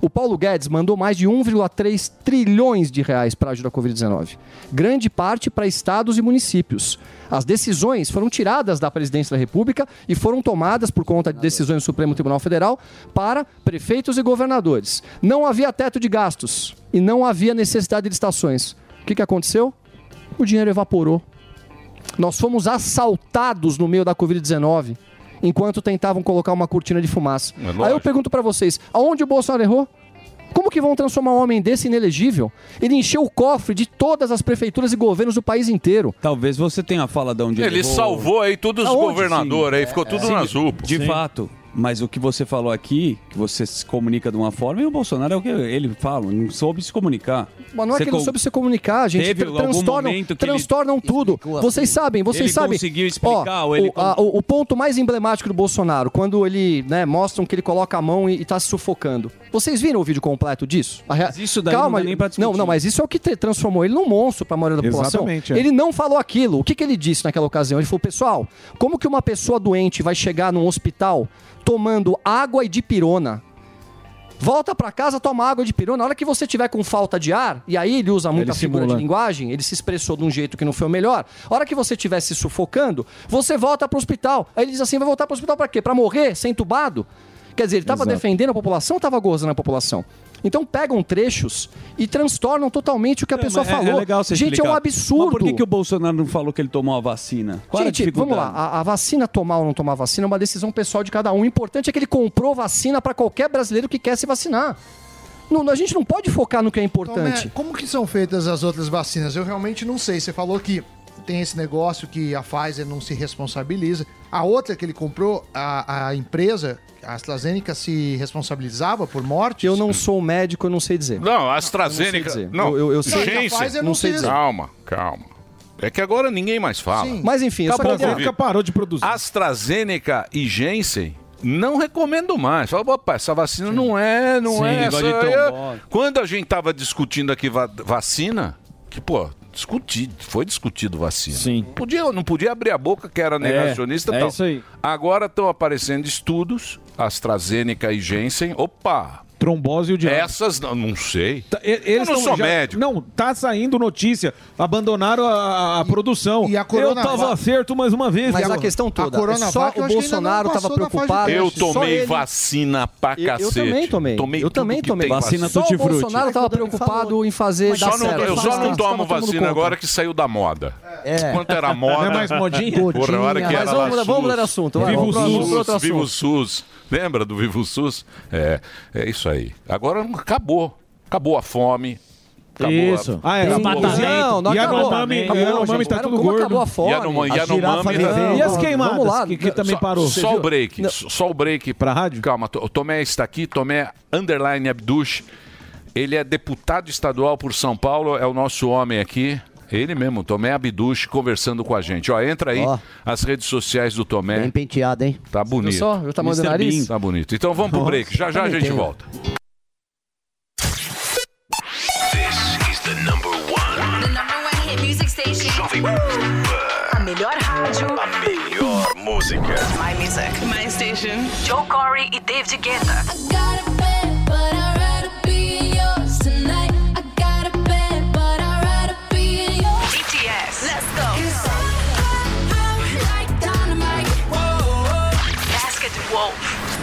Speaker 27: O Paulo Guedes mandou mais de 1,3 trilhões de reais para ajuda à Covid-19, grande parte para estados e municípios. As decisões foram tiradas da presidência da República e foram tomadas por conta de decisões do Supremo Tribunal Federal para prefeitos e governadores. Não havia teto de gastos e não havia necessidade de licitações. O que, que aconteceu? O dinheiro evaporou. Nós fomos assaltados no meio da Covid-19 enquanto tentavam colocar uma cortina de
Speaker 6: É
Speaker 27: fumaça. Aí eu pergunto pra vocês, aonde o Bolsonaro errou? Como que vão transformar um homem desse em inelegível? Ele encheu o cofre de todas as prefeituras e governos do país inteiro.
Speaker 6: Talvez você tenha a fala de onde ele
Speaker 1: Ele
Speaker 6: errou.
Speaker 1: salvou aí todos os
Speaker 6: Aonde,
Speaker 1: governadores, aí ficou tudo
Speaker 6: Sim,
Speaker 1: no azul. pô.
Speaker 6: De fato. Mas o que você falou aqui, que você se comunica de uma forma, e o Bolsonaro é o que ele fala, não soube se comunicar.
Speaker 27: Mas não é
Speaker 6: Você
Speaker 27: que ele não
Speaker 6: com-
Speaker 27: soube se comunicar, gente.
Speaker 6: Teve
Speaker 27: Tra-
Speaker 6: algum
Speaker 27: transtornam
Speaker 6: momento que ele-
Speaker 27: transtornam tudo. Vocês sabem, vocês
Speaker 6: Ele
Speaker 27: sabem.
Speaker 6: conseguiu explicar,
Speaker 27: Ó,
Speaker 6: ou ele
Speaker 27: o, a- o- o ponto mais emblemático do Bolsonaro, quando ele, né, mostram que ele coloca a mão e, e tá se sufocando. Vocês viram o vídeo completo disso? A rea-
Speaker 6: Mas isso daí não dá nem pra discutir.
Speaker 27: Não, não, mas isso é o que te- transformou ele num monstro pra maioria da população.
Speaker 6: Exatamente, é.
Speaker 27: Ele não falou aquilo. O que, que ele disse naquela ocasião? Ele falou, pessoal, como que uma pessoa doente vai chegar num hospital tomando água e dipirona? Volta pra casa, toma água de pirona. Na hora que você tiver com falta de ar, e aí ele usa muita
Speaker 23: Ele
Speaker 27: figura
Speaker 23: simula.
Speaker 27: de linguagem, ele se expressou de um jeito que não foi o melhor. A hora que você estiver se sufocando, você volta pro hospital. Aí ele diz assim: vai voltar pro hospital pra quê? Pra morrer, ser entubado? Quer dizer, ele tava
Speaker 7: Exato.
Speaker 27: defendendo a população ou tava gozando a população? Então pegam trechos e transtornam totalmente o que a pessoa
Speaker 6: Mas é-
Speaker 27: falou.
Speaker 6: É legal você
Speaker 27: Gente, é um
Speaker 6: explicar.
Speaker 27: absurdo.
Speaker 6: Mas por que, que o Bolsonaro não falou que ele tomou a vacina? Qual a
Speaker 27: Gente, vamos lá.
Speaker 6: dificuldade?
Speaker 27: A, a vacina tomar ou não tomar vacina é uma decisão pessoal de cada um. O importante é que ele comprou vacina para qualquer brasileiro que quer se vacinar. Não- a gente não pode focar no que é importante.
Speaker 8: Tomé, Então, né, como que são feitas as outras vacinas? Eu realmente não sei. Você falou que tem esse negócio que a Pfizer não se responsabiliza. A outra que ele comprou, a, a empresa, a AstraZeneca, se responsabilizava por morte?
Speaker 27: Eu não sou médico, eu não sei dizer.
Speaker 1: Não, a AstraZeneca.
Speaker 27: dizer.
Speaker 1: Não,
Speaker 27: Eu- eu- eu sei-
Speaker 1: Gente,
Speaker 27: Não, da Pfizer eu não Não sei sei dizer. dizer.
Speaker 1: Calma, calma. É que agora ninguém mais fala.
Speaker 27: Sim. Mas enfim, eu só queria-
Speaker 1: Covid.
Speaker 27: Nunca parou de produzir.
Speaker 1: AstraZeneca e Janssen não recomendo mais. Fala, opa, essa vacina não é, não
Speaker 6: Sim,
Speaker 1: é essa.
Speaker 6: negócio de
Speaker 1: aí
Speaker 6: trombose.
Speaker 1: é... Quando a gente tava discutindo aqui va- vacina, que pô, discuti, foi discutido vacina. Sim. Podia, não podia abrir a boca que era negacionista e
Speaker 15: é
Speaker 1: tal.
Speaker 15: isso aí.
Speaker 1: Agora estão aparecendo estudos, AstraZeneca e Janssen. Opa,
Speaker 23: Trombose e o diabo.
Speaker 1: essas não, não sei.
Speaker 27: Tá,
Speaker 23: E-
Speaker 1: Eu não
Speaker 23: tão
Speaker 1: sou
Speaker 23: já-
Speaker 1: médico.
Speaker 23: Não, tá saindo notícia. Abandonaram a, a produção.
Speaker 8: e a Coronavac-
Speaker 23: Eu tava certo mais uma vez.
Speaker 27: Mas
Speaker 23: E
Speaker 27: a questão toda, é só
Speaker 8: Coronavac eu
Speaker 27: o
Speaker 8: acho que ainda
Speaker 27: Bolsonaro
Speaker 8: não
Speaker 27: tava
Speaker 8: passou da fase de
Speaker 27: preocupado.
Speaker 1: Eu
Speaker 27: só
Speaker 1: tomei
Speaker 27: ele-
Speaker 1: vacina pra
Speaker 27: Eu- eu
Speaker 1: cacete.
Speaker 27: também tomei. Eu
Speaker 1: tudo
Speaker 27: também
Speaker 1: que
Speaker 27: tomei.
Speaker 1: tem
Speaker 27: Vacina
Speaker 1: vacina.
Speaker 27: Só É o Bolsonaro estava preocupado em fazer
Speaker 1: Só
Speaker 27: dar
Speaker 1: não-
Speaker 27: certo.
Speaker 1: eu só não tomo
Speaker 27: Tava tomando
Speaker 1: vacina
Speaker 27: conta.
Speaker 1: agora que saiu da moda.
Speaker 21: É.
Speaker 1: Quanto era
Speaker 21: Não
Speaker 1: moda.
Speaker 21: é mais modinha?
Speaker 1: Porra, a hora que
Speaker 21: Mas
Speaker 1: era
Speaker 21: vamos
Speaker 1: lá
Speaker 21: mudar- vamos
Speaker 1: SUS.
Speaker 21: mudar de assunto, vai,
Speaker 1: Viva o
Speaker 21: vamos pro- vamos pro
Speaker 1: SUS.
Speaker 21: outro
Speaker 1: Viva o
Speaker 21: assunto.
Speaker 1: SUS. Lembra do Vivo SUS? É, é isso aí. Agora acabou. Acabou a fome. Acabou
Speaker 10: Isso.
Speaker 1: A...
Speaker 10: Ah, é.
Speaker 1: acabou
Speaker 10: Desmatamento.
Speaker 1: a-
Speaker 10: Não, não Yanomami- acabou. Acabou, Yanomami gente. tá Acabou, tudo acabou gordo. a fome.
Speaker 1: Yanoma-
Speaker 10: A
Speaker 1: Yanomami
Speaker 10: girafa
Speaker 1: tá-
Speaker 10: vivendo. E as queimadas,
Speaker 1: Vamos lá.
Speaker 10: que- que também
Speaker 1: Só-
Speaker 10: parou? Você
Speaker 1: Só
Speaker 10: viu?
Speaker 1: o break. Só o break. Pra rádio? Calma. T- Tomé está aqui. Tomé Underline Abdush. Ele é deputado estadual por São Paulo. É o nosso homem aqui. Ele mesmo, Tomé Abdush, conversando com a gente. Ó, entra aí
Speaker 21: Ó.
Speaker 1: as redes sociais do Tomé. Bem
Speaker 21: penteado, hein?
Speaker 1: Tá bonito.
Speaker 21: só? Viu o tamanho do
Speaker 1: Mr.
Speaker 21: nariz?
Speaker 1: Bean. Tá bonito. Então vamos pro
Speaker 21: Nossa,
Speaker 1: break. Já já a
Speaker 21: também
Speaker 1: gente
Speaker 21: tem.
Speaker 1: volta.
Speaker 14: The number one hit music station. A melhor rádio. A melhor música. My music. My station. Joe Corey e David Guetta. BTS. Let's go. Basket Wolf.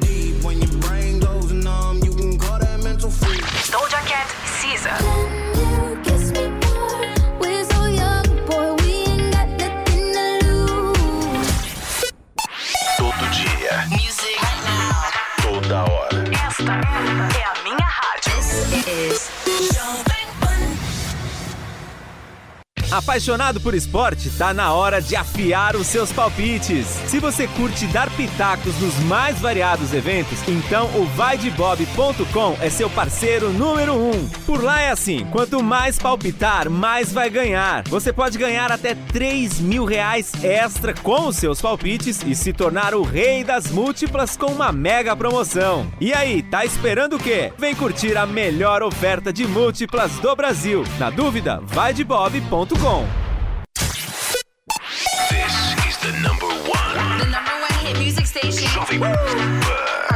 Speaker 13: deep? When your brain goes numb, you can call that mental freak.
Speaker 14: Doja Cat Caesar.
Speaker 13: Todo dia.
Speaker 14: Music.
Speaker 13: Toda hora.
Speaker 14: Esta é a minha rádio. This is é Jovem
Speaker 7: Apaixonado por esporte, tá na hora de afiar os seus palpites. Se você curte dar pitacos nos mais variados eventos, então o vaidebob.com é seu parceiro número um. Por lá é assim, quanto mais palpitar, mais vai ganhar. Você pode ganhar até 3 mil reais extra com os seus palpites e se tornar o rei das múltiplas com uma mega promoção. E aí, tá esperando o quê? Vem curtir a melhor oferta de múltiplas do Brasil. Na dúvida, vai de bob.com.
Speaker 14: The number one hit music station. A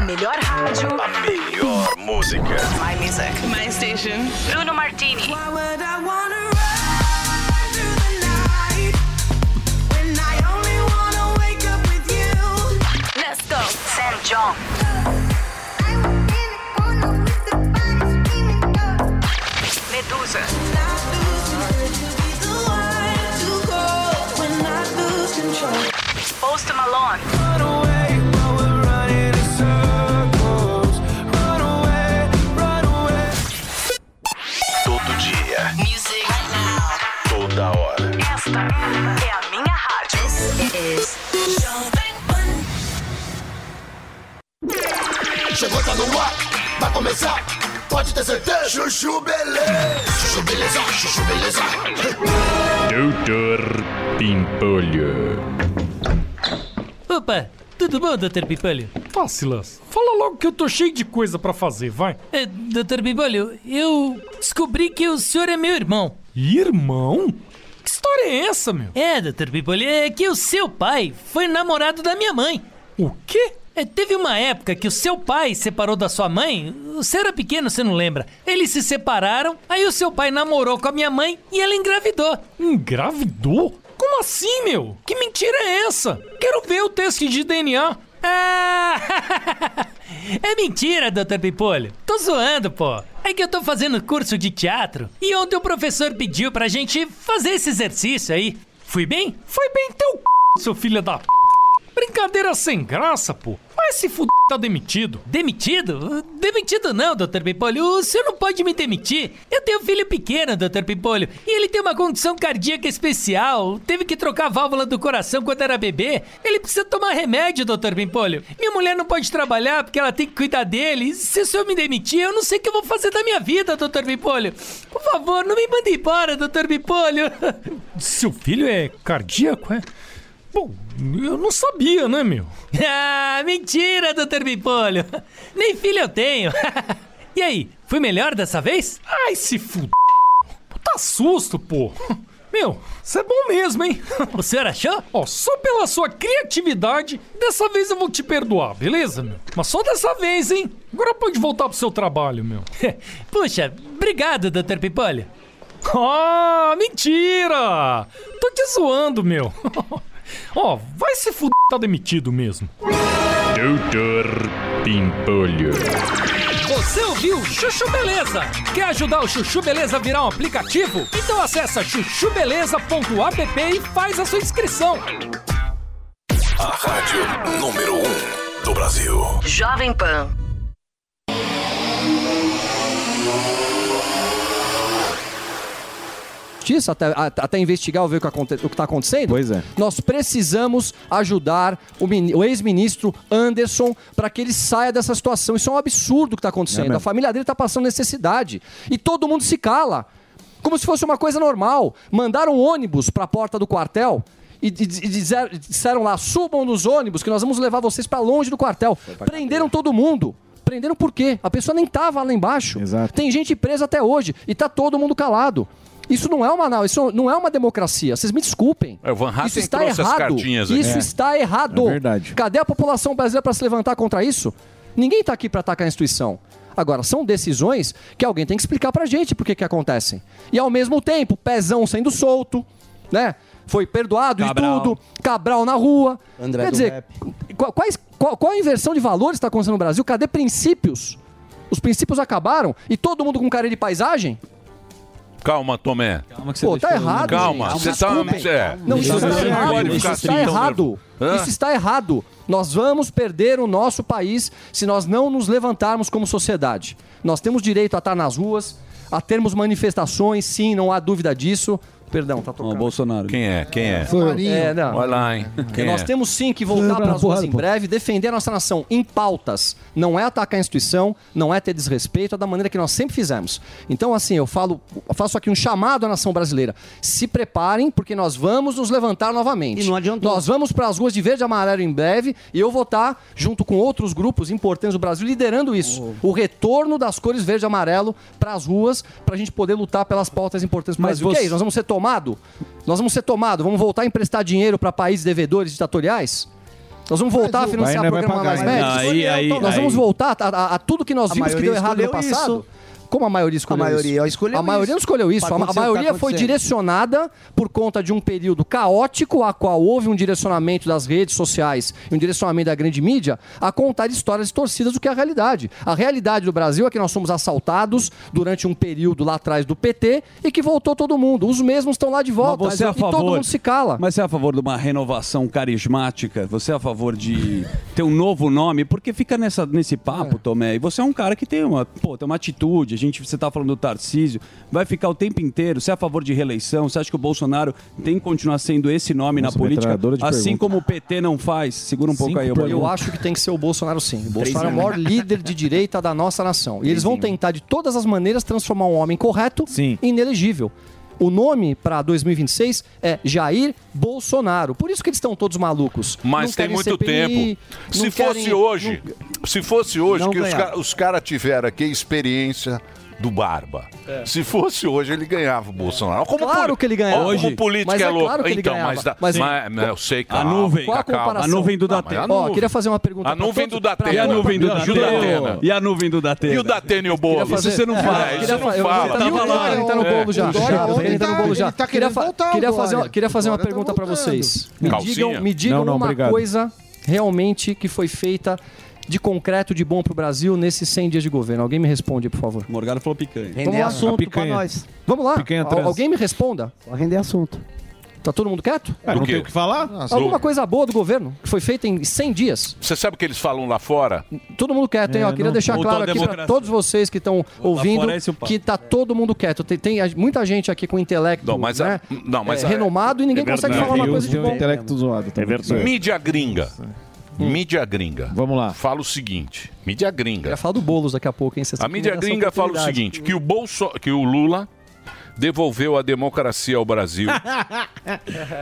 Speaker 14: melhor rádio. A melhor música. My music. My station. Bruno Martini. Why would I wanna run through the night when I only wanna wake up with you? Let's go. Sam John. Medusa. Post Malone.
Speaker 13: Todo dia.
Speaker 14: Music.
Speaker 13: Toda hora.
Speaker 14: Esta é a minha rádio. This is Jovem
Speaker 13: Chegou, tá no ar, vai começar. Pode ter certeza. Chuchu beleza. Chuchu beleza, chuchu beleza.
Speaker 19: Doutor
Speaker 13: Um
Speaker 19: Pimpolho.
Speaker 20: Opa, tudo bom, Dr. Pipolho?
Speaker 19: Tá, Silas. Fala logo que eu tô cheio de coisa pra fazer, vai.
Speaker 20: É, Dr. Pipolho, eu descobri que o senhor é meu irmão.
Speaker 19: Irmão?
Speaker 20: Que história é essa, meu? É, Dr. Pipolho, é que o seu pai foi namorado da minha mãe. O quê? É, teve uma época que o seu pai separou da sua mãe. Você era pequeno, você não lembra. Eles se separaram, aí o seu pai namorou com a minha mãe e ela engravidou.
Speaker 19: Engravidou?
Speaker 20: Como assim, meu? Que mentira é essa? Quero ver o teste de DNA. Ah! é mentira, Dr. Pipolho. Tô zoando, pô. É que eu tô fazendo curso de teatro e ontem o professor pediu pra gente fazer esse exercício aí. Fui bem?
Speaker 19: Foi bem teu c... seu filho da p... Brincadeira sem graça, pô. Mas se fuder tá demitido.
Speaker 20: Demitido? Demitido não, Dr. Pipolho. O senhor não pode me demitir. Eu tenho um filho pequeno, Dr. Pipolho, e ele tem uma condição cardíaca especial. Teve que trocar a válvula do coração quando era bebê. Ele precisa tomar remédio, Dr. Pipolho. Minha mulher não pode trabalhar porque ela tem que cuidar dele. Se o senhor me demitir, eu não sei o que eu vou fazer da minha vida, Dr. Pipolho. Por favor, não me mande embora, Dr. Pipolho.
Speaker 19: Seu filho é cardíaco, é? Bom, eu não sabia, né, meu?
Speaker 20: Ah, mentira, Dr. Pipolho. Nem filho eu tenho. E aí, fui melhor dessa vez?
Speaker 19: Ai, se fud... Tá susto, pô. Meu, você é bom mesmo, hein?
Speaker 20: O senhor achou?
Speaker 19: Ó, só pela sua criatividade, dessa vez eu vou te perdoar, beleza, meu? Mas só dessa vez, hein? Agora pode voltar pro seu trabalho, meu.
Speaker 20: Puxa, obrigado, Dr. Pipolho.
Speaker 19: Ah, mentira! Tô te zoando, meu. Ó, vai se fuder, tá demitido mesmo. Doutor Pimpolho.
Speaker 20: Você ouviu Chuchu Beleza? Quer ajudar o Chuchu Beleza a virar um aplicativo? Então acessa chuchubeleza.app e faz a sua inscrição.
Speaker 13: A rádio número 1 um do Brasil.
Speaker 14: Jovem Pan.
Speaker 27: justiça até, a- até investigar ver o que aconte- o que está acontecendo. Pois é. Nós precisamos ajudar o, mini- o ex-ministro Anderson para que ele saia dessa situação. Isso é um absurdo o que está
Speaker 10: É
Speaker 27: acontecendo. tá
Speaker 10: mesmo.
Speaker 27: a família dele está passando necessidade e todo mundo se cala, como se fosse uma coisa normal. Mandaram ônibus para a porta do quartel. E, di- di- dizer- disseram lá, subam nos ônibus que nós vamos levar vocês para longe do quartel. Prenderam todo mundo. Prenderam por quê? A pessoa nem tava lá embaixo. Tem gente presa até hoje e tá todo mundo calado. Isso não é uma não, isso não é uma democracia. Vocês me desculpem.
Speaker 1: É, o Van Hatten
Speaker 27: isso está
Speaker 1: trouxe as
Speaker 27: errado.
Speaker 1: cartinhas aqui.
Speaker 27: Isso
Speaker 1: É.
Speaker 27: está errado.
Speaker 1: É verdade.
Speaker 27: Cadê a população brasileira para se levantar contra isso? Ninguém está aqui para atacar a instituição. Agora, são decisões que alguém tem que explicar pra gente por que que acontecem. E ao mesmo tempo, Pezão sendo solto, né? Foi perdoado
Speaker 21: Cabral.
Speaker 27: e tudo. Cabral na rua.
Speaker 21: André
Speaker 27: Quer
Speaker 21: do
Speaker 27: dizer,
Speaker 21: Rap.
Speaker 27: qual, quais- qual- qual a inversão de valores está acontecendo no Brasil? Cadê princípios? Os princípios acabaram e todo mundo com cara de paisagem?
Speaker 1: Calma, Tomé. Calma que você né? Pô,
Speaker 27: tá deixou- errado,
Speaker 1: Calma,
Speaker 27: gente.
Speaker 1: você tá...
Speaker 27: Desculpem.
Speaker 1: É.
Speaker 27: Não, isso
Speaker 1: Você
Speaker 27: está errado.
Speaker 1: pode
Speaker 27: Isso
Speaker 1: ficar assim tão
Speaker 27: está errado.
Speaker 1: nervoso.
Speaker 27: Isso está errado. Nós vamos perder o nosso país se nós não nos levantarmos como sociedade. Nós temos direito a estar nas ruas, a termos manifestações, sim, não há dúvida disso. Perdão, tá tocando.
Speaker 1: Bolsonaro. Quem é? Quem é?
Speaker 27: Foi eu. É, não.
Speaker 1: Olha lá, hein? Quem
Speaker 27: nós
Speaker 1: é?
Speaker 27: temos sim que voltar para as ruas em breve, defender a nossa nação em pautas. Não é atacar a instituição, não é ter desrespeito, é da maneira que nós sempre fizemos. Então, assim, eu falo, eu faço aqui um chamado à nação brasileira. Se preparem, porque nós vamos nos levantar novamente. E não adiantou. Nós vamos para as ruas de verde e amarelo em breve e eu vou estar, junto com outros grupos importantes do Brasil, liderando isso. O retorno das cores verde e amarelo para as ruas, para a gente poder lutar pelas pautas importantes do
Speaker 10: Mas
Speaker 27: Brasil. O que é
Speaker 10: você-
Speaker 27: isso? Nós vamos ser tomado? Nós vamos ser tomado? Vamos voltar a emprestar dinheiro para países devedores ditatoriais? Nós vamos voltar a financiar
Speaker 10: Vai, né? Vai
Speaker 27: programas mais
Speaker 10: pagar, né?
Speaker 27: médicos?
Speaker 10: Aí, aí,
Speaker 27: nós
Speaker 10: aí.
Speaker 27: vamos voltar a, a- a tudo que nós
Speaker 10: A
Speaker 27: vimos que
Speaker 10: maioria
Speaker 27: deu errado no
Speaker 10: escolheu
Speaker 27: passado?
Speaker 10: isso.
Speaker 27: Como a maioria escolheu
Speaker 10: A maioria
Speaker 27: isso?
Speaker 10: escolheu
Speaker 27: A maioria não
Speaker 10: isso.
Speaker 27: escolheu isso.
Speaker 10: Pra
Speaker 27: A, a
Speaker 10: acontecer o que tá
Speaker 27: maioria foi
Speaker 10: acontecendo.
Speaker 27: direcionada por conta de um período caótico, a qual houve um direcionamento das redes sociais e um direcionamento da grande mídia, a contar histórias distorcidas do que é a realidade. A realidade do Brasil é que nós somos assaltados durante um período lá atrás do PT e que voltou todo mundo. Os mesmos estão lá de volta.
Speaker 6: Mas você é a
Speaker 27: e todo
Speaker 6: favor.
Speaker 27: mundo se cala.
Speaker 6: Mas você é a favor de uma renovação carismática? Você é a favor de ter um novo nome? Porque fica nessa, nesse papo, Tomé. E você é um cara que tem uma, pô, tem uma atitude. A gente, você tá falando do Tarcísio, vai ficar o tempo inteiro. Você é a favor de reeleição? Você acha que o Bolsonaro tem que continuar sendo esse nome
Speaker 2: Nossa,
Speaker 6: na política?
Speaker 2: metralhadora de
Speaker 6: Assim
Speaker 2: pergunta.
Speaker 6: como o PT não faz? Segura um pouco aí,
Speaker 27: eu,
Speaker 6: Obalu.
Speaker 27: acho que tem que ser o Bolsonaro sim. O Bolsonaro é o
Speaker 6: mil.
Speaker 27: maior líder de direita da nossa nação. E eles vão tentar de todas as maneiras transformar um homem correto em inelegível. O nome para 2026 é Jair Bolsonaro. Por isso que eles estão todos malucos.
Speaker 1: Mas
Speaker 27: Não
Speaker 1: tem
Speaker 27: querem
Speaker 1: muito
Speaker 27: CPI,
Speaker 1: tempo.
Speaker 27: não
Speaker 1: Se
Speaker 27: querem-
Speaker 1: fosse hoje, se fosse hoje
Speaker 5: Não
Speaker 1: que os
Speaker 5: ganhar.
Speaker 1: caras tiveram aqui a experiência do Barba. Se fosse hoje, ele ganhava o Bolsonaro. Como
Speaker 27: É. Claro
Speaker 1: poli-
Speaker 27: que ele ganhava.
Speaker 1: Ó,
Speaker 27: Hoje.
Speaker 1: Como política
Speaker 27: Mas é
Speaker 1: é louco.
Speaker 27: claro que ele
Speaker 1: então,
Speaker 27: ganhava.
Speaker 1: mas, dá-
Speaker 27: Mas-
Speaker 1: mas- mas eu sei,
Speaker 27: A
Speaker 1: calma,
Speaker 6: nuvem.
Speaker 1: fica
Speaker 6: Qual a
Speaker 1: calma.
Speaker 6: comparação? A nuvem do
Speaker 1: Não,
Speaker 6: Datena.
Speaker 1: mas a
Speaker 6: Ó,
Speaker 1: nuvem.
Speaker 27: queria fazer uma pergunta
Speaker 1: A
Speaker 27: pra
Speaker 1: nuvem
Speaker 27: todos-
Speaker 1: do Datena.
Speaker 6: E a nuvem do
Speaker 1: E o
Speaker 6: Datena? E a nuvem do Datena?
Speaker 1: E o Datena e o Bolo?
Speaker 6: Isso você não fala.
Speaker 1: É,
Speaker 6: Isso
Speaker 1: isso
Speaker 6: não
Speaker 1: não
Speaker 6: fala.
Speaker 1: fala.
Speaker 6: Tá
Speaker 27: E o
Speaker 6: falando.
Speaker 27: Dória tá no bolo já.
Speaker 6: É.
Speaker 27: O Dória tá no bolo já.
Speaker 21: Ele tá
Speaker 27: Queria
Speaker 21: querendo
Speaker 27: fa-
Speaker 21: voltar
Speaker 27: queria
Speaker 21: agora.
Speaker 27: fazer uma- Queria fazer uma
Speaker 21: O Dória tá
Speaker 27: pergunta pra vocês. Me
Speaker 21: Calcinha?
Speaker 27: digam, me digam
Speaker 21: Não, não,
Speaker 27: uma
Speaker 21: obrigado.
Speaker 27: coisa realmente que foi feita de concreto, de bom pro Brasil nesses 100 dias de governo. Alguém me responde, por favor.
Speaker 6: Morgado falou picanha.
Speaker 27: Vamos lá, assunto pra nós. Vamos lá.
Speaker 6: Picanha
Speaker 27: Al-
Speaker 6: trans.
Speaker 27: Alguém me responda. Vou render assunto. Tá todo mundo quieto?
Speaker 1: É, Do não tem quê? o que falar?
Speaker 27: Alguma
Speaker 1: Assunto.
Speaker 27: coisa boa do governo que foi feita em 100 dias.
Speaker 1: Você sabe o que eles falam lá fora?
Speaker 27: Todo mundo quieto, hein?
Speaker 1: É,
Speaker 27: Ó, queria
Speaker 1: não-
Speaker 27: deixar
Speaker 1: Voltou a
Speaker 27: claro aqui para
Speaker 1: democracia.
Speaker 27: todos vocês que estão ouvindo
Speaker 1: fora, esse é o papo.
Speaker 27: que tá todo mundo quieto. Tem, tem a- muita gente aqui com intelecto
Speaker 1: Não, mas a-
Speaker 27: né?
Speaker 1: não, mas
Speaker 27: é,
Speaker 1: a-
Speaker 27: renomado e ninguém
Speaker 1: É
Speaker 27: consegue
Speaker 1: verdade.
Speaker 27: falar uma
Speaker 1: Eu
Speaker 27: coisa de
Speaker 1: tenho
Speaker 27: bom.
Speaker 2: Intelecto zoado
Speaker 1: É
Speaker 2: também.
Speaker 1: Mídia gringa. Mídia gringa. Vamos lá. Fala o seguinte. Mídia gringa.
Speaker 27: Já fala do Boulos daqui a pouco, hein? Vocês
Speaker 1: A
Speaker 27: têm que
Speaker 1: mídia
Speaker 27: me dar essa
Speaker 1: gringa fala o
Speaker 27: oportunidade.
Speaker 1: seguinte, que o, Bolso, que o Lula devolveu a democracia ao Brasil.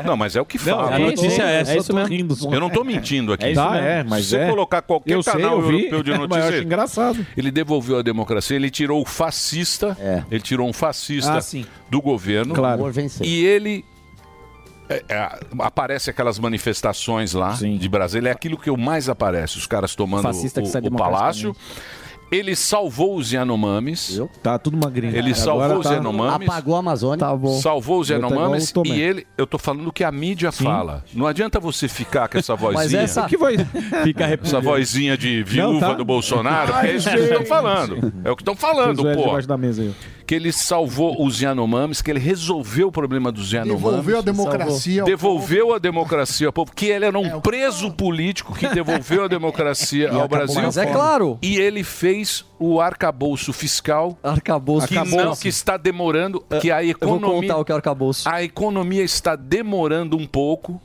Speaker 1: Não, mas é o que
Speaker 2: Não,
Speaker 1: fala.
Speaker 2: a notícia é essa,
Speaker 1: Eu
Speaker 2: eu tô rindo só.
Speaker 1: Eu não tô mentindo aqui.
Speaker 2: É isso Tá, mesmo. é, mas
Speaker 1: Se você
Speaker 2: é.
Speaker 1: colocar qualquer
Speaker 2: Eu sei,
Speaker 1: canal
Speaker 2: eu vi,
Speaker 1: europeu de
Speaker 2: mas eu
Speaker 1: notícia...
Speaker 2: acho engraçado.
Speaker 1: Ele devolveu a democracia, ele tirou o fascista,
Speaker 2: É.
Speaker 1: ele tirou um fascista
Speaker 21: Ah, sim.
Speaker 1: do governo.
Speaker 21: Claro. O amor venceu.
Speaker 1: E ele... é, é, aparece aquelas manifestações lá de Brasília. É aquilo que eu mais aparece. Os caras tomando
Speaker 10: Fascista que sai
Speaker 1: o, o
Speaker 10: democraticamente.
Speaker 1: palácio. Ele salvou os Yanomamis.
Speaker 3: Tá tudo magrinho. tá
Speaker 1: Ele salvou os Yanomamis.
Speaker 21: Apagou a Amazônia. Tá bom.
Speaker 1: Salvou os
Speaker 21: Eu tô igual
Speaker 1: Yanomamis
Speaker 21: o Tomé.
Speaker 1: e ele. Eu tô falando o que a mídia fala. Não adianta você ficar com essa vozinha.
Speaker 21: essa-
Speaker 1: que
Speaker 21: voz-
Speaker 1: Fica essa vozinha de viúva
Speaker 3: Não, tá.
Speaker 1: do Bolsonaro.
Speaker 3: Ai,
Speaker 1: é isso que eles estão
Speaker 3: gente.
Speaker 1: falando. É o que estão falando,
Speaker 3: Os
Speaker 1: pô.
Speaker 3: debaixo da mesa aí.
Speaker 1: Que ele salvou os Yanomamis, que ele resolveu o problema dos Yanomamis.
Speaker 8: Devolveu a democracia ao É,
Speaker 1: Devolveu a democracia ao povo. Que ele era um preso político que devolveu a democracia ao
Speaker 27: acabou
Speaker 1: Brasil.
Speaker 27: com a Mas é fome. claro.
Speaker 1: E ele fez o arcabouço fiscal.
Speaker 27: Arcabouço
Speaker 1: que
Speaker 27: fiscal.
Speaker 1: não, que está demorando,
Speaker 27: É,
Speaker 1: que a
Speaker 27: eu vou
Speaker 1: economia...
Speaker 27: contar o que é arcabouço.
Speaker 1: A economia está demorando um pouco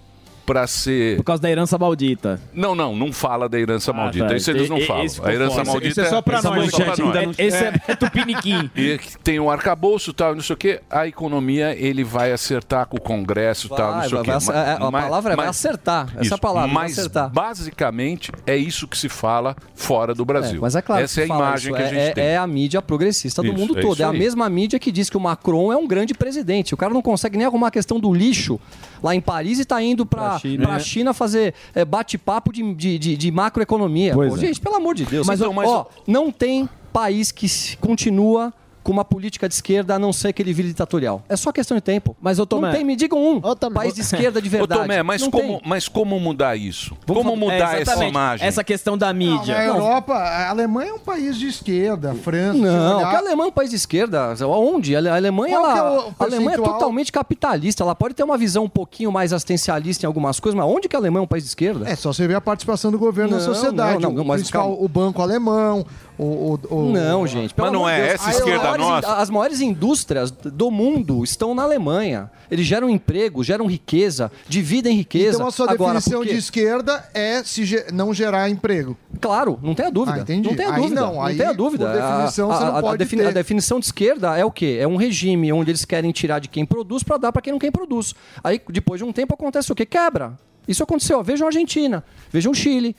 Speaker 1: para ser...
Speaker 10: Por causa da herança maldita.
Speaker 1: Não, não, não fala da herança maldita.
Speaker 10: tá.
Speaker 1: Isso eles não
Speaker 10: E- e-
Speaker 1: falam.
Speaker 10: esse
Speaker 1: A
Speaker 10: ficou
Speaker 1: herança
Speaker 10: fora. Isso-
Speaker 1: maldita
Speaker 10: isso é só pra
Speaker 1: essa
Speaker 10: nós,
Speaker 1: manchete
Speaker 10: gente.
Speaker 1: pra
Speaker 10: Ainda não- Esse é-
Speaker 1: tupiniquim. E tem o arcabouço e tal, não sei o quê. A economia, ele vai acertar com o Congresso e tal, não
Speaker 27: Vai,
Speaker 1: sei o
Speaker 27: vai,
Speaker 1: quê.
Speaker 27: vai acer-
Speaker 1: Mas-
Speaker 27: é, a
Speaker 1: mas-
Speaker 27: palavra é vai
Speaker 1: mas-
Speaker 27: acertar. Essa
Speaker 1: Isso.
Speaker 27: palavra, é vai
Speaker 1: Mas,
Speaker 27: acertar.
Speaker 1: basicamente, é isso que se fala fora do Brasil.
Speaker 27: É, mas é claro
Speaker 1: Essa
Speaker 27: que
Speaker 1: é a
Speaker 27: fala
Speaker 1: imagem
Speaker 27: isso.
Speaker 1: que a
Speaker 27: É-
Speaker 1: gente
Speaker 27: é,
Speaker 1: tem.
Speaker 27: é a mídia progressista do
Speaker 1: Isso,
Speaker 27: mundo
Speaker 1: é
Speaker 27: todo.
Speaker 1: isso
Speaker 27: É a
Speaker 1: aí.
Speaker 27: mesma mídia que diz que o Macron é um grande presidente. O cara não consegue nem arrumar a questão do lixo lá em Paris e tá indo pra, pra, China,
Speaker 10: né?
Speaker 27: fazer é, bate-papo de, de, de- de macroeconomia.
Speaker 10: Pois
Speaker 27: Pô,
Speaker 10: é.
Speaker 27: Gente, pelo amor de Deus. Mas,
Speaker 10: Então,
Speaker 27: ó,
Speaker 10: mas-
Speaker 27: ó, não tem país que se- continua com uma política de esquerda, a não ser que ele vire ditatorial. É só questão de tempo. Mas, ô
Speaker 10: Tomé-
Speaker 27: Não tem, me digam um. País de esquerda de verdade.
Speaker 1: Ô, Tomé, mas,
Speaker 27: Não
Speaker 1: como,
Speaker 27: tem.
Speaker 1: mas como mudar isso? como
Speaker 27: falar-
Speaker 1: mudar
Speaker 27: é,
Speaker 1: essa
Speaker 27: exatamente.
Speaker 1: imagem?
Speaker 10: Essa questão da
Speaker 8: Não,
Speaker 10: mídia.
Speaker 8: na Europa, a Alemanha é um país de esquerda, a França.
Speaker 27: Não,
Speaker 8: olhar-
Speaker 27: que a Alemanha é um país de esquerda. Onde? A Ale- a Alemanha,
Speaker 8: Qual que é o
Speaker 27: ela, a Alemanha é
Speaker 8: percentual?
Speaker 27: totalmente capitalista. Ela pode ter uma visão um pouquinho mais assistencialista em algumas coisas, mas onde que a Alemanha é um país de esquerda?
Speaker 8: É só você ver a participação do governo na
Speaker 27: Não,
Speaker 8: sociedade.
Speaker 27: não, não, mas
Speaker 8: o, principal,
Speaker 27: calma.
Speaker 8: o banco alemão, o. o- o-
Speaker 27: Não, é gente. pelo amor
Speaker 8: é
Speaker 27: de Deus. As maiores in- As maiores indústrias do mundo estão na Alemanha. Eles geram emprego, geram riqueza, dividem riqueza.
Speaker 8: Então a sua
Speaker 27: Agora,
Speaker 8: definição
Speaker 27: por quê?
Speaker 8: de esquerda é se ge- não gerar emprego.
Speaker 27: Claro, não tenha dúvida.
Speaker 8: Ah, entendi.
Speaker 27: Não tenha
Speaker 8: Aí
Speaker 27: dúvida.
Speaker 8: não,
Speaker 27: não
Speaker 8: aí,
Speaker 27: tenha dúvida.
Speaker 8: por definição, você não pode
Speaker 27: defini-
Speaker 8: ter.
Speaker 27: a definição de esquerda é o quê? É um regime onde eles querem tirar de quem produz para dar para quem não quem produz. Aí depois de um tempo acontece o quê? Quebra. Isso aconteceu. ó, Vejam a Argentina, vejam o Chile,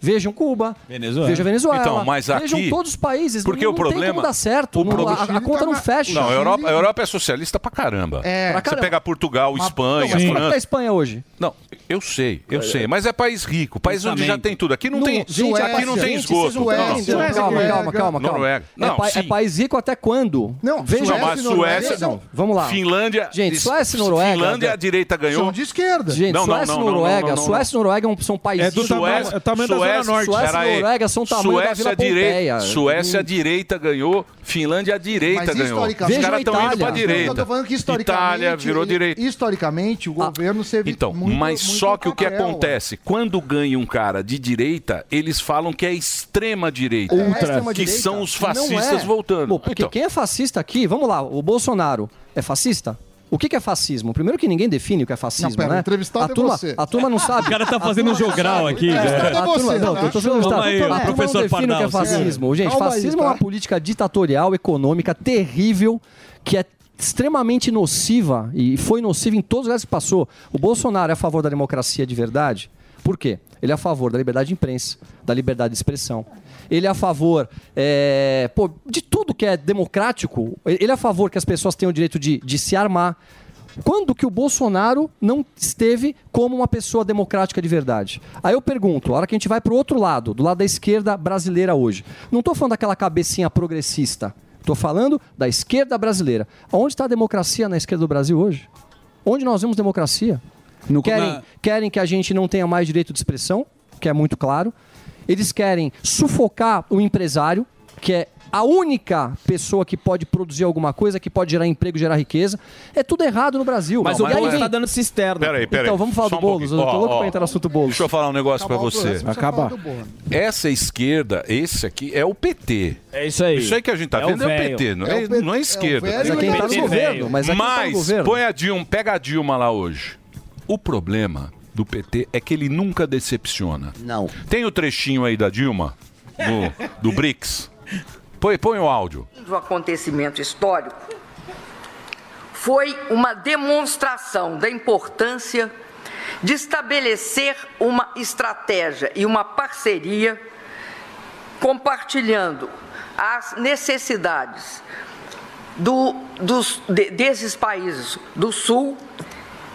Speaker 27: vejam Cuba,
Speaker 1: Venezuela.
Speaker 27: vejam a Venezuela.
Speaker 1: Então, mas aqui-
Speaker 27: vejam todos os países.
Speaker 1: Porque
Speaker 27: não,
Speaker 1: o
Speaker 27: não tem
Speaker 1: problema-
Speaker 27: como dar certo.
Speaker 1: o
Speaker 27: Não-
Speaker 1: problema-
Speaker 27: a, a
Speaker 8: tá
Speaker 27: conta não fecha.
Speaker 1: Não, a Europa, a Europa é socialista pra caramba.
Speaker 27: É. Pra
Speaker 1: Você
Speaker 27: caramba.
Speaker 1: pega Portugal,
Speaker 27: Mas-
Speaker 1: Espanha,
Speaker 27: não, mas como é que tá
Speaker 1: França.
Speaker 27: a Espanha hoje?
Speaker 1: Não, eu sei, eu sei. Mas é país rico, país onde já
Speaker 27: Pensamento.
Speaker 1: tem tudo. Aqui não,
Speaker 27: Não,
Speaker 1: tem,
Speaker 27: gente,
Speaker 1: aqui não
Speaker 27: Suécia,
Speaker 1: tem
Speaker 27: gente,
Speaker 1: esgoto.
Speaker 27: vocês não
Speaker 1: Não, não.
Speaker 27: entendem. Calma, calma, calma, calma.
Speaker 1: Noruega.
Speaker 27: É,
Speaker 1: Não,
Speaker 27: pa- é
Speaker 1: sim.
Speaker 27: país rico até quando?
Speaker 8: Não,
Speaker 27: veja
Speaker 1: Não, mas Suécia,
Speaker 27: Não, vamos lá.
Speaker 1: Finlândia,
Speaker 27: Gente,
Speaker 1: es-
Speaker 27: Suécia e Noruega.
Speaker 1: Finlândia, a direita ganhou.
Speaker 27: São
Speaker 8: de esquerda.
Speaker 27: Gente,
Speaker 1: Não, não,
Speaker 27: Suécia e
Speaker 1: não, não, não,
Speaker 27: Noruega,
Speaker 1: não, não.
Speaker 27: Suécia e Noruega é um- são países.
Speaker 8: é
Speaker 1: Suécia, Suécia,
Speaker 27: Suécia
Speaker 1: peraí.
Speaker 27: e Noruega são tamanho
Speaker 1: Suécia é
Speaker 27: da Vila
Speaker 1: direita-
Speaker 27: Pompeia. Hum.
Speaker 1: Suécia à direita ganhou, Finlândia à direita
Speaker 8: Mas
Speaker 1: ganhou. Os
Speaker 8: historicamente.
Speaker 1: caras estão indo pra
Speaker 8: Eu tô
Speaker 1: direita.
Speaker 8: falando que historicamente.
Speaker 1: Itália virou
Speaker 8: ele-
Speaker 1: direita.
Speaker 8: Historicamente, o
Speaker 27: Ah,
Speaker 8: governo teve.
Speaker 1: Então, mas só que o que acontece, quando ganha um cara de direita, eles falam que é extrema direita,
Speaker 27: Ultra. É
Speaker 1: que
Speaker 27: extrema direita?
Speaker 1: são os
Speaker 27: Não
Speaker 1: fascistas
Speaker 27: é.
Speaker 1: voltando. Então.
Speaker 27: Pô, porque quem é fascista aqui, vamos lá, o Bolsonaro é fascista? O que, que é fascismo? Primeiro que ninguém define o que é fascismo,
Speaker 8: Não, pera,
Speaker 27: né?
Speaker 8: o entrevistado
Speaker 27: a
Speaker 8: é
Speaker 27: turma,
Speaker 8: você.
Speaker 27: A turma não sabe.
Speaker 8: O cara tá
Speaker 27: A
Speaker 8: fazendo
Speaker 27: turma
Speaker 8: um jogral
Speaker 27: sabe.
Speaker 8: aqui,
Speaker 27: É,
Speaker 8: cara.
Speaker 27: a turma-
Speaker 8: Você,
Speaker 27: não,
Speaker 8: né?
Speaker 27: tô, tô falando
Speaker 8: Calma
Speaker 27: entrevistado. a
Speaker 8: aí,
Speaker 27: turma
Speaker 8: professor
Speaker 27: não define o que é
Speaker 8: Pardal, você-
Speaker 27: fascismo. Gente,
Speaker 8: Calma aí,
Speaker 27: fascismo é
Speaker 8: tá?
Speaker 27: uma política ditatorial, econômica, terrível, que é extremamente nociva e foi nociva em todos os lugares que passou. O Bolsonaro é a favor da democracia de verdade? Por quê? Ele é a favor da liberdade de imprensa, da liberdade de expressão. Ele é a favor é, pô, de tudo que é democrático. Ele é a favor que as pessoas tenham o direito de, de se armar. Quando que o Bolsonaro não esteve como uma pessoa democrática de verdade? Aí eu pergunto, a hora que a gente vai pro outro lado, do lado da esquerda brasileira hoje. Não tô falando daquela cabecinha progressista. Tô falando da esquerda brasileira. Onde está a democracia na esquerda do Brasil hoje? Onde nós vemos democracia? querem,
Speaker 6: na-
Speaker 27: querem que a gente não tenha mais direito de expressão, que é muito claro. Eles querem sufocar o empresário, que é a única pessoa que pode produzir alguma coisa, que pode gerar emprego, gerar riqueza. É tudo errado no Brasil.
Speaker 10: Mas
Speaker 27: E
Speaker 10: o
Speaker 27: aí
Speaker 10: Boulos
Speaker 27: vem-
Speaker 10: tá dando cisterna.
Speaker 1: Peraí, peraí.
Speaker 27: é. Então vamos falar
Speaker 1: só
Speaker 27: do
Speaker 1: um
Speaker 27: Boulos.
Speaker 1: pouquinho.
Speaker 27: eu tô
Speaker 1: Ó,
Speaker 27: louco
Speaker 1: ó,
Speaker 27: pra entrar no assunto Boulos.
Speaker 1: Deixa eu falar um
Speaker 10: Tá
Speaker 1: negócio pra
Speaker 27: Acabar o
Speaker 10: é
Speaker 1: você.
Speaker 27: programa, precisa Acabar. falar do
Speaker 10: né?
Speaker 1: Essa esquerda, esse aqui, é o PT.
Speaker 10: É isso aí.
Speaker 1: Isso aí que a gente tá
Speaker 10: É o
Speaker 1: vendo é o
Speaker 10: velho.
Speaker 1: PT, não
Speaker 10: É
Speaker 1: é,
Speaker 10: o P-
Speaker 1: não
Speaker 10: é
Speaker 1: é
Speaker 10: o
Speaker 1: esquerda.
Speaker 10: velho e tá no
Speaker 1: PT.
Speaker 10: governo, mas é quem tá no
Speaker 1: Mas
Speaker 10: governo.
Speaker 1: põe a Dilma, pega a Dilma lá hoje. O problema do PT é que ele nunca decepciona.
Speaker 21: Não.
Speaker 1: Tem o trechinho aí da Dilma, do, do BRICS. Põe, põe o áudio.
Speaker 5: do acontecimento histórico foi uma demonstração da importância de estabelecer uma estratégia e uma parceria compartilhando as necessidades do- dos- de- desses países do Sul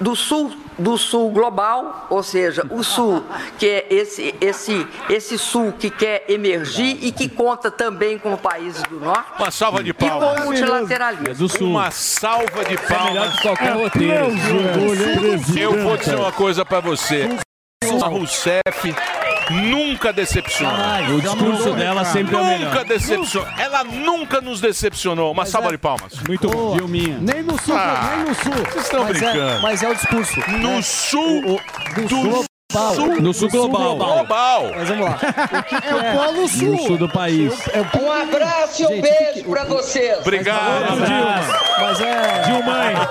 Speaker 5: do sul do sul global, ou seja, o sul que é esse esse esse sul que quer emergir e que conta também com países do norte.
Speaker 1: Uma salva de
Speaker 5: E com
Speaker 1: palmas.
Speaker 5: o multilateralismo.
Speaker 1: É do sul. Uma salva de
Speaker 2: é
Speaker 1: palmas.
Speaker 5: melhor que qualquer
Speaker 9: É
Speaker 5: roteiro.
Speaker 1: Eu, vou dizer uma coisa pra você. A Rousseff nunca decepciona.
Speaker 9: O discurso
Speaker 2: né,
Speaker 9: dela sempre é o
Speaker 1: nunca
Speaker 9: melhor. é
Speaker 1: Nunca decepciona. Ela nunca nos decepcionou. Uma salva de palmas.
Speaker 6: Muito
Speaker 1: bom.
Speaker 6: Vilminha.
Speaker 21: Nem no sul,
Speaker 1: Ah,
Speaker 21: nem no sul.
Speaker 1: Vocês estão
Speaker 21: Mas é-
Speaker 1: brincando.
Speaker 21: mas é o discurso.
Speaker 1: No
Speaker 21: né?
Speaker 1: sul
Speaker 21: O- o- do, sul global.
Speaker 1: sul-
Speaker 21: Do
Speaker 1: No sul global. Global.
Speaker 21: Mas vamos lá.
Speaker 13: É o Polo Sul.
Speaker 21: No sul do país.
Speaker 13: Um abraço e um beijo pra vocês.
Speaker 1: Obrigado.
Speaker 27: Mas é.
Speaker 13: Dilma.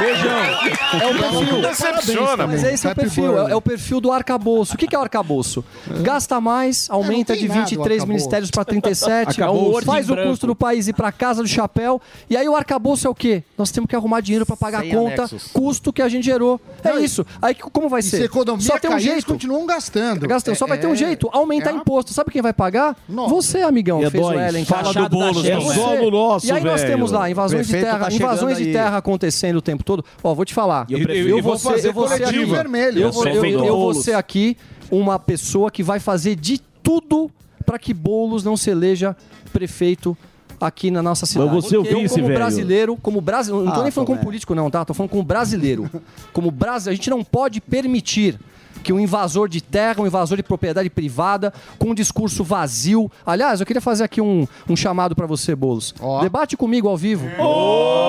Speaker 27: Beijão. É o perfil.
Speaker 13: Decepciona,
Speaker 27: Mas
Speaker 13: pô.
Speaker 27: é esse é o
Speaker 13: Happy
Speaker 27: perfil.
Speaker 13: birthday.
Speaker 27: É, é o perfil do arcabouço. O que, que é o arcabouço? Gasta mais, aumenta
Speaker 13: É, não tem
Speaker 27: de
Speaker 13: nada o
Speaker 27: 23
Speaker 13: arcabouço.
Speaker 27: ministérios para 37,
Speaker 13: Acabou o
Speaker 27: faz o
Speaker 13: Ordem
Speaker 27: custo do país ir para casa do chapéu. E aí o arcabouço é o quê? Nós temos que arrumar dinheiro para pagar a
Speaker 8: Sem
Speaker 27: conta,
Speaker 8: anexos.
Speaker 27: custo que a gente gerou. É isso. Aí que- como vai
Speaker 8: E
Speaker 27: ser?
Speaker 8: se a economia
Speaker 27: Só tem um
Speaker 8: cair, eles
Speaker 27: jeito.
Speaker 8: continuam gastando. É,
Speaker 27: Gastando. Só vai ter um jeito, aumentar imposto. Sabe quem vai pagar? Você, amigão,
Speaker 8: E é
Speaker 27: fez o
Speaker 8: dói.
Speaker 27: Ellen. cara.
Speaker 8: Fachado do Boulos
Speaker 27: É
Speaker 8: também.
Speaker 27: você.
Speaker 8: Solo nosso,
Speaker 27: E aí nós
Speaker 8: velho.
Speaker 27: temos lá invasões de
Speaker 8: Prefeito
Speaker 27: terra,
Speaker 8: tá chegando
Speaker 27: invasões de
Speaker 8: aí.
Speaker 27: terra acontecendo o tempo todo. Ó, vou te falar.
Speaker 8: E o prefeito-
Speaker 27: eu vou
Speaker 8: vou fazer
Speaker 27: ser, eu vou ser aqui,
Speaker 8: coletiva. Vermelho.
Speaker 27: eu vou-
Speaker 8: É o
Speaker 27: eu-
Speaker 8: prefeito
Speaker 27: eu vou
Speaker 8: Boulos.
Speaker 27: ser aqui uma pessoa que vai fazer de tudo para que Boulos não se eleja prefeito aqui na nossa cidade.
Speaker 9: Mas você é o
Speaker 27: eu,
Speaker 9: vice,
Speaker 27: como
Speaker 9: velho.
Speaker 27: brasileiro, como brasileiro, não tô
Speaker 9: Ah,
Speaker 27: nem falando como
Speaker 9: Tomé.
Speaker 27: político não, tá? Tô falando como brasileiro. Como brasileiro, a gente não pode permitir que um invasor de terra, um invasor de propriedade privada, com um discurso vazio. Aliás, eu queria fazer aqui um, um chamado para você, Boulos. Debate comigo ao vivo. Debate comigo. é,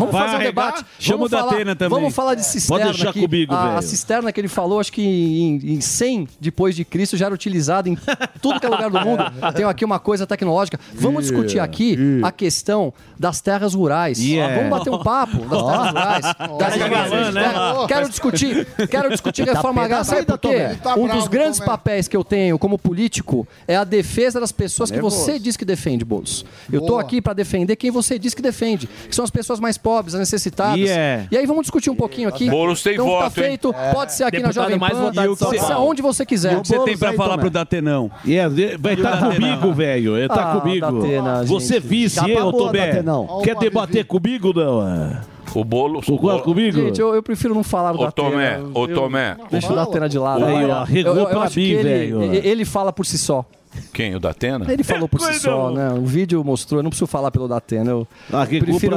Speaker 27: Vamos
Speaker 9: Vai
Speaker 27: fazer um
Speaker 9: arregar?
Speaker 27: debate.
Speaker 9: Chama
Speaker 27: Vamos
Speaker 9: o Datena
Speaker 27: falar-
Speaker 9: também.
Speaker 27: Vamos falar de
Speaker 9: É.
Speaker 27: cisterna.
Speaker 9: Pode deixar
Speaker 27: que
Speaker 9: comigo,
Speaker 27: a, a
Speaker 9: velho.
Speaker 27: cisterna que ele falou, acho que em, em 100 depois de Cristo, já era utilizada em tudo que é lugar do mundo. Tem aqui uma coisa tecnológica. Vamos
Speaker 9: Yeah,
Speaker 27: discutir aqui a questão das terras rurais.
Speaker 9: Yeah.
Speaker 27: Vamos bater um papo das
Speaker 9: Ó.
Speaker 27: terras rurais.
Speaker 9: Ó.
Speaker 27: das
Speaker 9: Tá de
Speaker 27: terras
Speaker 9: galã, né?
Speaker 27: rurais. Ah, Quero discutir, quero discutir é
Speaker 9: Tá
Speaker 27: reforma
Speaker 9: pé da
Speaker 27: agrária. Sabe
Speaker 9: vida,
Speaker 27: por quê?
Speaker 9: Tomé. Tá
Speaker 27: Um dos
Speaker 9: bravo,
Speaker 27: grandes papéis que eu tenho como político é a defesa das pessoas que
Speaker 9: Nervoso.
Speaker 27: você diz que defende, Bolsos. Eu tô
Speaker 9: Boa.
Speaker 27: aqui para defender quem você diz que defende, que são as pessoas mais pobres, as necessitadas.
Speaker 9: Yeah.
Speaker 27: E aí vamos discutir um pouquinho aqui.
Speaker 9: Boulos tem
Speaker 27: então,
Speaker 9: voto,
Speaker 27: tá feito,
Speaker 9: hein? É.
Speaker 27: pode ser aqui
Speaker 9: Deputado
Speaker 27: na Jovem
Speaker 9: mais
Speaker 27: Pan,
Speaker 9: votado de São
Speaker 27: pode ser
Speaker 9: Paulo.
Speaker 27: aonde você quiser.
Speaker 9: E o que você tem pra falar pro Datenão?
Speaker 2: É, vai estar
Speaker 9: Datena.
Speaker 2: comigo, velho. Ele tá
Speaker 9: Ah,
Speaker 2: comigo.
Speaker 9: Datena,
Speaker 2: Você
Speaker 9: gente.
Speaker 2: vice,
Speaker 9: Chapa
Speaker 2: eu,
Speaker 9: boa,
Speaker 2: Tomé.
Speaker 9: Datenão.
Speaker 2: Quer debater comigo, não?
Speaker 1: O bolo.
Speaker 2: Concorda comigo?
Speaker 27: Gente, eu, eu prefiro não falar do
Speaker 1: Ô, Tomé,
Speaker 27: Datena.
Speaker 1: ô,
Speaker 27: Eu-
Speaker 1: Tomé.
Speaker 27: Deixa o Datena de lado.
Speaker 1: Aí, ó,
Speaker 27: Eu-
Speaker 1: arregou
Speaker 27: eu- eu
Speaker 1: pra
Speaker 27: acho
Speaker 1: mim,
Speaker 27: que ele-
Speaker 1: velho. É.
Speaker 27: Ele, ele fala por si só.
Speaker 1: Quem? O da Atena?
Speaker 27: Ele falou por si só, né? O vídeo mostrou, eu não preciso falar pelo Datena. Eu prefiro me,
Speaker 1: Foi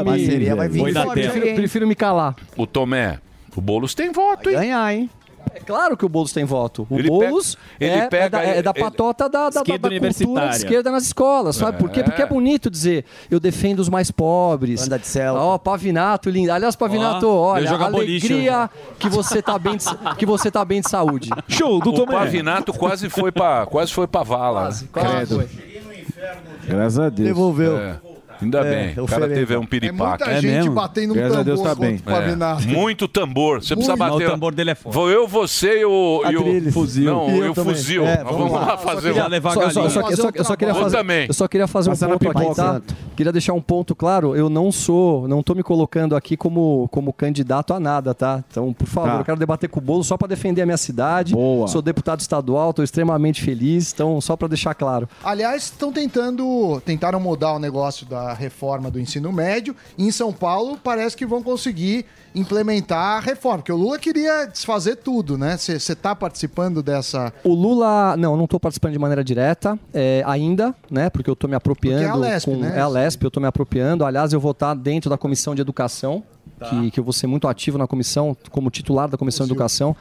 Speaker 1: da
Speaker 27: prefiro,
Speaker 1: Atena.
Speaker 27: prefiro me calar.
Speaker 1: O Tomé. O Boulos tem voto, hein?
Speaker 27: ganhar, hein? É claro que o Boulos tem voto. O
Speaker 1: Ele
Speaker 27: Boulos
Speaker 1: pega- ele
Speaker 27: é, é
Speaker 1: pega-
Speaker 27: da, é da
Speaker 1: ele-
Speaker 27: patota da, da,
Speaker 1: Esquerda
Speaker 27: da cultura
Speaker 1: universitária.
Speaker 27: de esquerda nas escolas, sabe por quê?
Speaker 9: É.
Speaker 27: Porque é bonito dizer, eu defendo os mais pobres. Anda de céu. Ó, Pavinato, lindo. Aliás, Pavinato,
Speaker 9: Ó,
Speaker 27: olha,
Speaker 9: veio jogar boliche
Speaker 27: alegria que você, tá bem de, que você tá bem de saúde. Show
Speaker 1: o Pavinato quase foi pra, quase foi pra vala. né?
Speaker 27: Credo.
Speaker 2: Graças a Deus.
Speaker 1: Devolveu. Ainda
Speaker 2: É,
Speaker 1: bem. O cara
Speaker 2: oferenda.
Speaker 1: teve um piripaque.
Speaker 2: É muita É gente mesmo? batendo um Graças a Deus tambor tá bem. contra o
Speaker 1: É.
Speaker 2: Pavinato.
Speaker 1: Muito tambor. Você precisa
Speaker 2: Muito.
Speaker 1: bater.
Speaker 2: Mas o tambor dele é forte.
Speaker 1: Vou eu, você e o... E o fuzil. Não,
Speaker 27: E eu
Speaker 1: eu,
Speaker 27: também.
Speaker 1: fuzil.
Speaker 27: É,
Speaker 1: Nós
Speaker 27: vamos
Speaker 1: vamos
Speaker 27: lá.
Speaker 1: lá,
Speaker 27: Só
Speaker 1: fazer
Speaker 27: queria-
Speaker 1: um...
Speaker 27: só- só- só- eu só- eu só queria
Speaker 1: Eu
Speaker 27: fazer-
Speaker 1: também.
Speaker 27: Eu só queria fazer um
Speaker 1: um Passar na
Speaker 27: ponto aqui,
Speaker 1: pipoca.
Speaker 27: tá? Queria deixar um ponto claro. Eu não sou, não tô me colocando aqui como, como candidato a nada, tá? Então, por favor,
Speaker 9: Tá.
Speaker 27: eu quero debater com o bolo só para defender a minha cidade. Boa. Sou deputado estadual, tô extremamente feliz. Então, só para deixar claro.
Speaker 8: Aliás, estão tentando, tentaram mudar o negócio da reforma do ensino médio. E em São Paulo, parece que vão conseguir implementar a reforma, porque o Lula queria desfazer tudo, né? Você está participando dessa.
Speaker 27: O Lula, não, não estou participando de maneira direta é, ainda, né? Porque eu estou me apropriando.
Speaker 8: Porque é a Lesp,
Speaker 27: com,
Speaker 8: né?
Speaker 27: É a Lesp, eu estou me apropriando. Aliás, eu vou estar dentro da comissão de educação, que, que eu vou ser muito ativo na comissão, como titular da comissão de educação.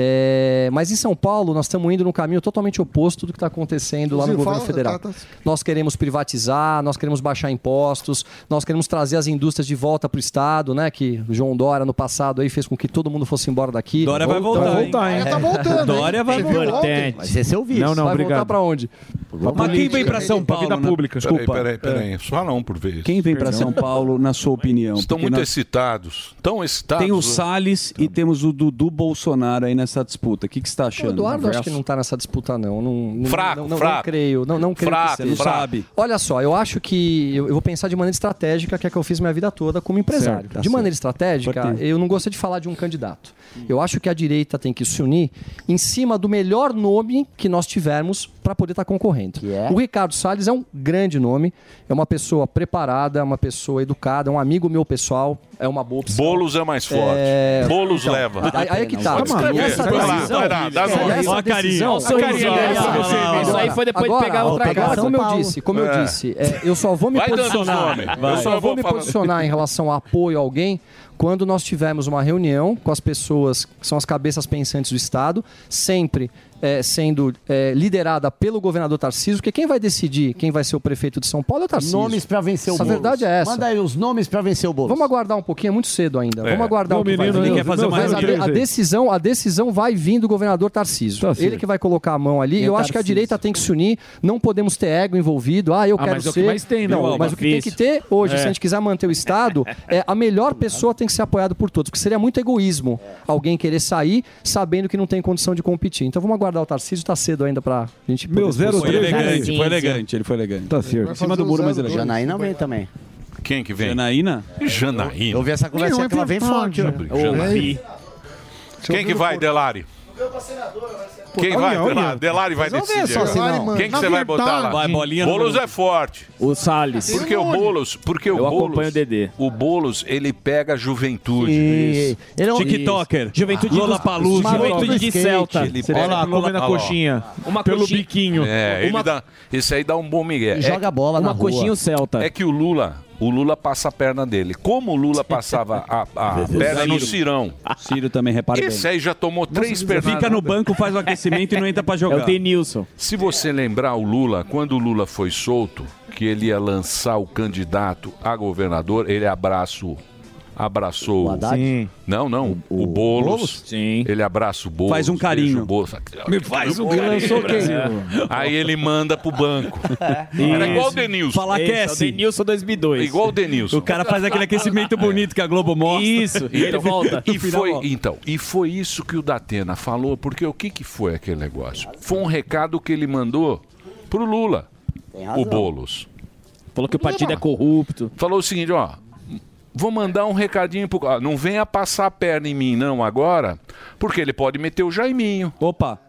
Speaker 27: É, mas em São Paulo, nós estamos indo num caminho totalmente oposto do que está acontecendo lá no
Speaker 8: Fuzil,
Speaker 27: governo
Speaker 8: fala,
Speaker 27: federal.
Speaker 8: tá, tá.
Speaker 27: Nós queremos privatizar, nós queremos baixar impostos, nós queremos trazer as indústrias de volta para o Estado, né? Que João Dória, no passado, aí fez com que todo mundo fosse embora daqui.
Speaker 6: Dória vai
Speaker 27: Então-
Speaker 6: voltar, hein? Tá voltando, hein? Dória vai Você viu voltar. ontem?
Speaker 27: Mas esse é eu vi.
Speaker 6: Não, não,
Speaker 27: vai
Speaker 6: obrigado.
Speaker 27: voltar pra onde?
Speaker 6: Mas quem vem pra São Paulo?
Speaker 1: né?
Speaker 6: na-
Speaker 1: Peraí, peraí,
Speaker 6: É.
Speaker 1: peraí. Só não, por vez.
Speaker 6: Quem vem pra São Paulo, na sua opinião?
Speaker 1: Estão
Speaker 6: Porque
Speaker 1: muito
Speaker 6: nós-
Speaker 1: excitados. Estão excitados.
Speaker 6: Tem o
Speaker 1: hoje.
Speaker 6: Salles e temos o Dudu Bolsonaro aí nessa disputa. O que, que você está
Speaker 27: O
Speaker 6: achando?
Speaker 27: Eduardo acho
Speaker 6: Verso?
Speaker 27: que não tá nessa disputa, não. não, não
Speaker 6: Fraco,
Speaker 27: não, não,
Speaker 6: fraco.
Speaker 27: Não creio. Não, não creio
Speaker 6: Fraco,
Speaker 27: que seja.
Speaker 6: não sabe.
Speaker 27: Olha só, eu acho que... Eu, eu vou pensar de maneira estratégica, que é que eu fiz minha vida toda como empresário.
Speaker 9: Certo, tá
Speaker 27: de maneira
Speaker 9: certo.
Speaker 27: estratégica,
Speaker 9: Importante.
Speaker 27: eu não gosto de falar de um candidato. Eu acho que a direita tem que se unir em cima do melhor nome que nós tivermos para poder estar concorrendo. O Ricardo Salles é um grande nome, é uma pessoa preparada, uma pessoa educada, é um amigo meu pessoal, é uma boa opção.
Speaker 1: Bolos é mais forte.
Speaker 27: É,
Speaker 1: Bolos
Speaker 27: então,
Speaker 1: leva.
Speaker 27: aí- aí é que tá.
Speaker 1: Pode
Speaker 27: Calma,
Speaker 1: escrever.
Speaker 27: essa
Speaker 1: Vai lá,
Speaker 27: decisão-
Speaker 1: vai lá, dá
Speaker 27: essa
Speaker 1: nome.
Speaker 27: decisão- Ó a carinha, ó o sorriso
Speaker 1: carinha
Speaker 21: Ah,
Speaker 27: dela.
Speaker 1: dela.
Speaker 27: Olha lá, olha lá. Isso aí foi depois de Agora, pegar ó, outra pegar casa. São
Speaker 10: Como eu
Speaker 27: Paulo.
Speaker 10: disse, como eu
Speaker 27: É.
Speaker 10: disse,
Speaker 27: é, eu só vou me
Speaker 10: Vai dando os
Speaker 27: posicionar.
Speaker 10: nomes.
Speaker 27: Eu
Speaker 10: Vai.
Speaker 27: só
Speaker 10: Eu
Speaker 27: vou
Speaker 10: vou
Speaker 27: me
Speaker 10: falar.
Speaker 27: posicionar em relação a apoio a alguém quando nós tivermos uma reunião com as pessoas que são as cabeças pensantes do Estado, sempre eh, sendo eh, liderada pelo governador Tarcísio, porque quem vai decidir quem vai ser o prefeito de São Paulo é o Tarcísio.
Speaker 21: Nomes pra vencer o
Speaker 27: Essa
Speaker 21: Boulos.
Speaker 27: verdade é essa.
Speaker 21: Manda aí os nomes pra vencer o Boulos.
Speaker 27: Vamos aguardar um pouquinho, é muito cedo ainda.
Speaker 21: É.
Speaker 27: Vamos aguardar
Speaker 21: Meu
Speaker 27: o que
Speaker 21: menino,
Speaker 27: vai vir.
Speaker 21: ele quer fazer uma
Speaker 27: Mas a, de-
Speaker 21: reunião,
Speaker 27: a
Speaker 21: gente.
Speaker 27: decisão, a decisão vai vir do governador Tarcísio.
Speaker 21: Tá certo.
Speaker 27: Ele que vai colocar a mão ali.
Speaker 21: E
Speaker 27: eu
Speaker 21: o
Speaker 27: acho que a
Speaker 21: Tarcísio?
Speaker 27: direita tem que se unir. Não podemos ter ego envolvido. Ah, eu
Speaker 4: Ah,
Speaker 27: quero
Speaker 4: mas
Speaker 27: ser.
Speaker 4: é o que mais tem, não,
Speaker 27: Mas o que tem que ter hoje,
Speaker 4: É.
Speaker 27: se a gente quiser manter o Estado, é a melhor pessoa tem que ser apoiada por todos, porque seria muito egoísmo alguém querer sair sabendo que não tem condição de competir. Então vamos aguardar o Tarcísio, tá cedo ainda pra gente
Speaker 6: Meu
Speaker 27: poder
Speaker 6: 03 Foi elegante,
Speaker 27: discutir.
Speaker 6: foi elegante, ele foi elegante. Tá certo. Em cima do muro, mas elegante.
Speaker 21: Janaína vem também.
Speaker 1: Quem que vem?
Speaker 6: Janaína?
Speaker 1: Janaína.
Speaker 21: Eu vi essa conversa
Speaker 1: Não, é
Speaker 21: que ela vem forte. ó.
Speaker 4: né?
Speaker 1: verdade.
Speaker 21: Ô,
Speaker 1: Janaí. Quem que vai, Delari? Quem
Speaker 21: Olha,
Speaker 1: vai,
Speaker 21: olha.
Speaker 1: Delari? Delari vai
Speaker 21: Mas vamos
Speaker 1: decidir.
Speaker 21: ver só se
Speaker 1: agora.
Speaker 21: não.
Speaker 1: Quem que
Speaker 21: Na
Speaker 1: você vai botar lá?
Speaker 21: verdade- Vai, bolinha no
Speaker 1: Boulos
Speaker 21: grupo.
Speaker 1: é forte.
Speaker 4: O Salles.
Speaker 1: Porque o Boulos, porque o
Speaker 4: Eu
Speaker 1: Boulos,
Speaker 4: acompanho o Dedê.
Speaker 1: O Boulos, ele pega a juventude.
Speaker 4: E- ele é um- TikToker. Isso. Juventude de- Lollapalooza. Juventude de Celta.
Speaker 1: Ele
Speaker 4: Você
Speaker 1: pega-
Speaker 4: olha lá,
Speaker 1: Olha
Speaker 4: come na
Speaker 1: lá, ó.
Speaker 4: coxinha. Uma
Speaker 1: Pelo
Speaker 4: coxinha-
Speaker 1: biquinho. É, ele
Speaker 4: Uma-
Speaker 1: dá- isso aí dá um bom migué.
Speaker 4: Joga
Speaker 1: É-
Speaker 4: bola na Uma rua. coxinha o Celta.
Speaker 1: É que o Lula, o Lula passa a perna dele. Como o Lula passava a,
Speaker 6: Ah,
Speaker 1: a perna no Ah, Cirão.
Speaker 6: Ciro também, repare
Speaker 1: Esse aí já tomou três
Speaker 6: bem.
Speaker 1: pernas.
Speaker 6: Fica no banco, faz É o aquecimento e não entra pra jogar.
Speaker 4: É Denilson.
Speaker 1: Se você lembrar o Lula, quando o Lula foi solto, que ele ia lançar o candidato a governador, ele abraço abraçou
Speaker 4: O Haddad? Sim.
Speaker 1: Não, não, o, Boulos.
Speaker 4: Boulos?
Speaker 1: Sim. Ele abraça o Boulos.
Speaker 4: Faz um carinho.
Speaker 1: beija o Boulos, fala,
Speaker 4: Me
Speaker 1: faz
Speaker 4: faz
Speaker 1: um
Speaker 4: um
Speaker 1: carinho,
Speaker 4: carinho,
Speaker 1: lançou quem?
Speaker 4: Brasil.
Speaker 1: Aí ele manda pro banco. Era
Speaker 6: Isso.
Speaker 1: igual o Denilson.
Speaker 6: Fala que é
Speaker 1: Isso,
Speaker 6: assim.
Speaker 4: Denilson 2002.
Speaker 1: Igual o Denilson.
Speaker 6: O cara faz aquele aquecimento bonito que a Globo mostra.
Speaker 4: Isso,
Speaker 6: e ele
Speaker 1: Então,
Speaker 6: volta.
Speaker 1: E foi, então, e foi isso que o Datena falou, porque o que, que foi aquele negócio? Foi um recado que ele mandou pro Lula, o Boulos.
Speaker 4: Falou que o partido é corrupto.
Speaker 1: Falou o seguinte, ó. Vou mandar um recadinho pro. ah, Não venha passar a perna em mim, não, agora, porque ele pode meter o Jaiminho.
Speaker 6: Opa!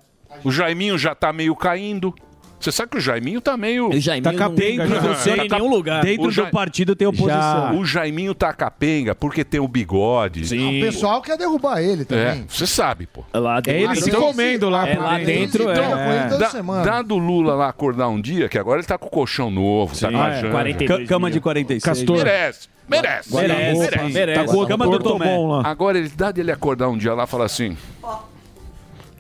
Speaker 1: O Jaiminho já tá meio caindo. Você sabe que o Jaiminho tá meio. O
Speaker 4: Jaiminho Tá capenga, não- não sei em nenhum lugar.
Speaker 6: Dentro do partido tem oposição. Já.
Speaker 1: O Jaiminho tá capenga porque tem o bigode.
Speaker 8: Ah, O pessoal quer derrubar ele tá
Speaker 1: É,
Speaker 8: também.
Speaker 1: você sabe, pô.
Speaker 4: Lá
Speaker 8: dentro. É ele se comendo lá É, por lá dentro. dentro, é. Com ele toda
Speaker 1: Da-
Speaker 8: semana.
Speaker 1: Dado o Lula lá acordar um dia, que agora ele tá com o colchão novo, tá
Speaker 6: Sim.
Speaker 1: com a
Speaker 6: Ah, é,
Speaker 1: janja.
Speaker 6: 42 Ca- cama de 46. Castor.
Speaker 1: Merece. Merece,
Speaker 6: Merece,
Speaker 1: merece,
Speaker 6: merece. Tá com a cama do Tomé.
Speaker 1: Agora, ele dá dele acordar um dia lá e falar assim: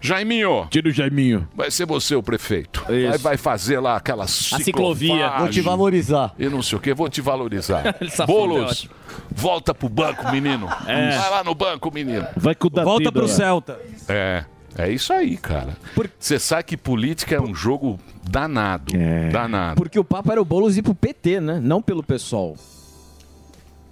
Speaker 1: Jaiminho.
Speaker 4: Tira o Jaiminho.
Speaker 1: Vai ser você o prefeito. Vai, vai fazer lá aquela ciclofaixa.
Speaker 4: ciclovia. Vou te valorizar.
Speaker 1: Eu não sei o que, vou te valorizar.
Speaker 4: Ele safudo, é
Speaker 1: Boulos,
Speaker 4: ótimo.
Speaker 1: volta pro banco, menino.
Speaker 4: É.
Speaker 1: Vai lá no banco, menino.
Speaker 4: Vai com o Datena. Volta pro Celta.
Speaker 1: É. É isso aí, cara. Você sabe que política é um jogo danado.
Speaker 4: É.
Speaker 1: Danado.
Speaker 10: Porque o papo era o Boulos ir pro PT, né? Não pelo PSOL.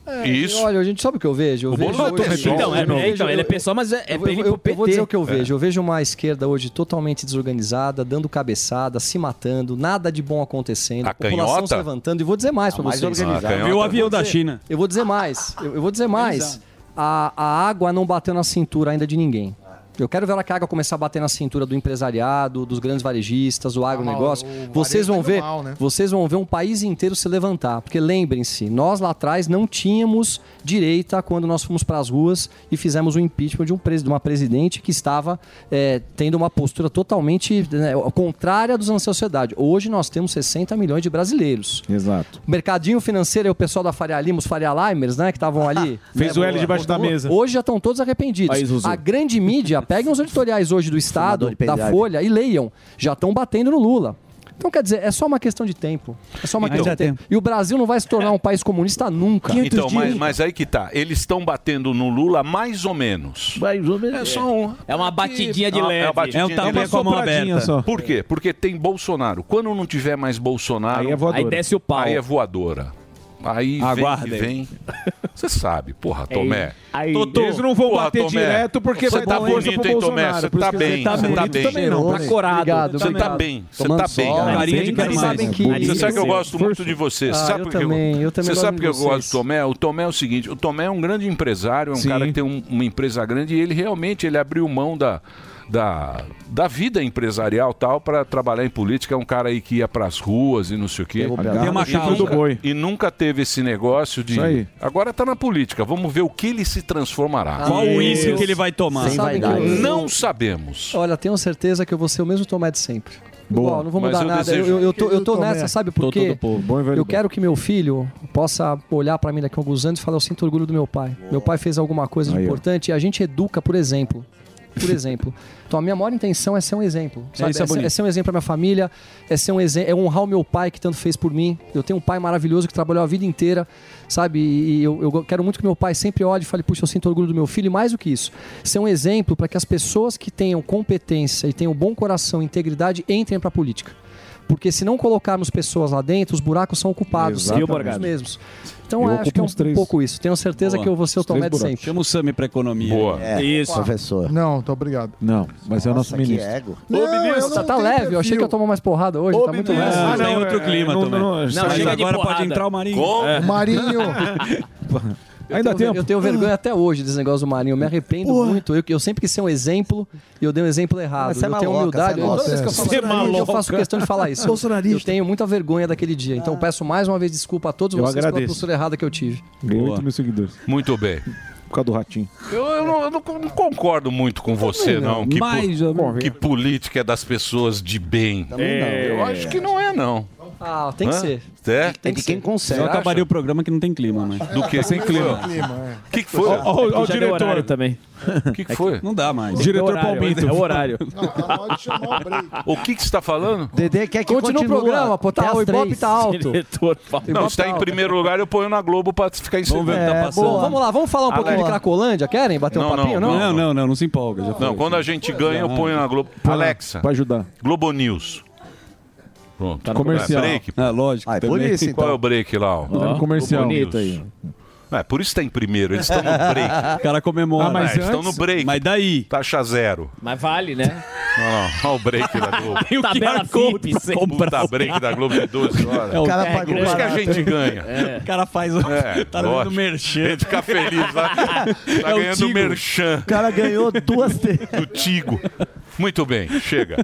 Speaker 1: É, Isso.
Speaker 27: Olha, a gente sabe o que eu vejo. Eu
Speaker 10: O
Speaker 27: vejo
Speaker 10: Boulos é
Speaker 27: hoje-
Speaker 10: pessoal,
Speaker 27: Então,
Speaker 10: né?
Speaker 27: é,
Speaker 10: Então,
Speaker 27: eu vejo-
Speaker 10: ele é
Speaker 27: eu-
Speaker 10: pessoal, mas é- é
Speaker 27: eu,
Speaker 10: pra ele ir
Speaker 27: eu,
Speaker 10: pro
Speaker 27: eu vou dizer
Speaker 10: PT.
Speaker 27: o que eu
Speaker 10: É.
Speaker 27: vejo. Eu vejo uma esquerda hoje totalmente desorganizada, dando cabeçada, se matando, nada de bom acontecendo.
Speaker 6: A
Speaker 27: população
Speaker 6: canhota?
Speaker 27: se levantando. E vou dizer mais
Speaker 6: A
Speaker 27: pra
Speaker 6: mais
Speaker 27: vocês.
Speaker 6: organizada. A canhota. Ah, Viu o avião
Speaker 27: Eu vou
Speaker 6: da
Speaker 27: dizer-
Speaker 6: China.
Speaker 27: Eu vou dizer mais. Eu, eu vou dizer mais. A, a água não bateu na cintura ainda de ninguém. Eu quero ver ela que a água começar a bater na cintura do empresariado, dos grandes varejistas, do agronegócio.
Speaker 8: o
Speaker 27: Vocês
Speaker 8: varejo
Speaker 27: vão
Speaker 8: tá indo
Speaker 27: ver,
Speaker 8: mal, né?
Speaker 27: vocês vão ver um país inteiro se levantar. Porque lembrem-se, nós lá atrás não tínhamos direita quando nós fomos para as ruas e fizemos o impeachment de, um pres de uma presidente que estava eh, tendo uma postura totalmente né, contrária dos anos da sociedade. Hoje nós temos 60 milhões de brasileiros.
Speaker 4: Exato.
Speaker 27: O Mercadinho financeiro é o pessoal da Faria Lima, os Faria Limers, né? Que estavam ali.
Speaker 4: Fez
Speaker 27: né,
Speaker 4: o L debaixo da
Speaker 27: boa.
Speaker 4: mesa.
Speaker 27: Hoje já estão todos arrependidos.
Speaker 4: Aí, Zuzu.
Speaker 27: a grande mídia, peguem os editoriais hoje do Estado, da
Speaker 4: pendrive.
Speaker 27: Folha, e leiam. Já estão batendo no Lula. Então, quer dizer, é só uma questão de tempo. É só uma
Speaker 1: Então.
Speaker 27: questão de tempo. E o Brasil não vai se tornar um país comunista nunca.
Speaker 1: Então, mas, mas aí que tá. Eles estão batendo no Lula mais ou menos.
Speaker 4: Mais ou menos.
Speaker 1: É só um.
Speaker 4: É uma batidinha de
Speaker 1: uma-
Speaker 4: leve.
Speaker 1: uma batidinha de leve.
Speaker 4: É um com a mão aberta.
Speaker 1: Por quê? Porque tem Bolsonaro. Quando não tiver mais Bolsonaro,
Speaker 4: Aí é voadora. Aí desce o pau.
Speaker 1: Aí é voadora. Aí
Speaker 4: Aguardem.
Speaker 1: vem, que vem. Você sabe, porra,
Speaker 4: É
Speaker 1: Tomé.
Speaker 4: isso. Aí- Eles não vão bater direto porque
Speaker 1: você
Speaker 4: vai
Speaker 1: tá
Speaker 4: dar força
Speaker 1: bonito,
Speaker 4: pro
Speaker 1: hein, Tomé?
Speaker 4: Bolsonaro,
Speaker 1: Você
Speaker 4: por
Speaker 1: tá
Speaker 4: isso que
Speaker 1: bem,
Speaker 4: você tá
Speaker 1: você tá
Speaker 4: bonito
Speaker 1: bem.
Speaker 4: também não, tá corado. Obrigado,
Speaker 1: Você tá
Speaker 4: obrigado.
Speaker 1: bem, você
Speaker 4: Tomando
Speaker 1: tá bem.
Speaker 4: sol, Carinha de vocês quero sabem mais. que-
Speaker 1: Você sabe que eu
Speaker 4: Força.
Speaker 1: gosto muito de você. Você
Speaker 4: Ah,
Speaker 1: sabe
Speaker 4: eu
Speaker 1: por que
Speaker 4: também, eu também
Speaker 1: Você sabe
Speaker 4: gosto
Speaker 1: que eu
Speaker 4: de
Speaker 1: gosto
Speaker 4: vocês.
Speaker 1: do Tomé? O Tomé é o seguinte, o Tomé é um grande empresário, é um cara que tem um- uma empresa grande e ele realmente ele abriu mão da da, da vida empresarial tal para trabalhar em política. É um cara aí que ia para as ruas e não sei o quê.
Speaker 2: Tem uma
Speaker 1: E
Speaker 2: causa.
Speaker 1: nunca-
Speaker 2: do boi.
Speaker 1: E nunca teve esse negócio de.
Speaker 2: Isso aí.
Speaker 1: Agora tá na política. Vamos ver o que ele se transformará.
Speaker 27: Qual Meu uísque Deus. que ele
Speaker 1: vai
Speaker 27: tomar? Sem vaidade.
Speaker 1: Não sabemos.
Speaker 27: Olha, tenho certeza que eu vou ser o mesmo Tomé de sempre.
Speaker 1: Boa.
Speaker 27: Igual, não vou
Speaker 1: Mas
Speaker 27: mudar
Speaker 1: eu
Speaker 27: nada. Eu,
Speaker 1: desejo-
Speaker 27: eu, eu tô, eu tô
Speaker 1: Tomé.
Speaker 27: nessa, sabe por
Speaker 1: Tô
Speaker 27: quê?
Speaker 1: todo povo, bom e velho
Speaker 27: eu
Speaker 1: bom.
Speaker 27: quero que meu filho possa olhar pra mim daqui a alguns anos e falar: Eu sinto orgulho do meu pai. Meu pai fez alguma coisa de
Speaker 2: Aí, ó.
Speaker 27: importante e a gente educa, por exemplo. Por exemplo. Então, a minha maior intenção é ser um exemplo. sabe?
Speaker 2: isso é
Speaker 27: ser-
Speaker 2: bonito.
Speaker 27: ser um exemplo pra minha família, é ser um exemplo, é honrar o meu pai que tanto fez por mim. Eu tenho um pai maravilhoso que trabalhou a vida inteira, sabe? E eu, eu quero muito que meu pai sempre olhe e fale, puxa, eu sinto orgulho do meu filho, e mais do que isso, ser um exemplo para que as pessoas que tenham competência e tenham bom coração, integridade, entrem pra política. Porque se não colocarmos pessoas lá dentro, os buracos são ocupados,
Speaker 6: Exatamente.
Speaker 27: sempre os mesmos. Então
Speaker 6: Eu
Speaker 27: acho que é
Speaker 6: ocupo
Speaker 27: um
Speaker 6: uns três.
Speaker 27: pouco isso. Tenho certeza
Speaker 6: Boa.
Speaker 27: que eu vou ser o
Speaker 6: Os três
Speaker 27: Tomé de
Speaker 6: buracos.
Speaker 27: sempre.
Speaker 6: Chama o Sami pra economia.
Speaker 27: Boa.
Speaker 6: É, Isso.
Speaker 27: professor.
Speaker 8: Não, tô obrigado.
Speaker 2: Não, mas é o nosso
Speaker 8: que
Speaker 2: ministro.
Speaker 8: ego.
Speaker 27: Ô, ministro, tá, tá leve, eu achei que ia tomar mais porrada hoje, tá
Speaker 6: Então,
Speaker 27: muito leve.
Speaker 2: Ah, não, é- não, não, não,
Speaker 27: Não, chega de
Speaker 2: agora
Speaker 27: porrada.
Speaker 2: pode entrar o Marinho.
Speaker 27: Como?
Speaker 2: É.
Speaker 27: Marinho. Eu
Speaker 2: Ainda
Speaker 27: tenho,
Speaker 2: tempo.
Speaker 27: Eu tenho vergonha até hoje desse negócio do Marinho. Eu me arrependo muito. Eu, eu sempre quis ser um exemplo e eu dei um exemplo errado.
Speaker 2: Mas você é
Speaker 27: eu tenho
Speaker 2: maloca,
Speaker 27: humildade.
Speaker 2: você é maloca.
Speaker 27: toda vez que eu falo
Speaker 2: Você é
Speaker 27: isso, eu
Speaker 2: maloca.
Speaker 27: faço questão de falar isso. Eu tenho muita vergonha daquele dia. Então
Speaker 2: Ah.
Speaker 27: eu peço mais uma vez desculpa a todos
Speaker 2: Eu
Speaker 27: vocês pela
Speaker 2: agradeço.
Speaker 27: postura errada que eu tive.
Speaker 2: Ganhei
Speaker 1: Boa.
Speaker 2: 8 mil seguidores.
Speaker 1: Muito bem.
Speaker 2: Por causa do ratinho.
Speaker 1: Eu, eu não, eu não con- não concordo muito com você, não.
Speaker 2: não,
Speaker 1: Que, po-
Speaker 2: mas eu não-
Speaker 1: que política é das pessoas de bem.
Speaker 27: Também não.
Speaker 1: Eu acho que não é, não.
Speaker 27: Ah, tem que
Speaker 1: Hã?
Speaker 27: ser.
Speaker 1: É?
Speaker 27: Tem que ser.
Speaker 6: Eu acabaria o programa que não tem clima, né?
Speaker 1: Do quê?
Speaker 6: Sem clima.
Speaker 1: O que, que foi?
Speaker 6: Ó, ó, ó, o Já deu diretor. horário também.
Speaker 1: O
Speaker 27: É
Speaker 1: que, né? que foi?
Speaker 6: Não dá mais.
Speaker 1: Diretor
Speaker 6: É o horário,
Speaker 1: Palmito.
Speaker 6: É o horário.
Speaker 1: O que, que você está falando?
Speaker 21: Dedê quer que
Speaker 27: Continua o
Speaker 21: continua.
Speaker 27: programa, pô, tá-
Speaker 21: Até
Speaker 27: o
Speaker 21: às
Speaker 27: Ibope
Speaker 21: três.
Speaker 27: tá alto.
Speaker 1: Não, se está em primeiro lugar, eu ponho na Globo para ficar em segundo.
Speaker 2: É,
Speaker 27: Bom, É, vamos lá, vamos falar um pouquinho de Cracolândia? Querem bater um
Speaker 1: tá Não, não,
Speaker 27: papinho? Não,
Speaker 1: não,
Speaker 6: Não, não, não se empolga. Já
Speaker 1: Não, quando a gente ganha, eu ponho na Globo. Alexa.
Speaker 2: Pra ajudar. Tá
Speaker 1: Globo News. Pronto.
Speaker 2: no comercial.
Speaker 1: break.
Speaker 6: É, lógico.
Speaker 1: Ah,
Speaker 2: também.
Speaker 1: Qual é o break lá? ó?
Speaker 2: Tá no comercial.
Speaker 1: Globo
Speaker 2: Bonito
Speaker 1: News. É, por isso está em primeiro. Eles estão no break.
Speaker 6: O cara comemora.
Speaker 1: Ah, mas eles estão no
Speaker 6: antes-
Speaker 1: break.
Speaker 6: Mas daí?
Speaker 1: Taxa zero.
Speaker 17: Mas vale, né?
Speaker 1: Olha lá, olha o break da Globo.
Speaker 17: Tem o Tabela QR Code VIP, pra sempre. comprar.
Speaker 1: Puta, break da Globo de 12 horas.
Speaker 6: É, o cara
Speaker 1: Por
Speaker 6: pagou
Speaker 1: isso que a
Speaker 6: barato,
Speaker 17: é.
Speaker 1: gente
Speaker 6: hein?
Speaker 1: ganha.
Speaker 6: O cara faz o.
Speaker 1: É,
Speaker 6: tá levando
Speaker 1: lógico.
Speaker 6: merchan.
Speaker 1: Tem que ficar feliz lá. Tá
Speaker 6: É o
Speaker 1: ganhando
Speaker 6: Tigo.
Speaker 1: merchan. O
Speaker 21: cara ganhou duas do
Speaker 1: Tigo. Muito bem, chega.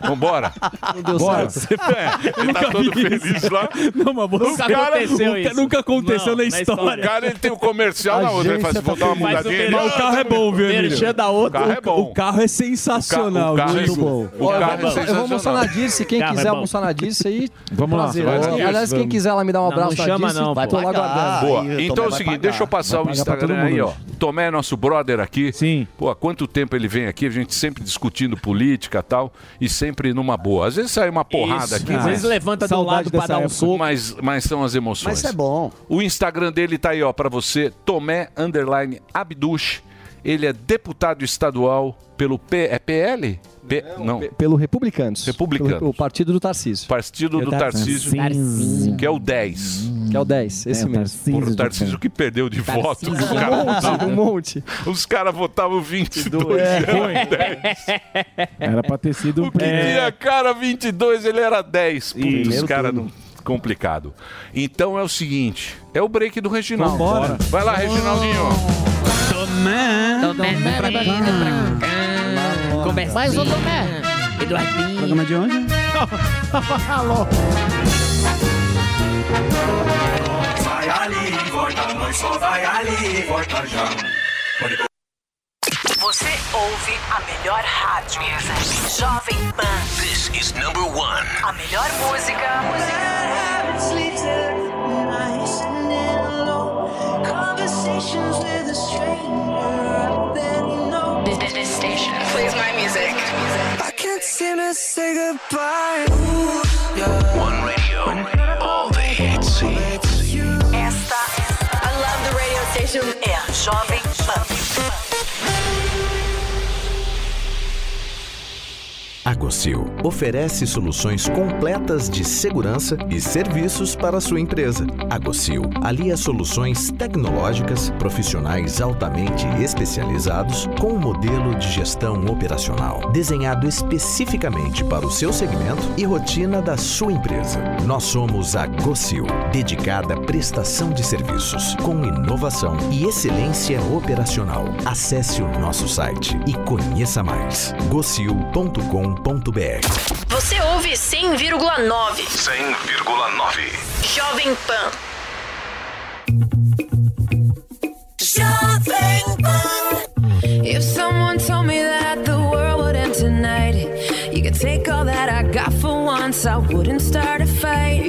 Speaker 1: Vambora.
Speaker 27: Não deu
Speaker 1: Bora.
Speaker 27: certo.
Speaker 1: É, ele tá todo feliz lá.
Speaker 6: Não, mas você-
Speaker 1: O cara-
Speaker 6: aconteceu
Speaker 1: o
Speaker 6: isso.
Speaker 1: ca- Nunca aconteceu
Speaker 6: Não,
Speaker 1: na
Speaker 6: na
Speaker 1: história.
Speaker 6: história.
Speaker 1: O cara, ele tem o comercial na outra. Ele faz, vou dar uma mudadinha.
Speaker 6: Mas o carro é bom, viu, Emílio?
Speaker 1: Merchan da outra. O carro é bom.
Speaker 6: O carro é sensacional.
Speaker 1: O ca- o carro é
Speaker 6: digo.
Speaker 1: bom. O
Speaker 27: Olha,
Speaker 1: carro é
Speaker 27: eu, vou, eu vou almoçar na
Speaker 1: sensacional.
Speaker 27: Dirce, quem
Speaker 1: Carro é
Speaker 27: quiser
Speaker 1: bom.
Speaker 27: almoçar na Dirce aí.
Speaker 1: Vamos lá,
Speaker 27: prazer.
Speaker 1: vai na
Speaker 27: Aliás,
Speaker 1: Dirce,
Speaker 27: aliás, quem
Speaker 1: vamos.
Speaker 27: quiser lá me dar um abraço na Dirce, tô lá aguardando.
Speaker 1: Boa. Então é o seguinte, deixa eu passar o Instagram aí, ó. Tomé é nosso brother aqui. Sim. Pô, há quanto tempo ele vem aqui? A gente sempre discutindo política e tal. E sempre numa boa. Às vezes sai uma porrada
Speaker 21: Isso.
Speaker 1: aqui. né?
Speaker 21: Às vezes levanta do Saudade lado pra dessa dar um época. soco.
Speaker 1: Mas, mas são as emoções.
Speaker 21: Mas isso é bom.
Speaker 1: O Instagram dele tá aí, ó, pra você. Tomé underline Abdush. Ele é deputado estadual pelo P... É PL? P... Não.
Speaker 27: Pelo Republicanos.
Speaker 1: Republicanos.
Speaker 27: Pelo- O partido do Tarcísio.
Speaker 1: Partido do Tarcísio, que é o 10.
Speaker 27: Que é o 10, esse mesmo.
Speaker 1: Por o Tarcísio que perdeu de voto.
Speaker 27: Tarcísio.
Speaker 1: os caras
Speaker 27: Um monte,
Speaker 1: votavam-
Speaker 27: um monte.
Speaker 1: Os caras né? votavam 22.
Speaker 27: É.
Speaker 1: eram 10.
Speaker 13: É.
Speaker 2: Era pra ter sido um
Speaker 1: Que dia, cara, 22, ele era 10. Putz,
Speaker 2: Primeiro
Speaker 1: cara, não... complicado. Então é o seguinte, é o break do Reginaldo.
Speaker 13: Vambora.
Speaker 1: Vai lá, Reginaldinho.
Speaker 13: Tomé. Tomé. Tomé. Mais um Tomé. Eduardinho. Programa de onde? Alô.
Speaker 11: Vai ali, volta, mãe, só vai ali, volta já.
Speaker 14: Você ouve a melhor rádio. Jovem Pan.
Speaker 11: This is number one.
Speaker 14: A melhor música.
Speaker 13: This, this, this station plays my music. I can't seem to say goodbye. Ooh, yeah. One radio, all the hits.
Speaker 14: Esta. I love the radio station. É a Jovem Pan.
Speaker 21: Aquacil oferece soluções completas de segurança e serviços para a sua empresa. Aquacil alia soluções tecnológicas, profissionais altamente especializados com um modelo de gestão operacional desenhado especificamente para o seu segmento e rotina da sua empresa. Nós somos a Gocil, dedicada à prestação de serviços com inovação e excelência operacional. Acesse o nosso site e conheça mais. gocil.com.br.
Speaker 14: Você ouve 100,9.
Speaker 21: 100,9
Speaker 14: Jovem Pan. Jovem Pan.
Speaker 28: If someone told me that the world would end tonight, you could take all that I got for once, I wouldn't start a fight.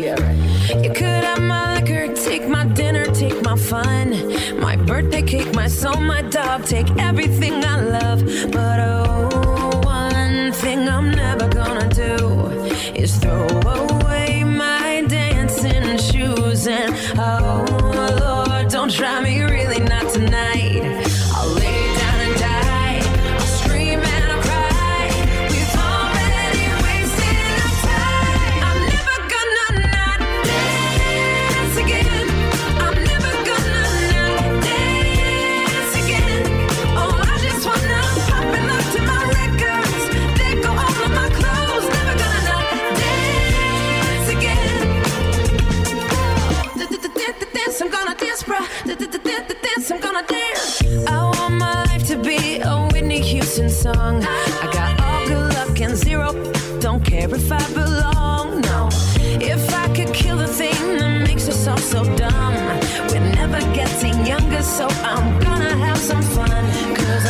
Speaker 28: You could have my liquor, take my dinner, take my fun, my birthday cake, my soul, my dog, take everything I love. But oh, one thing I'm never gonna do is throw away my dancing shoes. And oh, Lord, don't try me, really, not tonight. I'll lay down and die. I'll scream and I'll cry. We've already wasted our time. I'm never gonna not dance again. I'm never gonna not dance again. Oh, I just wanna pop and lock to my records. They go all of my clothes. Never gonna not dance again. Dance, I'm gonna dance, bruh. Dance, I'm gonna dance. I want my life to be a Whitney Houston song. I got all good luck and zero. Don't care if I belong, no. If I could kill the thing that makes us all so dumb, we're never getting younger, so I'm gonna have some fun. Cause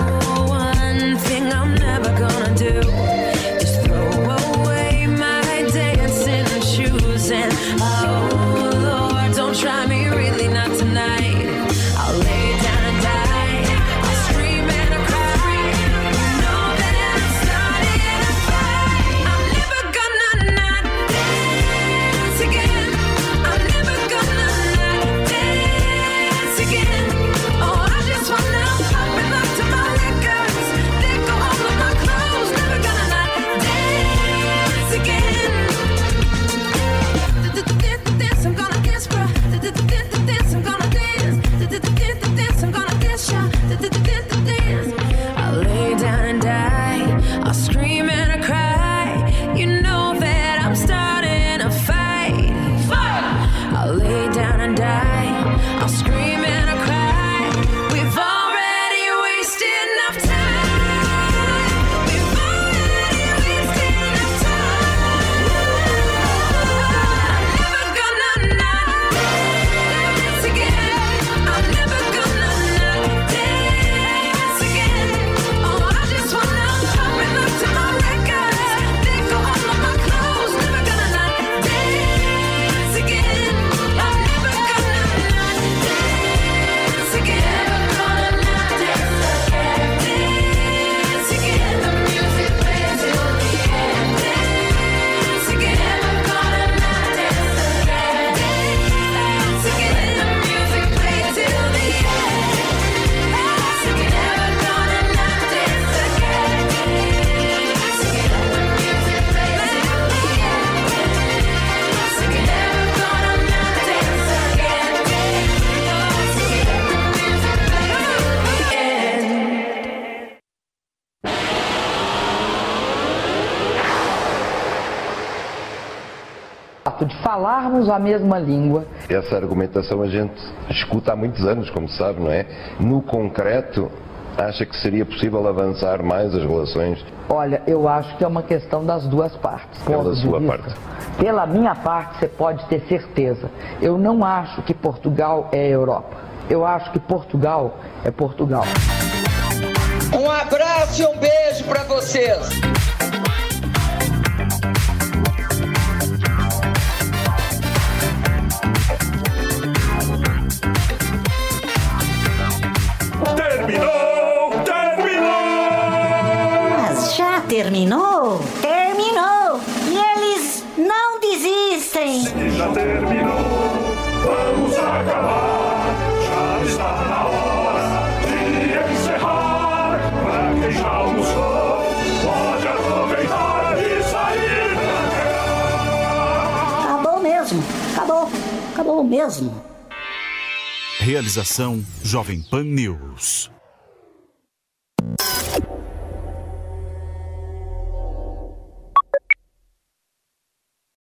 Speaker 28: oh, one thing I'm never gonna do is throw away my dancing shoes and oh Lord, don't try me really not tonight. I'll lay down and die. I'll scream and I'll cry. You know that I'm starting a fight. I'm never gonna not dance again. I'm never gonna not dance again. Oh, I just wanna pop it up to my records. They go all of my clothes. Never gonna not dance again. Dance, I'm gonna dance, bruh. Dance, I'm gonna dance. Dance, I'm gonna dance, yeah. Dance. I lay down and die. I scream and I cry. You know that I'm starting a fight. I lay down and die. I scream and I cry. We've already wasted enough time. We've already wasted enough time. I'm never gonna not dance again. I'm never gonna not dance again. Oh, I just wanna pop it up to my records. They go all of my clothes. Never gonna not dance again. I'm never gonna not dance again. Never gonna not dance again. Dance again. The music plays till the end. Dance again. Never gonna not dance again. Dance again. The music plays till the end. Dance again. Never gonna not dance again. Dance again. The music plays till the end. Dance again. Never gonna not dance again. Dance again. The music plays till the end.
Speaker 5: fato de falarmos a mesma língua.
Speaker 22: Essa argumentação a gente escuta há muitos anos, como sabe, não é? No concreto, acha que seria possível avançar mais as relações
Speaker 5: Olha, eu acho que é uma questão das duas partes. Ponto
Speaker 22: pela
Speaker 5: de
Speaker 22: sua
Speaker 5: vista.
Speaker 22: parte?
Speaker 5: Pela minha parte, você pode ter certeza. Eu não acho que Portugal é Europa. Eu acho que Portugal é Portugal.
Speaker 22: Um abraço e um beijo pra vocês.
Speaker 27: Terminou! Terminou!
Speaker 11: Mas já terminou? Terminou! E eles não desistem!
Speaker 13: Já terminou, vamos acabar. Já está na hora de encerrar. Pra quem já almoçou, pode aproveitar.
Speaker 29: acabou mesmo.
Speaker 15: Realização Jovem Pan News.